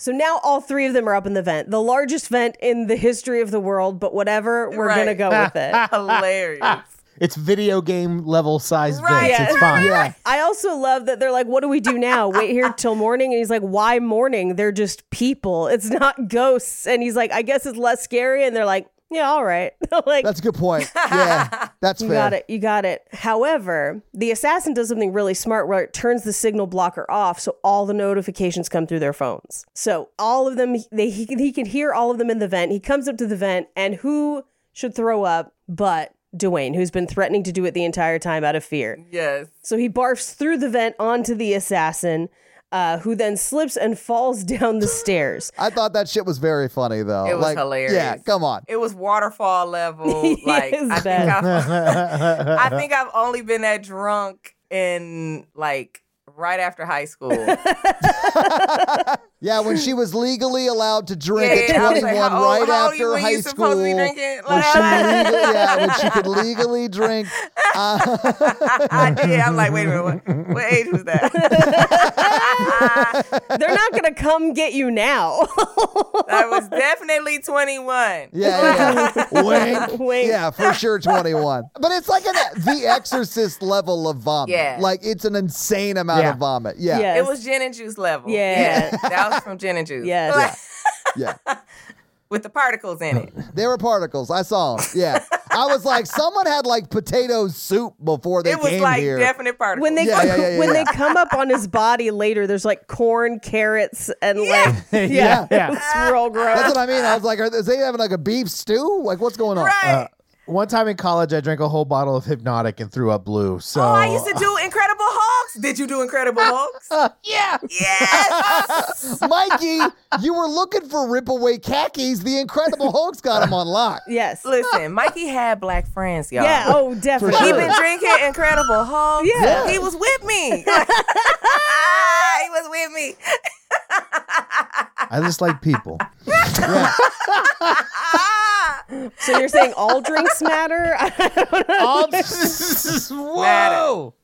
E: So now all three of them are up in the vent, the largest vent in the history of the world, but whatever, we're going to
H: Right.
E: go with it.
H: Hilarious.
F: It's video game level size
H: Right.
F: vents. It's
H: Yeah.
F: fine.
D: yeah.
E: I also love that they're like, what do we do now? Wait here till morning? And he's like, why morning? They're just people. It's not ghosts. And he's like, I guess it's less scary. And they're like, yeah, all right. like,
D: That's a good point. Yeah, that's
E: you
D: fair.
E: got it. You got it. However, the assassin does something really smart where it turns the signal blocker off so all the notifications come through their phones. So all of them, they, he, can- he can hear all of them in the vent. He comes up to the vent, and who should throw up but Dwayne, who's been threatening to do it the entire time out of fear.
H: Yes.
E: So he barfs through the vent onto the assassin, uh, who then slips and falls down the stairs.
D: I thought that shit was very funny though.
H: It was
D: like,
H: hilarious.
D: Yeah, come on.
H: It was waterfall level. Oh, Like
E: Yes,
H: I think
E: Ben.
H: I've, I think I've only been that drunk in like right after high school. Yeah,
D: Yeah, when she was legally allowed to drink
H: yeah, I
D: at
H: was
D: 21
H: like, how old-
D: right
H: how old you
D: after
H: when
D: high
H: you
D: school.
H: supposed to be drinking?
D: When
H: Like,
D: she, legally, yeah, when she could legally drink. Uh,
H: I did. I'm like, wait a minute, what, what age was that?
E: They're not going to come get you now.
H: I was definitely 21.
D: yeah, yeah. Wink.
E: Wait.
D: Yeah, for sure, 21. But it's like an The Exorcist level of vomit.
H: Yeah.
D: Like it's an insane amount
F: Yeah.
D: of vomit. Yeah.
E: Yes.
H: It was gin and juice level.
E: Yeah.
H: that was from gin and juice.
E: Yes.
H: Like,
D: Yeah.
H: with the particles in it.
D: There were particles. I saw them. Yeah. I was like, someone had like potato soup before they
H: It was
D: came
H: like
D: here.
H: definite particles.
E: when they
D: Yeah, yeah, yeah, yeah,
E: when
D: yeah.
E: they come up on his body later, there's like corn, carrots, and like yeah,
F: yeah.
E: it's real gross.
D: That's what I mean. I was like, are, is they having like a beef stew? Like, what's going on?
H: right.
F: Uh, One time in college, I drank a whole bottle of Hypnotic and threw up blue. So
H: Oh, I used to do Incredible Hulks. Did you do Incredible Hulks? yeah. Yes.
D: Mikey, you were looking for rip away khakis. The Incredible Hulk's got them on lock.
E: yes.
H: Listen, Mikey had black friends, y'all.
E: Yeah. Oh, definitely.
H: He been drinking Incredible Hulks.
E: Yeah.
H: He was with me. he was with me.
F: I just like people.
H: Ah.
E: So you're saying all drinks matter? I don't know.
F: Whoa!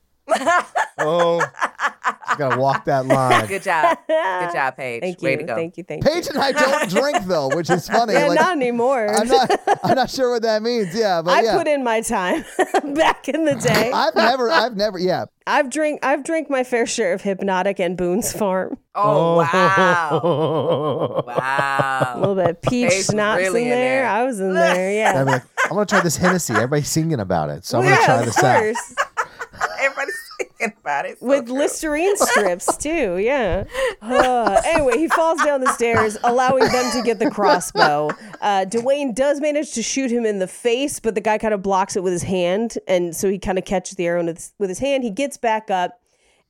F: oh, just gotta walk that line.
H: Good job. Good job, Paige.
E: Thank
H: Way
E: you.
H: to go.
E: Thank you. Thank you.
D: Paige and I don't drink though, which is funny.
E: Yeah,
D: like,
E: not anymore.
D: I'm not. I'm not sure what that means. Yeah, but
E: I
D: yeah.
E: put in my time back in the day.
D: I've never. I've never. Yeah.
E: I've drink I've drank my fair share of Hypnotic and Boone's Farm.
H: Oh, wow.
E: A
H: Wow.
E: little bit of peach
H: Ace was
E: schnapps
H: really
E: in
H: in
E: there.
H: there.
E: I was in there, yeah.
F: I'm like, I'm gonna try this Hennessy. Everybody's singing about it, so I'm gonna
E: yeah,
F: try
E: of
F: this out.
E: course.
H: Everybody's thinking about it. So
E: With
H: true.
E: Listerine strips too, yeah. Uh, anyway, he falls down the stairs, allowing them to get the crossbow. Uh, Dwayne does manage to shoot him in the face, but the guy kind of blocks it with his hand, and so he kind of catches the arrow with his, with his hand. He gets back up,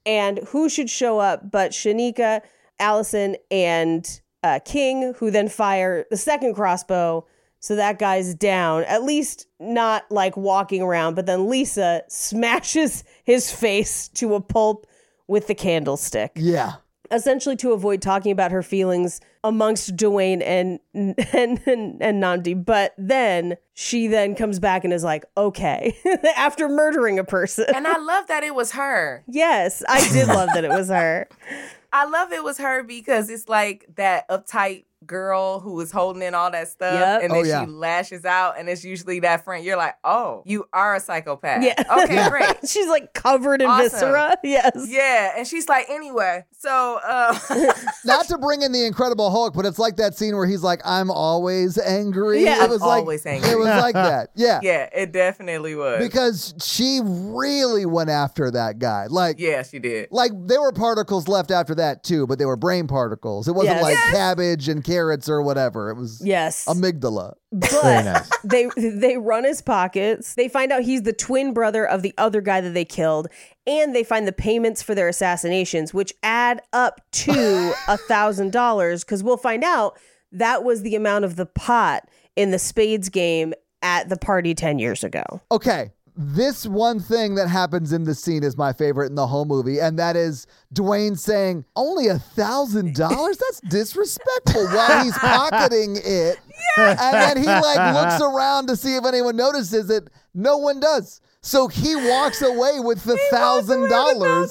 E: and who should show up but Shanika, Allison, and uh, King, who then fire the second crossbow. So that guy's down, at least not like walking around. But then Lisa smashes his face to a pulp with the candlestick,
D: Yeah.
E: essentially to avoid talking about her feelings amongst Dwayne and and and, and Nandi. But then she then comes back and is like, "Okay," after murdering a person.
H: And I love that it was her.
E: Yes, I did love that it was her.
H: I love it was her because it's like that uptight girl who is holding in all that stuff,
E: Yep.
H: and
D: Oh,
H: then
D: yeah.
H: she lashes out, and it's usually that friend. You're like, oh, you are a psychopath.
E: Yeah.
H: Okay, great.
E: She's like covered in
H: Awesome.
E: viscera. Yes.
H: Yeah, and she's like, anyway, so uh,
D: Not to bring in the Incredible Hulk, but it's like that scene where he's like, "I'm always angry."
E: Yeah.
D: it was
H: I'm
D: like
H: always angry.
D: it was like that. Yeah,
H: yeah, it definitely was.
D: because she really went after that guy. Like,
H: yeah, she did.
D: like there were particles left after that too, but they were brain particles. It wasn't
E: Yes.
D: like cabbage and carrots or whatever. It was
E: Yes.
D: amygdala.
F: Very
E: But
F: nice.
E: they they run his pockets. They find out he's the twin brother of the other guy that they killed, and they find the payments for their assassinations, which add up to a thousand dollars. Because we'll find out that was the amount of the pot in the spades game at the party ten years ago.
D: Okay. This one thing that happens in this scene is my favorite in the whole movie, and that is Dwayne saying, Only a thousand dollars? That's disrespectful while he's pocketing it. And then he like looks around to see if anyone notices it. No one does. So he walks away with the thousand dollars.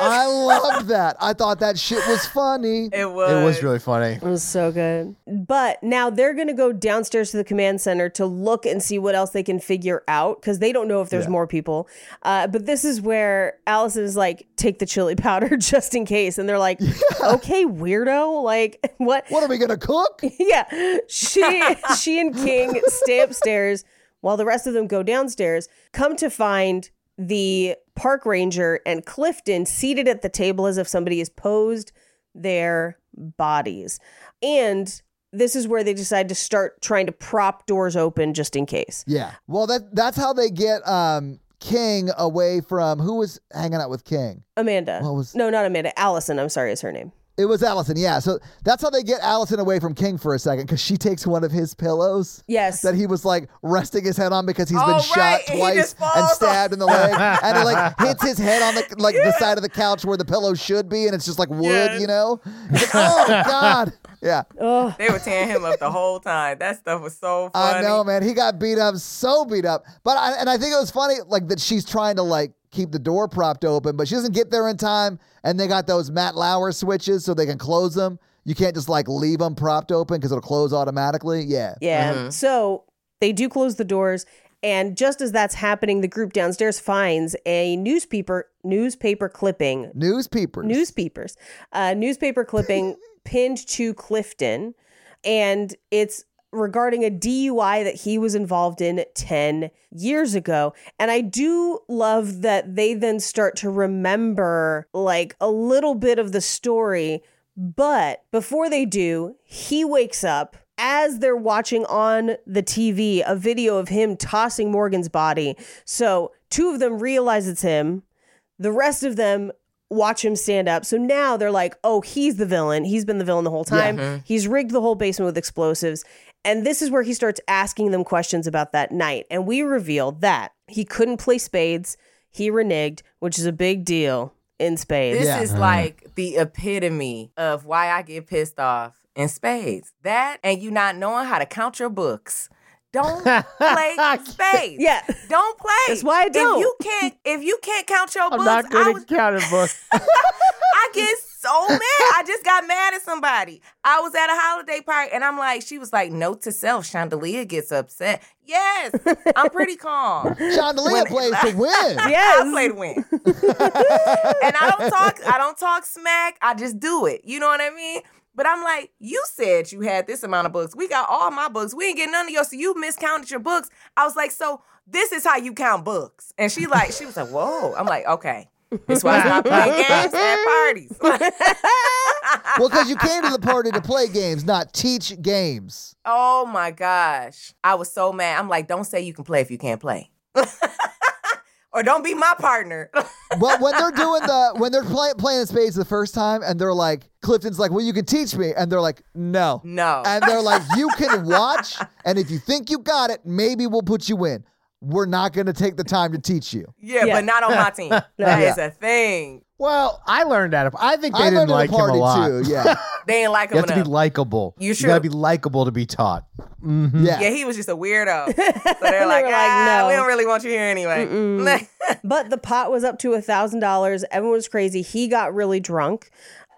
D: I loved that. I thought that shit was funny.
H: It was.
F: It was really funny.
E: It was so good. But now they're going to go downstairs to the command center to look and see what else they can figure out because they don't know if there's more people. Uh, but this is where Allison is like, take the chili powder just in case. And they're like, okay, weirdo. Like, what?
D: What are we gonna cook?
E: yeah. She, she and King stay upstairs while the rest of them go downstairs, come to find the park ranger and Clifton seated at the table as if somebody has posed their bodies. And this is where they decide to start trying to prop doors open just in case.
D: Yeah. Well, that that's how they get um King away from who was hanging out with King.
E: Amanda.
D: What was-
E: no, not Amanda. Allison, I'm sorry, is her name.
D: It was Allison, yeah. So that's how they get Allison away from King for a second because she takes one of his pillows
E: Yes.
D: that he was like resting his head on because he's
H: Oh,
D: been
H: right,
D: shot
H: and he
D: twice
H: just falls
D: and
H: off.
D: stabbed in the leg, and it like hits his head on the like the side of the couch where the pillow should be, and it's just like wood,
H: Yes.
D: you know? It's like, oh God, yeah.
E: Ugh.
H: They were tearing him up the whole time. That stuff was so funny.
D: I know, man. He got beat up, so beat up. But I, and I think it was funny, like that she's trying to like keep the door propped open, but she doesn't get there in time. And they got those Matt Lauer switches so they can close them. You can't just like leave them propped open because it'll close automatically. Yeah.
E: Yeah. So they do close the doors. And just as that's happening, the group downstairs finds a newspaper newspaper clipping
D: Newspapers.
E: newspapers, uh, newspaper clipping pinned to Clifton, and it's regarding a DUI that he was involved in 10 years ago. And I do love that they then start to remember like a little bit of the story. But before they do, he wakes up as they're watching on the TV a video of him tossing Morgan's body. So two of them realize it's him. The rest of them watch him stand up. So now they're like, oh, he's the villain. He's been the villain the whole time. He's rigged the whole basement with explosives. And this is where he starts asking them questions about that night. And we reveal that he couldn't play spades. He reneged, which is a big deal in spades.
H: This
D: Yeah.
E: Uh-huh.
H: is like the epitome of why I get pissed off in spades. That and you not knowing how to count your books. Don't play spades.
E: Yeah.
H: Don't play.
E: That's why I
H: If
E: don't.
H: you can't if you can't count your
F: I'm
H: books,
F: not
H: I
F: good
H: was
F: at counting books.
H: I get so mad. I just got mad at somebody. I was at a holiday party and I'm like, she was like, note to self, Chandelier gets upset. Yes, I'm pretty calm.
D: Chandelier plays to win.
E: Yes.
H: I play to win. and I don't talk I don't talk smack. I just do it. You know what I mean? But I'm like, you said you had this amount of books. We got all my books. We ain't getting none of yours. So you miscounted your books. I was like, so this is how you count books. And she like, she was like, whoa. I'm like, okay. That's why I stop playing games at parties.
D: Well, because you came to the party to play games, not teach games.
H: oh my gosh. I was so mad. I'm like, don't say you can play if you can't play. or don't be my partner.
D: Well, when they're doing the when they're play, playing spades the first time, and they're like, Clifton's like, "Well, you can teach me," and they're like, "No,
H: No.
D: and they're like, "You can watch, and if you think you got it, maybe we'll put you in. We're not going to take the time to teach you."
H: Yeah,
E: Yeah.
H: but not on my team. That is
D: Yeah.
H: a thing.
F: well, I learned that. I think they
D: I learned
F: didn't like
D: at a party
F: him a lot.
D: too. Yeah,
H: They ain't like
F: You
H: him
F: have to be
H: enough.
F: likable.
H: You
F: You gotta
H: sure?
F: be likable to be taught.
D: yeah.
H: yeah, he was just a weirdo. So they're like,
E: were like,
H: ah,
E: no.
H: we don't really want you here anyway.
E: But the pot was up to a thousand dollars. Everyone was crazy. He got really drunk.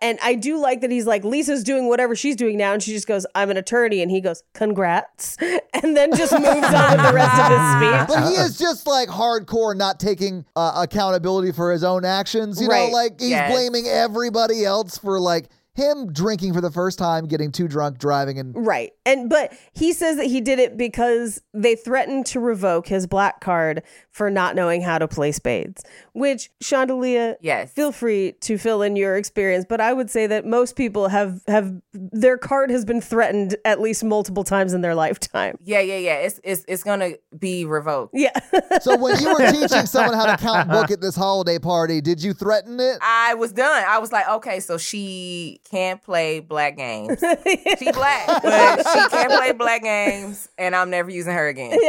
E: And I do like that he's like, Lisa's doing whatever she's doing now. And she just goes, I'm an attorney. And he goes, congrats. And then just moves on with the rest of his speech.
D: But he is just like hardcore, not taking uh, accountability for his own actions. You
E: Right.
D: know, like he's
H: Yes.
D: blaming everybody else for like him drinking for the first time, getting too drunk, driving, and
E: Right. And but he says that he did it because they threatened to revoke his black card for not knowing how to play spades, which Chandelier,
H: Yes.
E: feel free to fill in your experience, but I would say that most people have have their card has been threatened at least multiple times in their lifetime.
H: Yeah, yeah, yeah. It's it's it's gonna be revoked.
E: Yeah.
D: So when you were teaching someone how to count book at this holiday party, did you threaten it?
H: I was done. I was like, okay, so she can't play black games. She black, but she can't play black games, and I'm never using her again. Like,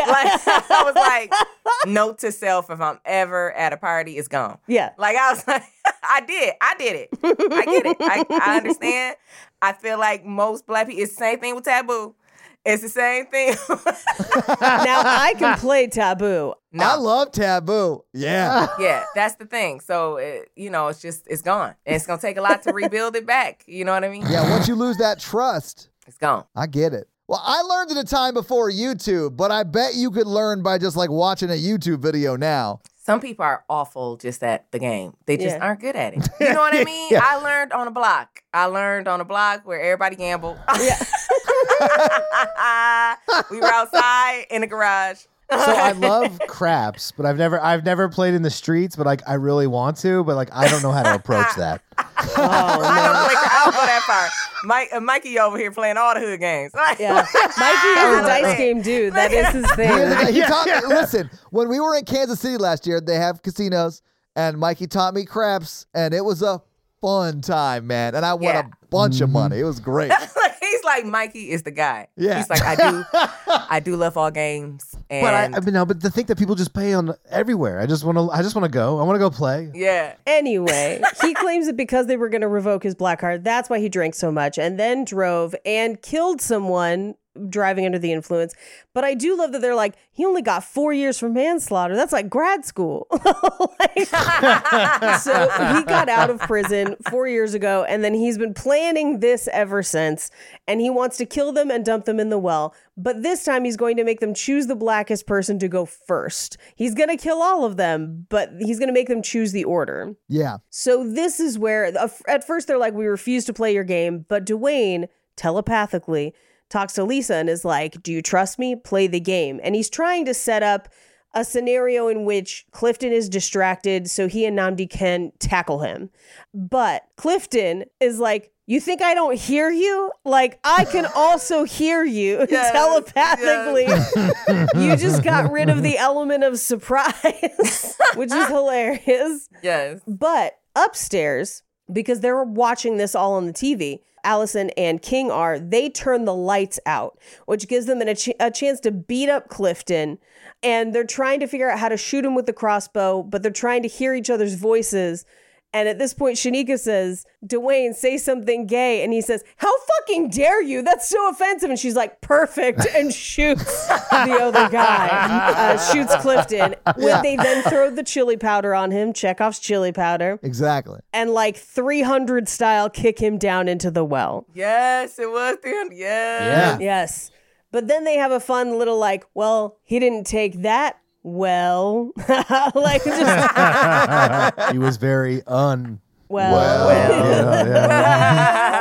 H: I was like, note to self: if I'm ever at a party, it's gone.
E: yeah.
H: Like I was like, I did, I did it. I get it. I, I understand. I feel like most black people. It's the same thing with taboo. It's the same thing.
E: now I can play taboo.
H: no,
D: I love taboo. Yeah.
H: yeah, that's the thing. So it, you know, it's just it's gone, and it's gonna take a lot to rebuild it back. You know what I mean?
D: yeah, once you lose that trust,
H: it's gone.
D: I get it. Well, I learned at a time before YouTube, but I bet you could learn by just like watching a YouTube video now.
H: Some people are awful just at the game. They just
E: Yeah.
H: aren't good at it. You know what I mean? I learned on a block. I learned on a block where everybody gambled. we were outside in the garage.
F: So I love craps, but I've never I've never played in the streets, but like I really want to, but like I don't know how to approach that.
E: Oh,
H: I don't play. I don't go that far. Mike, uh, Mikey over here playing all the hood games.
E: Yeah. Mikey is a dice game dude. That is his
D: He is a
E: thing.
D: guy- he taught me. Listen, when we were in Kansas City last year, they have casinos, and Mikey taught me craps, and it was a fun time, man. And I won
H: Yeah.
D: a bunch of money. It was great.
H: He's like Mikey is the guy.
D: Yeah.
H: He's like I do. I do love all games. And
F: But I, I mean, no, but the thing that people just pay on everywhere. I just want to I just want to go. I want to go play.
H: yeah.
E: Anyway, he claims that because they were going to revoke his black card, that's why he drank so much and then drove and killed someone driving under the influence. But I do love that they're like, he only got four years for manslaughter. That's like grad school. Like- so he got out of prison four years ago and then he's been planning this ever since. And he wants to kill them and dump them in the well. But this time he's going to make them choose the blackest person to go first. He's going to kill all of them, but he's going to make them choose the order.
D: Yeah.
E: So this is where at first they're like, we refuse to play your game, but Dwayne telepathically talks to Lisa and is like, do you trust me? Play the game. And he's trying to set up a scenario in which Clifton is distracted so he and Namdi can tackle him. But Clifton is like, you think I don't hear you? Like I can also hear you
H: Yes,
E: telepathically. you just got rid of the element of surprise, which is hilarious.
H: Yes.
E: But upstairs, because they're watching this all on the TV, Allison and King are, they turn the lights out, which gives them an, a, ch- a chance to beat up Clifton. And they're trying to figure out how to shoot him with the crossbow, but they're trying to hear each other's voices. And at this point, Shanika says, Dwayne, say something gay. And he says, How fucking dare you? That's so offensive. And she's like, Perfect. And shoots the other guy, uh, shoots Clifton. When they then throw the chili powder on him, Chekhov's chili powder,
D: Exactly.
E: and like 300 style kick him down into the well.
H: Yes. It was them.
F: Yeah.
H: Yes.
E: Yes. But then they have a fun little like, well, he didn't take that. Well, like just
F: he was very un.
E: well.
F: Yeah, yeah.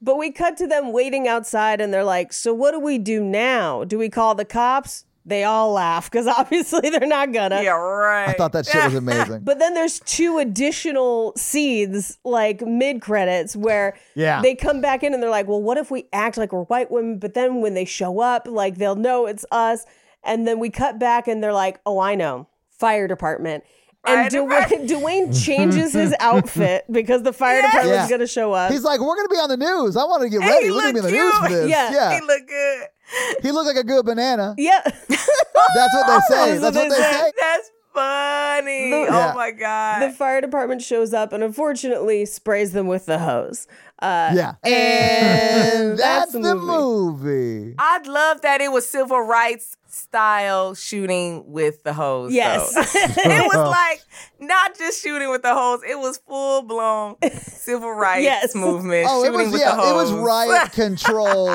E: But we cut to them waiting outside and they're like, "So what do we do now? Do we call the cops?" They all laugh cuz obviously they're not gonna.
H: Yeah. Right.
D: I thought that shit was amazing.
E: But then there's two additional scenes, like mid credits, where
F: Yeah.
E: they come back in and they're like, well, what if we act like we're white women? But then when they show up, like they'll know it's us. And then we cut back and they're like, oh, I know, fire department. And
H: Fire
E: Dwayne, Dwayne changes his outfit because the fire department's
D: Yeah.
E: going to show up.
D: He's like, we're gonna be on the news. I want to get ready. We're gonna be on the news for
H: looked
D: this.
E: cute. Yeah.
D: Yeah.
H: He looked good.
D: He looked like a good banana.
E: yeah.
D: That's what they say. That's what they say.
H: That's funny.
E: The-
H: oh
D: Yeah.
H: my god.
E: the fire department shows up and unfortunately sprays them with the hose. Uh,
D: yeah.
E: And
D: That's
E: that's,
D: the movie.
H: I love that it was civil rights style shooting with the hose.
E: Yes.
H: though. it was like not just shooting with the hose, it was full blown civil rights
E: Yes.
H: movement.
D: Oh, it
H: shooting
D: was
H: with
D: yeah,
H: the hose.
D: it was riot control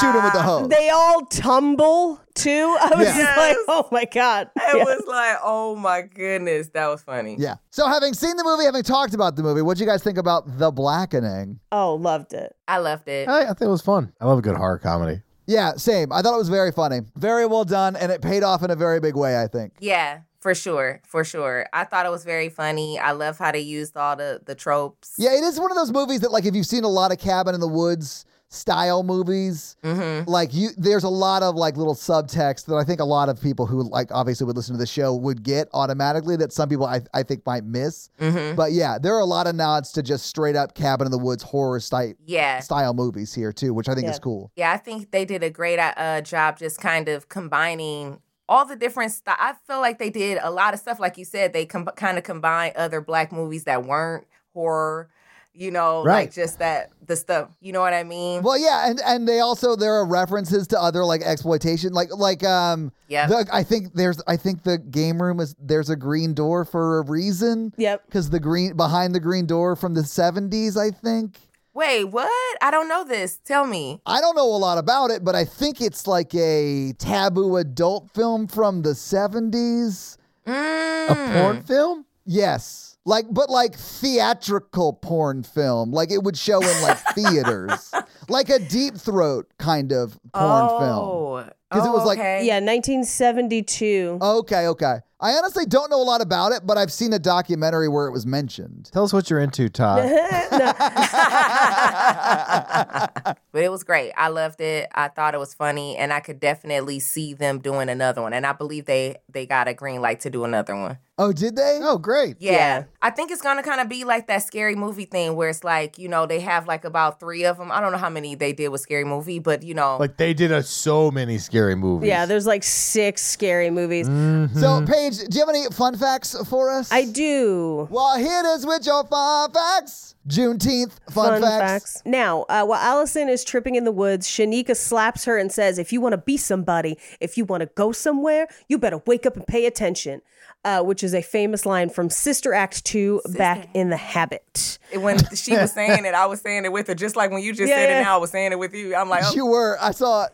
D: shooting with the hose.
E: They all tumble too. I was
D: Yeah.
E: just like, oh my god.
H: It
E: Yeah.
H: was like, oh my goodness, that was funny.
D: yeah. So having seen the movie, having talked about the movie, what do you guys think about The Blackening?
E: Oh, loved it.
H: I loved it.
F: I, I think it was fun. I love a good horror comedy.
D: Yeah, same. I thought it was very funny. Very well done and it paid off in a very big way, I think.
H: Yeah, for sure, for sure. I thought it was very funny. I love how they used all the the tropes.
D: Yeah, it is one of those movies that like if you've seen a lot of cabin in the woods style movies,
H: Mm-hmm.
D: like you there's a lot of like little subtext that I think a lot of people who like obviously would listen to the show would get automatically that some people I, I think might miss.
H: Mm-hmm.
D: But yeah, Uh, there are a lot of nods to just straight up cabin in the woods horror style
H: Yeah.
D: style movies here too, which I think is
E: Yeah.
D: cool.
H: Yeah, I think they did a great uh, job just kind of combining all the different stuff. I feel like they did a lot of stuff. Like you said, they com- kind of combined other black movies that weren't horror, you know,
F: Right.
H: like just that, the stuff, you know what I mean?
D: Well, yeah, and and they also there are references to other like exploitation, like like um,
H: Yeah.
D: the, I think there's I think the game room is there's a green door for a reason
E: Yep.
D: because the green behind the green door from the 70s, I think.
H: Wait, what? I don't know this. Tell me.
D: I don't know a lot about it, but I think it's like a taboo adult film from the 70s.
H: Mm.
F: A porn film?
D: Yes. Like but like theatrical porn film. Like it would show in like theaters. Like a deep throat kind of porn film.
H: oh.
D: 'Cause it was
H: Oh,
D: like-
H: okay.
E: Yeah, 1972.
D: Okay, okay. I honestly don't know a lot about it, but I've seen a documentary where it was mentioned.
F: Tell us what you're into, Todd.
H: But it was great. I loved it. I thought it was funny, and I could definitely see them doing another one. And I believe they they got a green light to do another one.
D: Oh, did they?
F: oh, great.
H: Yeah. I think it's gonna kind of be like that scary movie thing where it's like you know they have like about three of them. I don't know how many they did with scary movie, but you know,
F: Like they did a, so many scary movies.
E: Yeah, there's like six scary movies.
D: Mm. So, Paige, do you have any fun facts for us?
E: I do.
D: Well, here it is with your fun facts. Juneteenth fun, facts.
E: Now, uh, while Allison is tripping in the woods, Shanika slaps her and says, If you want to be somebody, if you want to go somewhere, you better wake up and pay attention, uh, which is a famous line from Sister Act 2 Back in the Habit.
H: when she was saying it, I was saying it with her, just like when you just
E: Yeah,
H: said
E: yeah.
H: it. Now I was saying it with you. I'm like, oh,
D: You were. I saw it.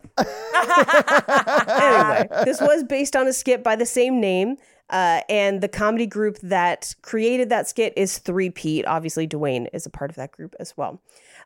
E: anyway, this was based on a skit by the same name. Uh, and the comedy group that created that skit is Three Pete. Obviously, Dwayne is a part of that group as well.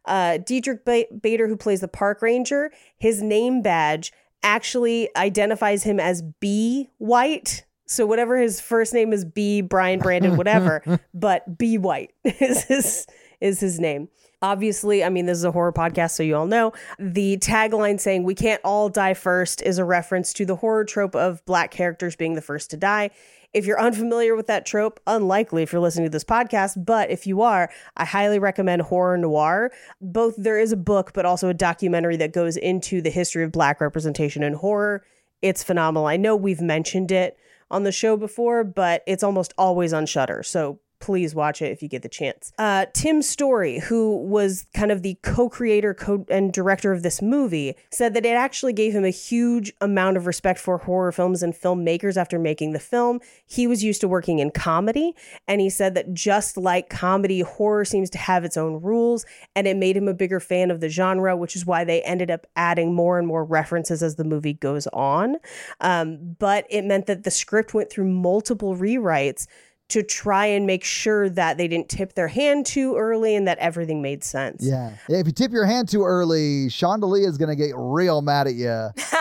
E: Uh, Diedrich ba- Bader, who plays the park ranger, his name badge actually identifies him as B White. So whatever his first name is, B Brian Brandon, whatever, but B White is his is his name. Obviously, I mean, this is a horror podcast, so you all know. The tagline saying, We can't all die first, is a reference to the horror trope of black characters being the first to die. If you're unfamiliar with that trope, unlikely if you're listening to this podcast, but if you are, I highly recommend Horror Noir. Both there is a book, but also a documentary that goes into the history of black representation in horror. It's phenomenal. I know we've mentioned it on the show before, but it's almost always on Shutter. So please watch it if you get the chance. Uh, Tim Story, who was kind of the co-creator co- and director of this movie, said that it actually gave him a huge amount of respect for horror films and filmmakers after making the film. He was used to working in comedy, and he said that just like comedy, horror seems to have its own rules, and it made him a bigger fan of the genre, which is why they ended up adding more and more references as the movie goes on. Um, but it meant that the script went through multiple rewrites to try and make sure that they didn't tip their hand too early and that everything made sense.
D: Yeah. If you tip your hand too early, Chandelier is going to get real mad at you.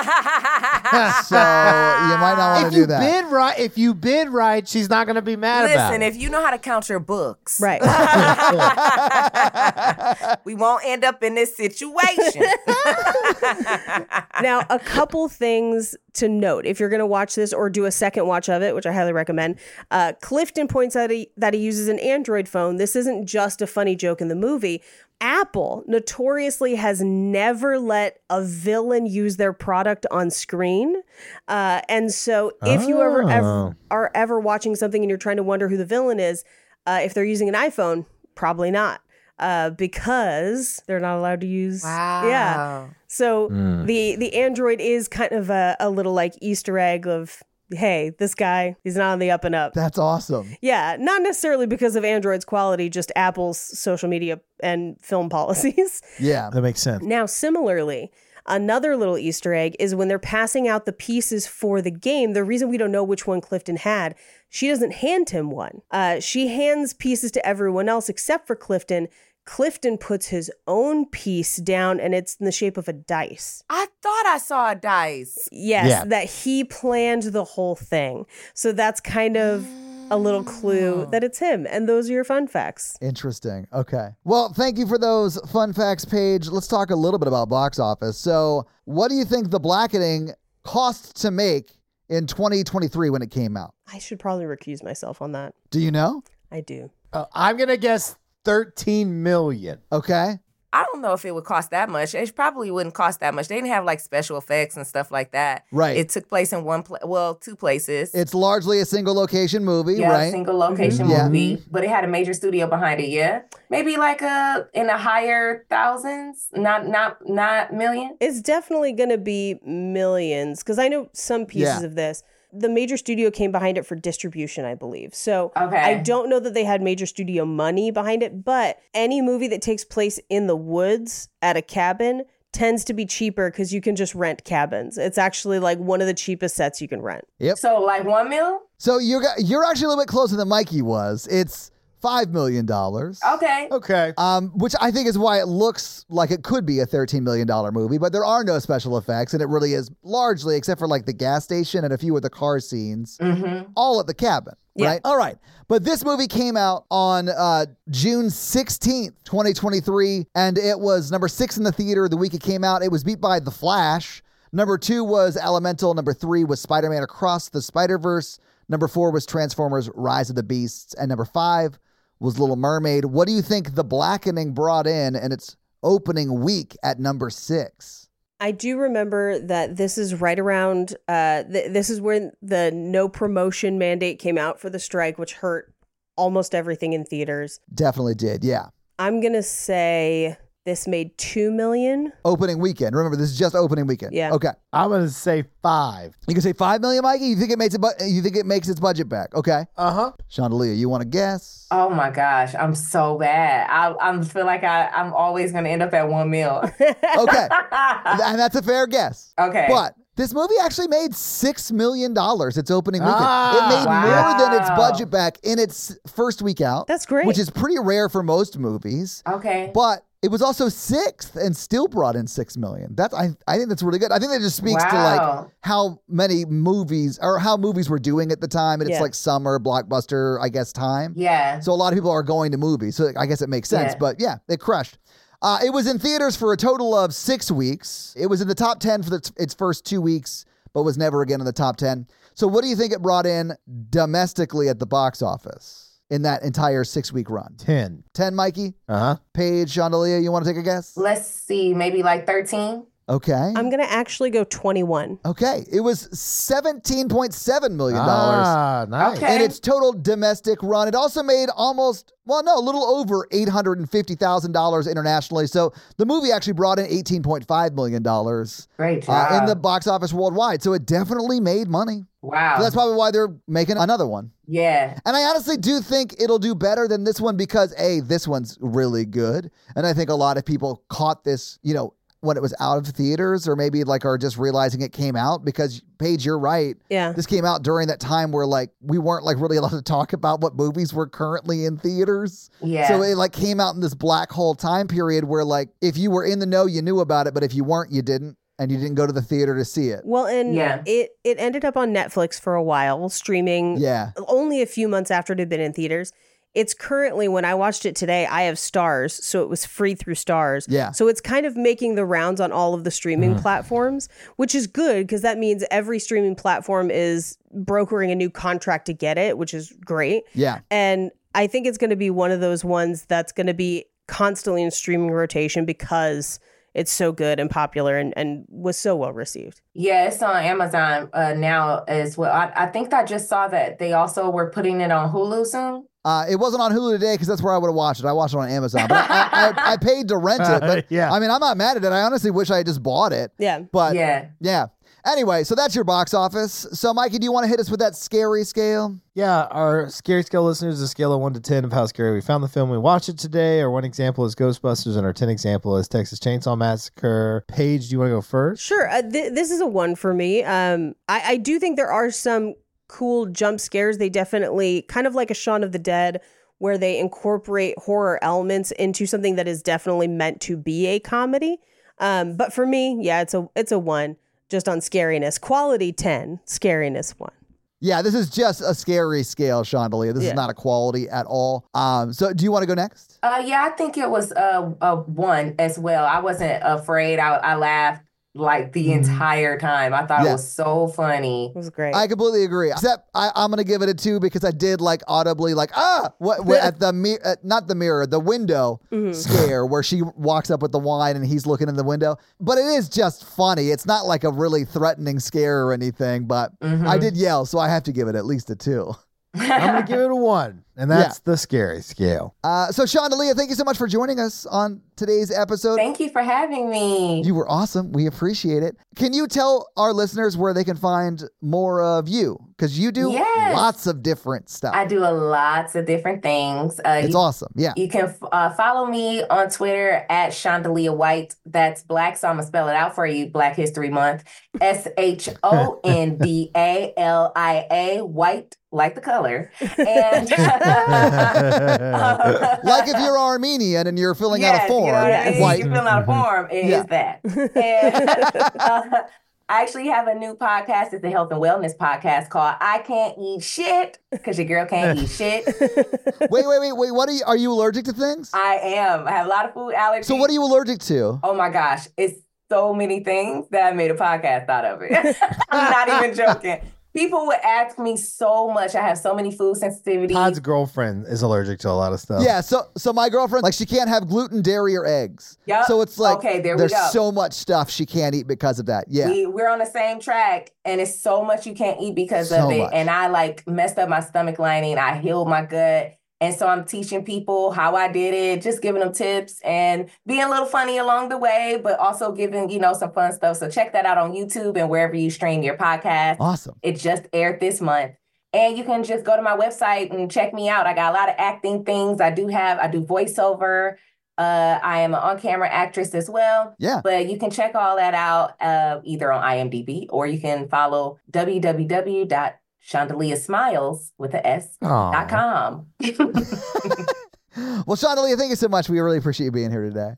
D: So you might not want
F: if
D: to do
F: you
D: that.
F: bid right, if you bid right, she's not going to be mad about.
H: listen,
F: it.
H: if you know how to count your books,
E: Right.
H: we won't end up in this situation.
E: now, a couple things to note if you're going to watch this or do a second watch of it, which I highly recommend. Uh, Clifton points out he, that he uses an Android phone. This isn't just a funny joke in the movie. Apple notoriously has never let a villain use their product on screen. Uh, and so if you ever, ever are ever watching something and you're trying to wonder who the villain is, uh, if they're using an iPhone, probably not. uh, because they're not allowed to use.
H: Wow.
E: Yeah. So the the android is kind of a, a little like Easter egg of hey, this guy he's not on the up and up.
D: That's awesome.
E: Yeah, not necessarily because of Android's quality, just Apple's social media and film policies.
D: Yeah.
F: That makes sense.
E: Now, similarly, another little Easter egg is when they're passing out the pieces for the game. The reason we don't know which one Clifton had, she doesn't hand him one. Uh, she hands pieces to everyone else except for Clifton. Clifton puts his own piece down, and it's in the shape of a dice.
H: I thought I saw a dice.
E: Yes,
F: Yeah.
E: that he planned the whole thing. So that's kind of a little
H: Oh.
E: clue that it's him. And those are your fun facts.
D: Interesting. Okay. Well, thank you for those fun facts, Paige. Let's talk a little bit about box office. So, what do you think the Blackening cost to make in 2023 when it came out?
E: I should probably recuse myself on that.
D: Do you know?
E: I do.
F: Uh, I'm gonna guess 13 million.
D: Okay.
H: I don't know if it would cost that much. It probably wouldn't cost that much. They didn't have like special effects and stuff like that.
D: Right.
H: It took place in one place. Well, two places.
D: It's largely a single location movie,
H: yeah,
D: right?
H: single location
D: Yeah. Mm-hmm.
H: movie, but it had a major studio behind it. Yeah, maybe like a in the higher thousands, not not not million.
E: It's definitely going to be millions because I know some pieces
D: Yeah.
E: of this. The major studio came behind it for distribution, I believe. So
H: Okay.
E: I don't know that they had major studio money behind it, but any movie that takes place in the woods at a cabin tends to be cheaper because you can just rent cabins. It's actually like one of the cheapest sets you can rent.
H: So like one mil.
D: So you got you're actually a little bit closer than Mikey was. It's five million dollars.
H: Okay.
F: Okay.
D: Um, which I think is why it looks like it could be a $13 million movie, but there are no special effects, and it really is largely, except for like the gas station and a few of the car scenes,
H: Mm-hmm.
D: all at the cabin.
E: Yeah.
D: Right? All right. But this movie came out on uh, June 16th, 2023, and it was number six in the theater the week it came out. It was beat by The Flash. Number two was Elemental. Number three was Spider Man Across the Spider Verse. Number four was Transformers Rise of the Beasts. And number five was Little Mermaid. What do you think The Blackening brought in in its opening week at number six?
E: I do remember that this is right around. Uh, th- this is when the no promotion mandate came out for the strike, which hurt almost everything in theaters.
D: Definitely did. Yeah.
E: I'm gonna say this made two million.
D: Opening weekend. Remember, this is just opening weekend.
E: Yeah.
D: Okay.
F: I'm gonna say five.
D: You can say five million, Mikey. You think it makes it? Bu- you think it makes its budget back? Okay,
F: Uh huh.
D: Chandelier. You want to guess?
H: Oh my gosh, I'm so bad. I I feel like I I'm always gonna end up at one mil.
D: Okay, and that's a fair guess.
H: okay.
D: But this movie actually made six million dollars its opening weekend.
F: Ah,
D: it made
H: wow.
D: more than its budget back in its first week out.
E: That's great.
D: which is pretty rare for most movies.
H: Okay.
D: But it was also sixth and still brought in six million. That's I I think that's really good. I think that just speaks to like
H: Wow.
D: how many movies or how movies were doing at the time, and it's
E: Yeah.
D: like summer blockbuster, I guess, time.
H: yeah.
D: So a lot of people are going to movies. So I guess it makes sense.
H: Yeah.
D: But yeah, it crushed. Uh, it was in theaters for a total of six weeks. It was in the top 10 for the, its first two weeks, but was never again in the top 10. So what do you think it brought in domestically at the box office in that entire six week run?
F: Ten.
D: 10, Mikey?
F: Uh huh.
D: Paige, Chandelier, you want to take a guess?
H: Let's see, maybe like thirteen.
D: Okay.
E: I'm gonna actually go twenty one.
D: okay. It was $17.7 million.
F: Ah, nice.
H: Okay.
D: And its total domestic run, it also made almost, well, no, a little over $850,000 internationally. So the movie actually brought in $18.5 million uh,
H: Great job.
D: in the box office worldwide. So it definitely made money.
H: wow.
D: So that's probably why they're making another one.
H: yeah.
D: And I honestly do think it'll do better than this one because, A, this one's really good. And I think a lot of people caught this, you know, when it was out of theaters or maybe like are just realizing it came out because, Paige, you're right
E: Yeah.
D: this came out during that time where like we weren't like really allowed to talk about what movies were currently in theaters.
H: Yeah.
D: So it like came out in this black hole time period where like if you were in the know you knew about it, but if you weren't you didn't and you didn't go to the theater to see it.
E: Well, and
H: Yeah.
E: it it ended up on Netflix for a while, streaming
D: Yeah.
E: only a few months after it had been in theaters. It's currently when I watched it today, I have stars, so it was free through stars.
D: Yeah. Mm.
E: So it's kind of making the rounds on all of the streaming platforms, which is good because that means every streaming platform is brokering a new contract to get it, which is great.
D: Yeah.
E: And I think it's going to be one of those ones that's going to be constantly in streaming rotation because it's so good and popular and, and was so well received.
H: Yeah, it's on Amazon uh, now as well. I, I think I just saw that they also were putting it on Hulu soon.
D: Uh, it wasn't on Hulu today because that's where I would have watched it. I watched it on Amazon, but I, I, I, I paid to rent it. But
F: Uh, Yeah.
D: I mean, I'm not mad at it. I honestly wish I had just bought it.
E: Yeah.
D: But yeah.
H: yeah.
D: Anyway, so that's your box office. So, Mikey, do you want to hit us with that scary scale?
F: Yeah, our scary scale listeners, a scale of one to ten of how scary we found the film we watched it today. Our one example is Ghostbusters, and our ten example is Texas Chainsaw Massacre. Paige, do you want to go first?
E: Sure. Uh, th- this is a one for me. Um, I-, I do think there are some cool jump scares. They definitely kind of like a Shaun of the Dead, where they incorporate horror elements into something that is definitely meant to be a comedy. Um, but for me, yeah, it's a it's a one just on scariness. Quality ten, scariness one.
D: Yeah, this is just a scary scale, Chandelier. This
E: Yeah.
D: is not a quality at all. Um, so, do you want to go next?
H: Uh, yeah, I think it was uh, a one as well. I wasn't afraid. I, I laughed like the entire time. I thought
D: Mm-hmm. Yeah.
H: it was so funny.
E: It was great.
D: I completely agree. Except I, I'm going to give it a two because I did like audibly like ah what, what at the mirror not the mirror the window
H: Mm-hmm.
D: scare where she walks up with the wine and he's looking in the window. But it is just funny. It's not like a really threatening scare or anything. But
H: Mm-hmm.
D: I did yell, so I have to give it at least a two.
F: I'm gonna give it a one, and that's the scary scale.
D: Uh, so Chandelier, thank you so much for joining us on today's episode.
H: Thank you for having me.
D: You were awesome. We appreciate it. Can you tell our listeners where they can find more of you? Because you do
H: Yes.
D: lots of different stuff.
H: I do a lots of different things. Uh,
D: It's
H: you,
D: awesome. Yeah.
H: you can f- uh, follow me on Twitter at Chandelier White. That's black, so I'm gonna spell it out for you. Black History Month. S H O N D A L I A White, like the color. And uh,
D: like if you're Armenian and you're filling out a
H: Yes, you know
D: form,
H: what I mean?
D: white.
H: You're filling out a form. It is
D: Yeah.
H: that. And, uh, I actually have a new podcast. It's a health and wellness podcast called "I Can't Eat Shit" because your girl can't eat shit.
D: Wait, wait, wait, wait. What are you? Are you allergic to things?
H: I am. I have a lot of food allergies.
D: so what are you allergic to?
H: Oh my gosh, it's so many things that I made a podcast out of it. I'm not even joking. People would ask me so much. I have so many food sensitivities.
F: Todd's girlfriend is allergic to a lot of stuff.
D: Yeah. So so my girlfriend like she can't have gluten, dairy, or eggs.
H: Yup.
D: So it's like
H: Okay, there we
D: there's
H: go.
D: so much stuff she can't eat because of that. Yeah.
H: we, we're on the same track and it's so much you can't eat because
D: So
H: of it
D: much.
H: and i like messed up my stomach lining i healed my gut and so i'm teaching people how i did it just giving them tips and being a little funny along the way but also giving you know some fun stuff so check that out on youtube and wherever you stream your podcast
D: awesome.
H: it just aired this month. And you can just go to my website and check me out. I got a lot of acting things. I do have, I do voiceover. Uh, I am an on camera actress as well.
D: Yeah.
H: But you can check all that out uh, either on IMDb or you can follow www.chandeliersmiles with a S dot
F: Aw.
H: com.
D: Well, Chandelier, thank you so much. We really appreciate you being here today.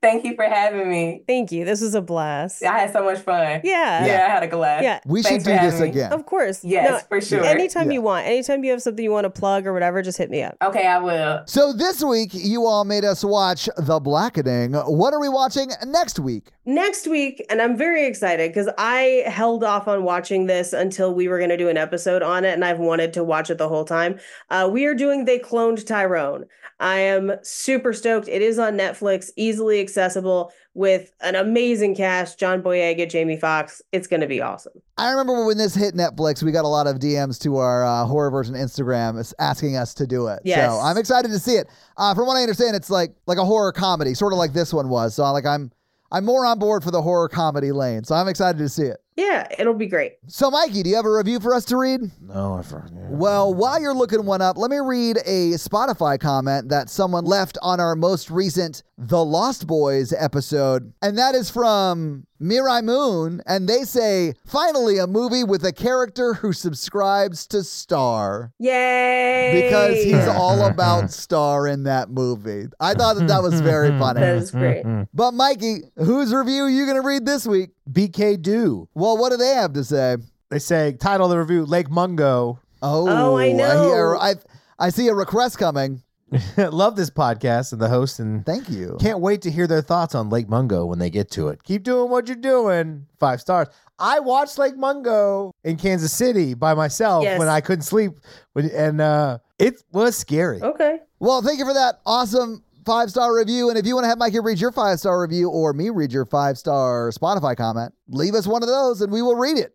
H: Thank you for having me.
E: Thank you. This was a blast.
H: I had so much fun.
E: Yeah.
H: Yeah, I had a blast.
E: Yeah.
D: We
H: Thanks
D: should
H: for
D: do this
H: having me.
D: again.
E: Of course.
H: Yes,
E: No,
H: for sure.
E: Anytime
D: Yeah.
E: you want, anytime you have something you want to plug or whatever, just hit me up.
H: Okay, I will.
D: So this week you all made us watch The Blackening. What are we watching next week?
E: next week and i'm very excited because i held off on watching this until we were going to do an episode on it and i've wanted to watch it the whole time uh, we are doing they cloned tyrone i am super stoked it is on netflix easily accessible with an amazing cast john boyega jamie foxx it's going to be awesome
D: I remember when this hit Netflix, we got a lot of DMs to our uh, horror version Instagram is asking us to do it.
E: Yes.
D: So I'm excited to see it. Uh, from what I understand, it's like like a horror comedy, sort of like this one was. So like I'm I'm more on board for the horror comedy lane. So I'm excited to see it.
E: yeah it'll be great
D: So Mikey, do you have a review for us to read?
F: No, I forgot.
D: Well, while you're looking one up, let me read a Spotify comment that someone left on our most recent The Lost Boys episode. And that is from Mirai Moon. And they say, finally, a movie with a character who subscribes to Star.
E: yay
D: Because he's all about Star in that movie. I thought that that was very
E: that
D: funny.
E: is great
D: But, Mikey, whose review are you going to read this week?
F: BK Do.
D: Well, what do they have to say?
F: They say title of the review Lake Mungo.
D: Oh,
E: Oh, I
D: hear-
E: know.
D: I, I see a request coming.
F: Love this podcast and the host and
D: Thank you.
F: Can't wait to hear their thoughts on Lake Mungo when they get to it. Keep doing what you're doing. Five stars. I watched Lake Mungo in Kansas City by myself
E: Yes.
F: when I couldn't sleep, when- and uh, it was scary.
E: okay
D: Well, thank you for that awesome five star review. And if you want to have Mikey read your five star review or me read your five star Spotify comment, leave us one of those and we will read it.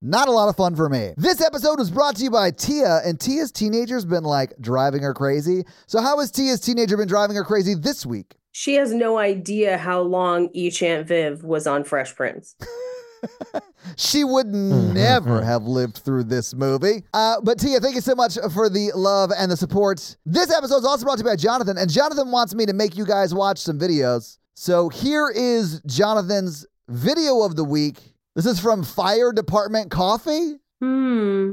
D: Not a lot of fun for me. This episode was brought to you by Tia, and Tia's teenager's been like driving her crazy. So, how has Tia's teenager been driving her crazy this week?
E: She has no idea how long each Aunt Viv was on Fresh Prince.
D: She would never have lived through this movie. Uh, but Tia, thank you so much for the love and the support. This episode is also brought to you by Jonathan, and Jonathan wants me to make you guys watch some videos. So here is Jonathan's video of the week. This is from Fire Department Coffee.
E: Hmm.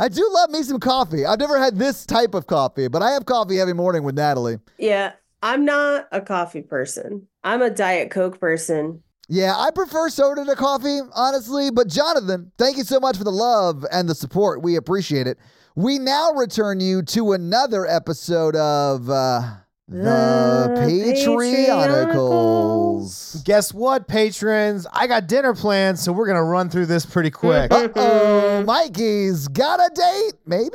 D: I do love me some coffee. I've never had this type of coffee, but I have coffee every morning with Natalie.
E: Yeah, I'm not a coffee person. I'm a Diet Coke person.
D: Yeah, I prefer soda to coffee, honestly. But Jonathan, thank you so much for the love and the support. We appreciate it. We now return you to another episode of uh, The, Patrioticals.
F: Guess what, patrons? I got dinner plans, so we're gonna run through this pretty quick.
D: Oh, Mikey's got a date, maybe?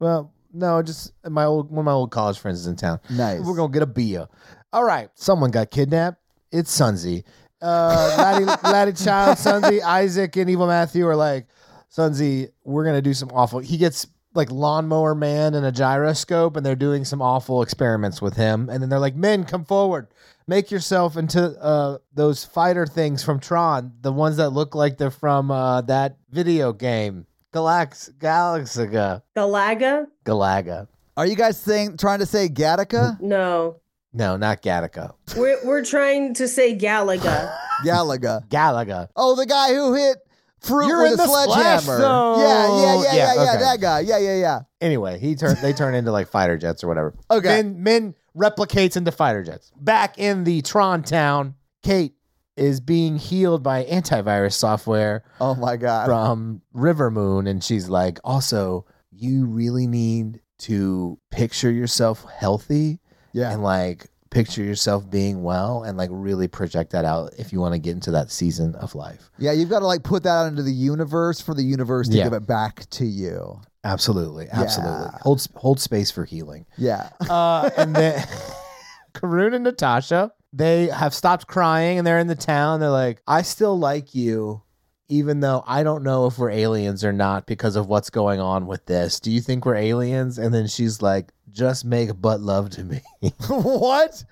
F: well, no, just my old one of my old college friends is in town.
D: Nice.
F: We're gonna get a beer. All right, someone got kidnapped. It's Sunzi. Uh, Laddie, Laddie Child, Sunzi, Isaac, and Evil Matthew are like, Sunzi, we're gonna do some awful. He gets like lawnmower man and a gyroscope, and they're doing some awful experiments with him. And then they're like, men, come forward, make yourself into uh, those fighter things from Tron, the ones that look like they're from uh, that video game, Galax Galaxiga
E: Galaga?
F: Galaga.
D: Are you guys saying trying to say Gattaca?
E: No.
F: No, not Gattaca.
E: We're, we're trying to say Galaga.
D: Galaga.
F: Galaga.
D: Oh, the guy who hit fruit
F: You're
D: with
F: in
D: a
F: the splash
D: sledgehammer.
F: zone.
D: Yeah, yeah, yeah, yeah,
F: Yeah,
D: yeah,
F: okay.
D: that guy. Yeah, yeah, yeah.
F: Anyway, he turn they turn into like fighter jets or whatever.
D: Okay.
F: Min Min replicates into fighter jets. Back in the Tron town, Kate is being healed by antivirus software
D: Oh my god.
F: from River Moon, and she's like, also, you really need to picture yourself healthy
D: Yeah.
F: and like picture yourself being well and like really project that out if you want to get into that season of life.
D: Yeah, you've got to like put that out into the universe for the universe to
F: Yeah.
D: give it back to you.
F: Absolutely, absolutely.
D: Yeah.
F: Hold s- hold space for healing.
D: Yeah.
F: Uh, and then Karun and Natasha, they have stopped crying and they're in the town. They're like, I still like you, even though I don't know if we're aliens or not because of what's going on with this. Do you think we're aliens? And then she's like, just make butt love to me.
D: what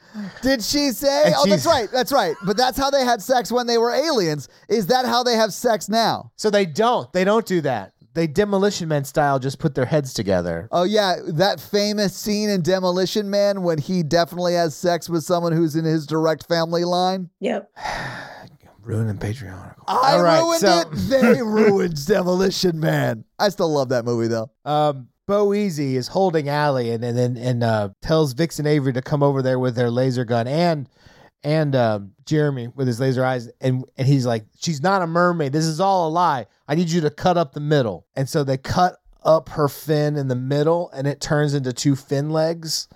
D: did she say?
F: And
D: oh, that's
F: she's-
D: right. That's right. But that's how they had sex when they were aliens. Is that how they have sex now?
F: so they don't. They don't do that. They demolition man style just put their heads together.
D: Oh yeah, that famous scene in Demolition Man when he definitely has sex with someone who's in his direct family line.
E: yep.
F: Ruining Patreon.
D: I
F: All right,
D: ruined
F: so-
D: it. They ruined Demolition Man. I still love that movie though.
F: Um, Bo Easy is holding Allie and and and, and uh, tells Vixen Avery to come over there with their laser gun and and um, Jeremy with his laser eyes and and he's like, she's not a mermaid. This is all a lie. I need you to cut up the middle. And so they cut up her fin in the middle, and it turns into two fin legs,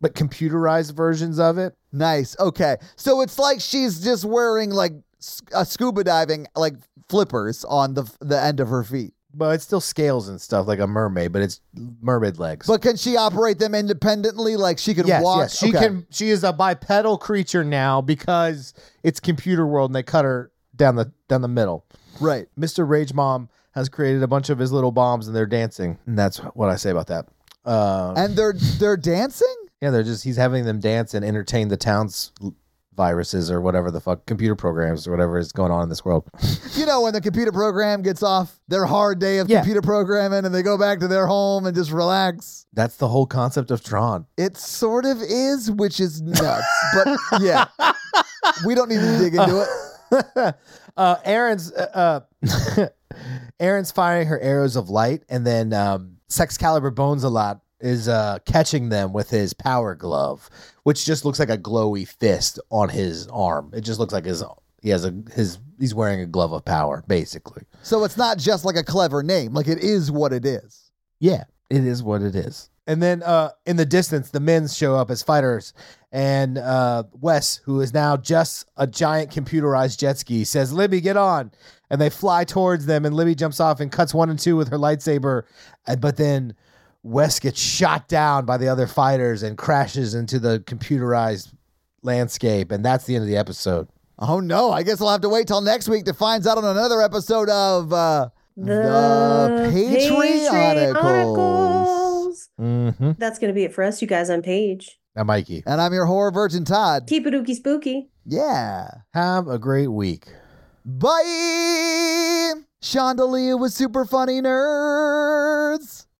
F: but computerized versions of it.
D: Nice. Okay. So it's like she's just wearing like s- a scuba diving like flippers on the the end of her feet.
F: But it's still scales and stuff like a mermaid, but it's mermaid legs.
D: But can she operate them independently? Like she can walk.
F: She
D: Okay.
F: can. She is a bipedal creature now because it's computer world, and they cut her down the down the middle.
D: Right.
F: Mr. Rage Mom has created a bunch of his little bombs, and they're dancing, and that's what I say about that. Uh,
D: And they're they're dancing.
F: yeah, they're just he's having them dance and entertain the town's l- viruses or whatever the fuck computer programs or whatever is going on in this world.
D: You know when the computer program gets off their hard day of
F: Yeah.
D: computer programming and they go back to their home and just relax.
F: That's the whole concept of Tron.
D: It sort of is, which is nuts. but yeah, we don't need to dig into it.
F: uh, Aaron's uh, uh, Aaron's firing her arrows of light, and then um, Sexcalibur Bones a lot is uh, catching them with his power glove, which just looks like a glowy fist on his arm. It just looks like his he has a his he's wearing a glove of power, basically.
D: So it's not just like a clever name. Like it is what it is.
F: Yeah, it is what it is. And then uh, in the distance, the men show up as fighters. And uh, Wes, who is now just a giant computerized jet ski, says, Libby, get on. And they fly towards them. And Libby jumps off and cuts one and two with her lightsaber. Uh, But then Wes gets shot down by the other fighters and crashes into the computerized landscape. And that's the end of the episode.
D: Oh no, I guess I'll have to wait till next week to find out on another episode of uh, The Patrioticals.
E: Patrioticals.
F: Mm-hmm.
E: That's going to be it for us, you guys. I'm Paige.
F: Now, Mikey,
D: And I'm your horror virgin, Todd.
E: Keep it ookie spooky.
D: Yeah.
F: have a great week.
D: Bye. Chandelier was super funny, nerds.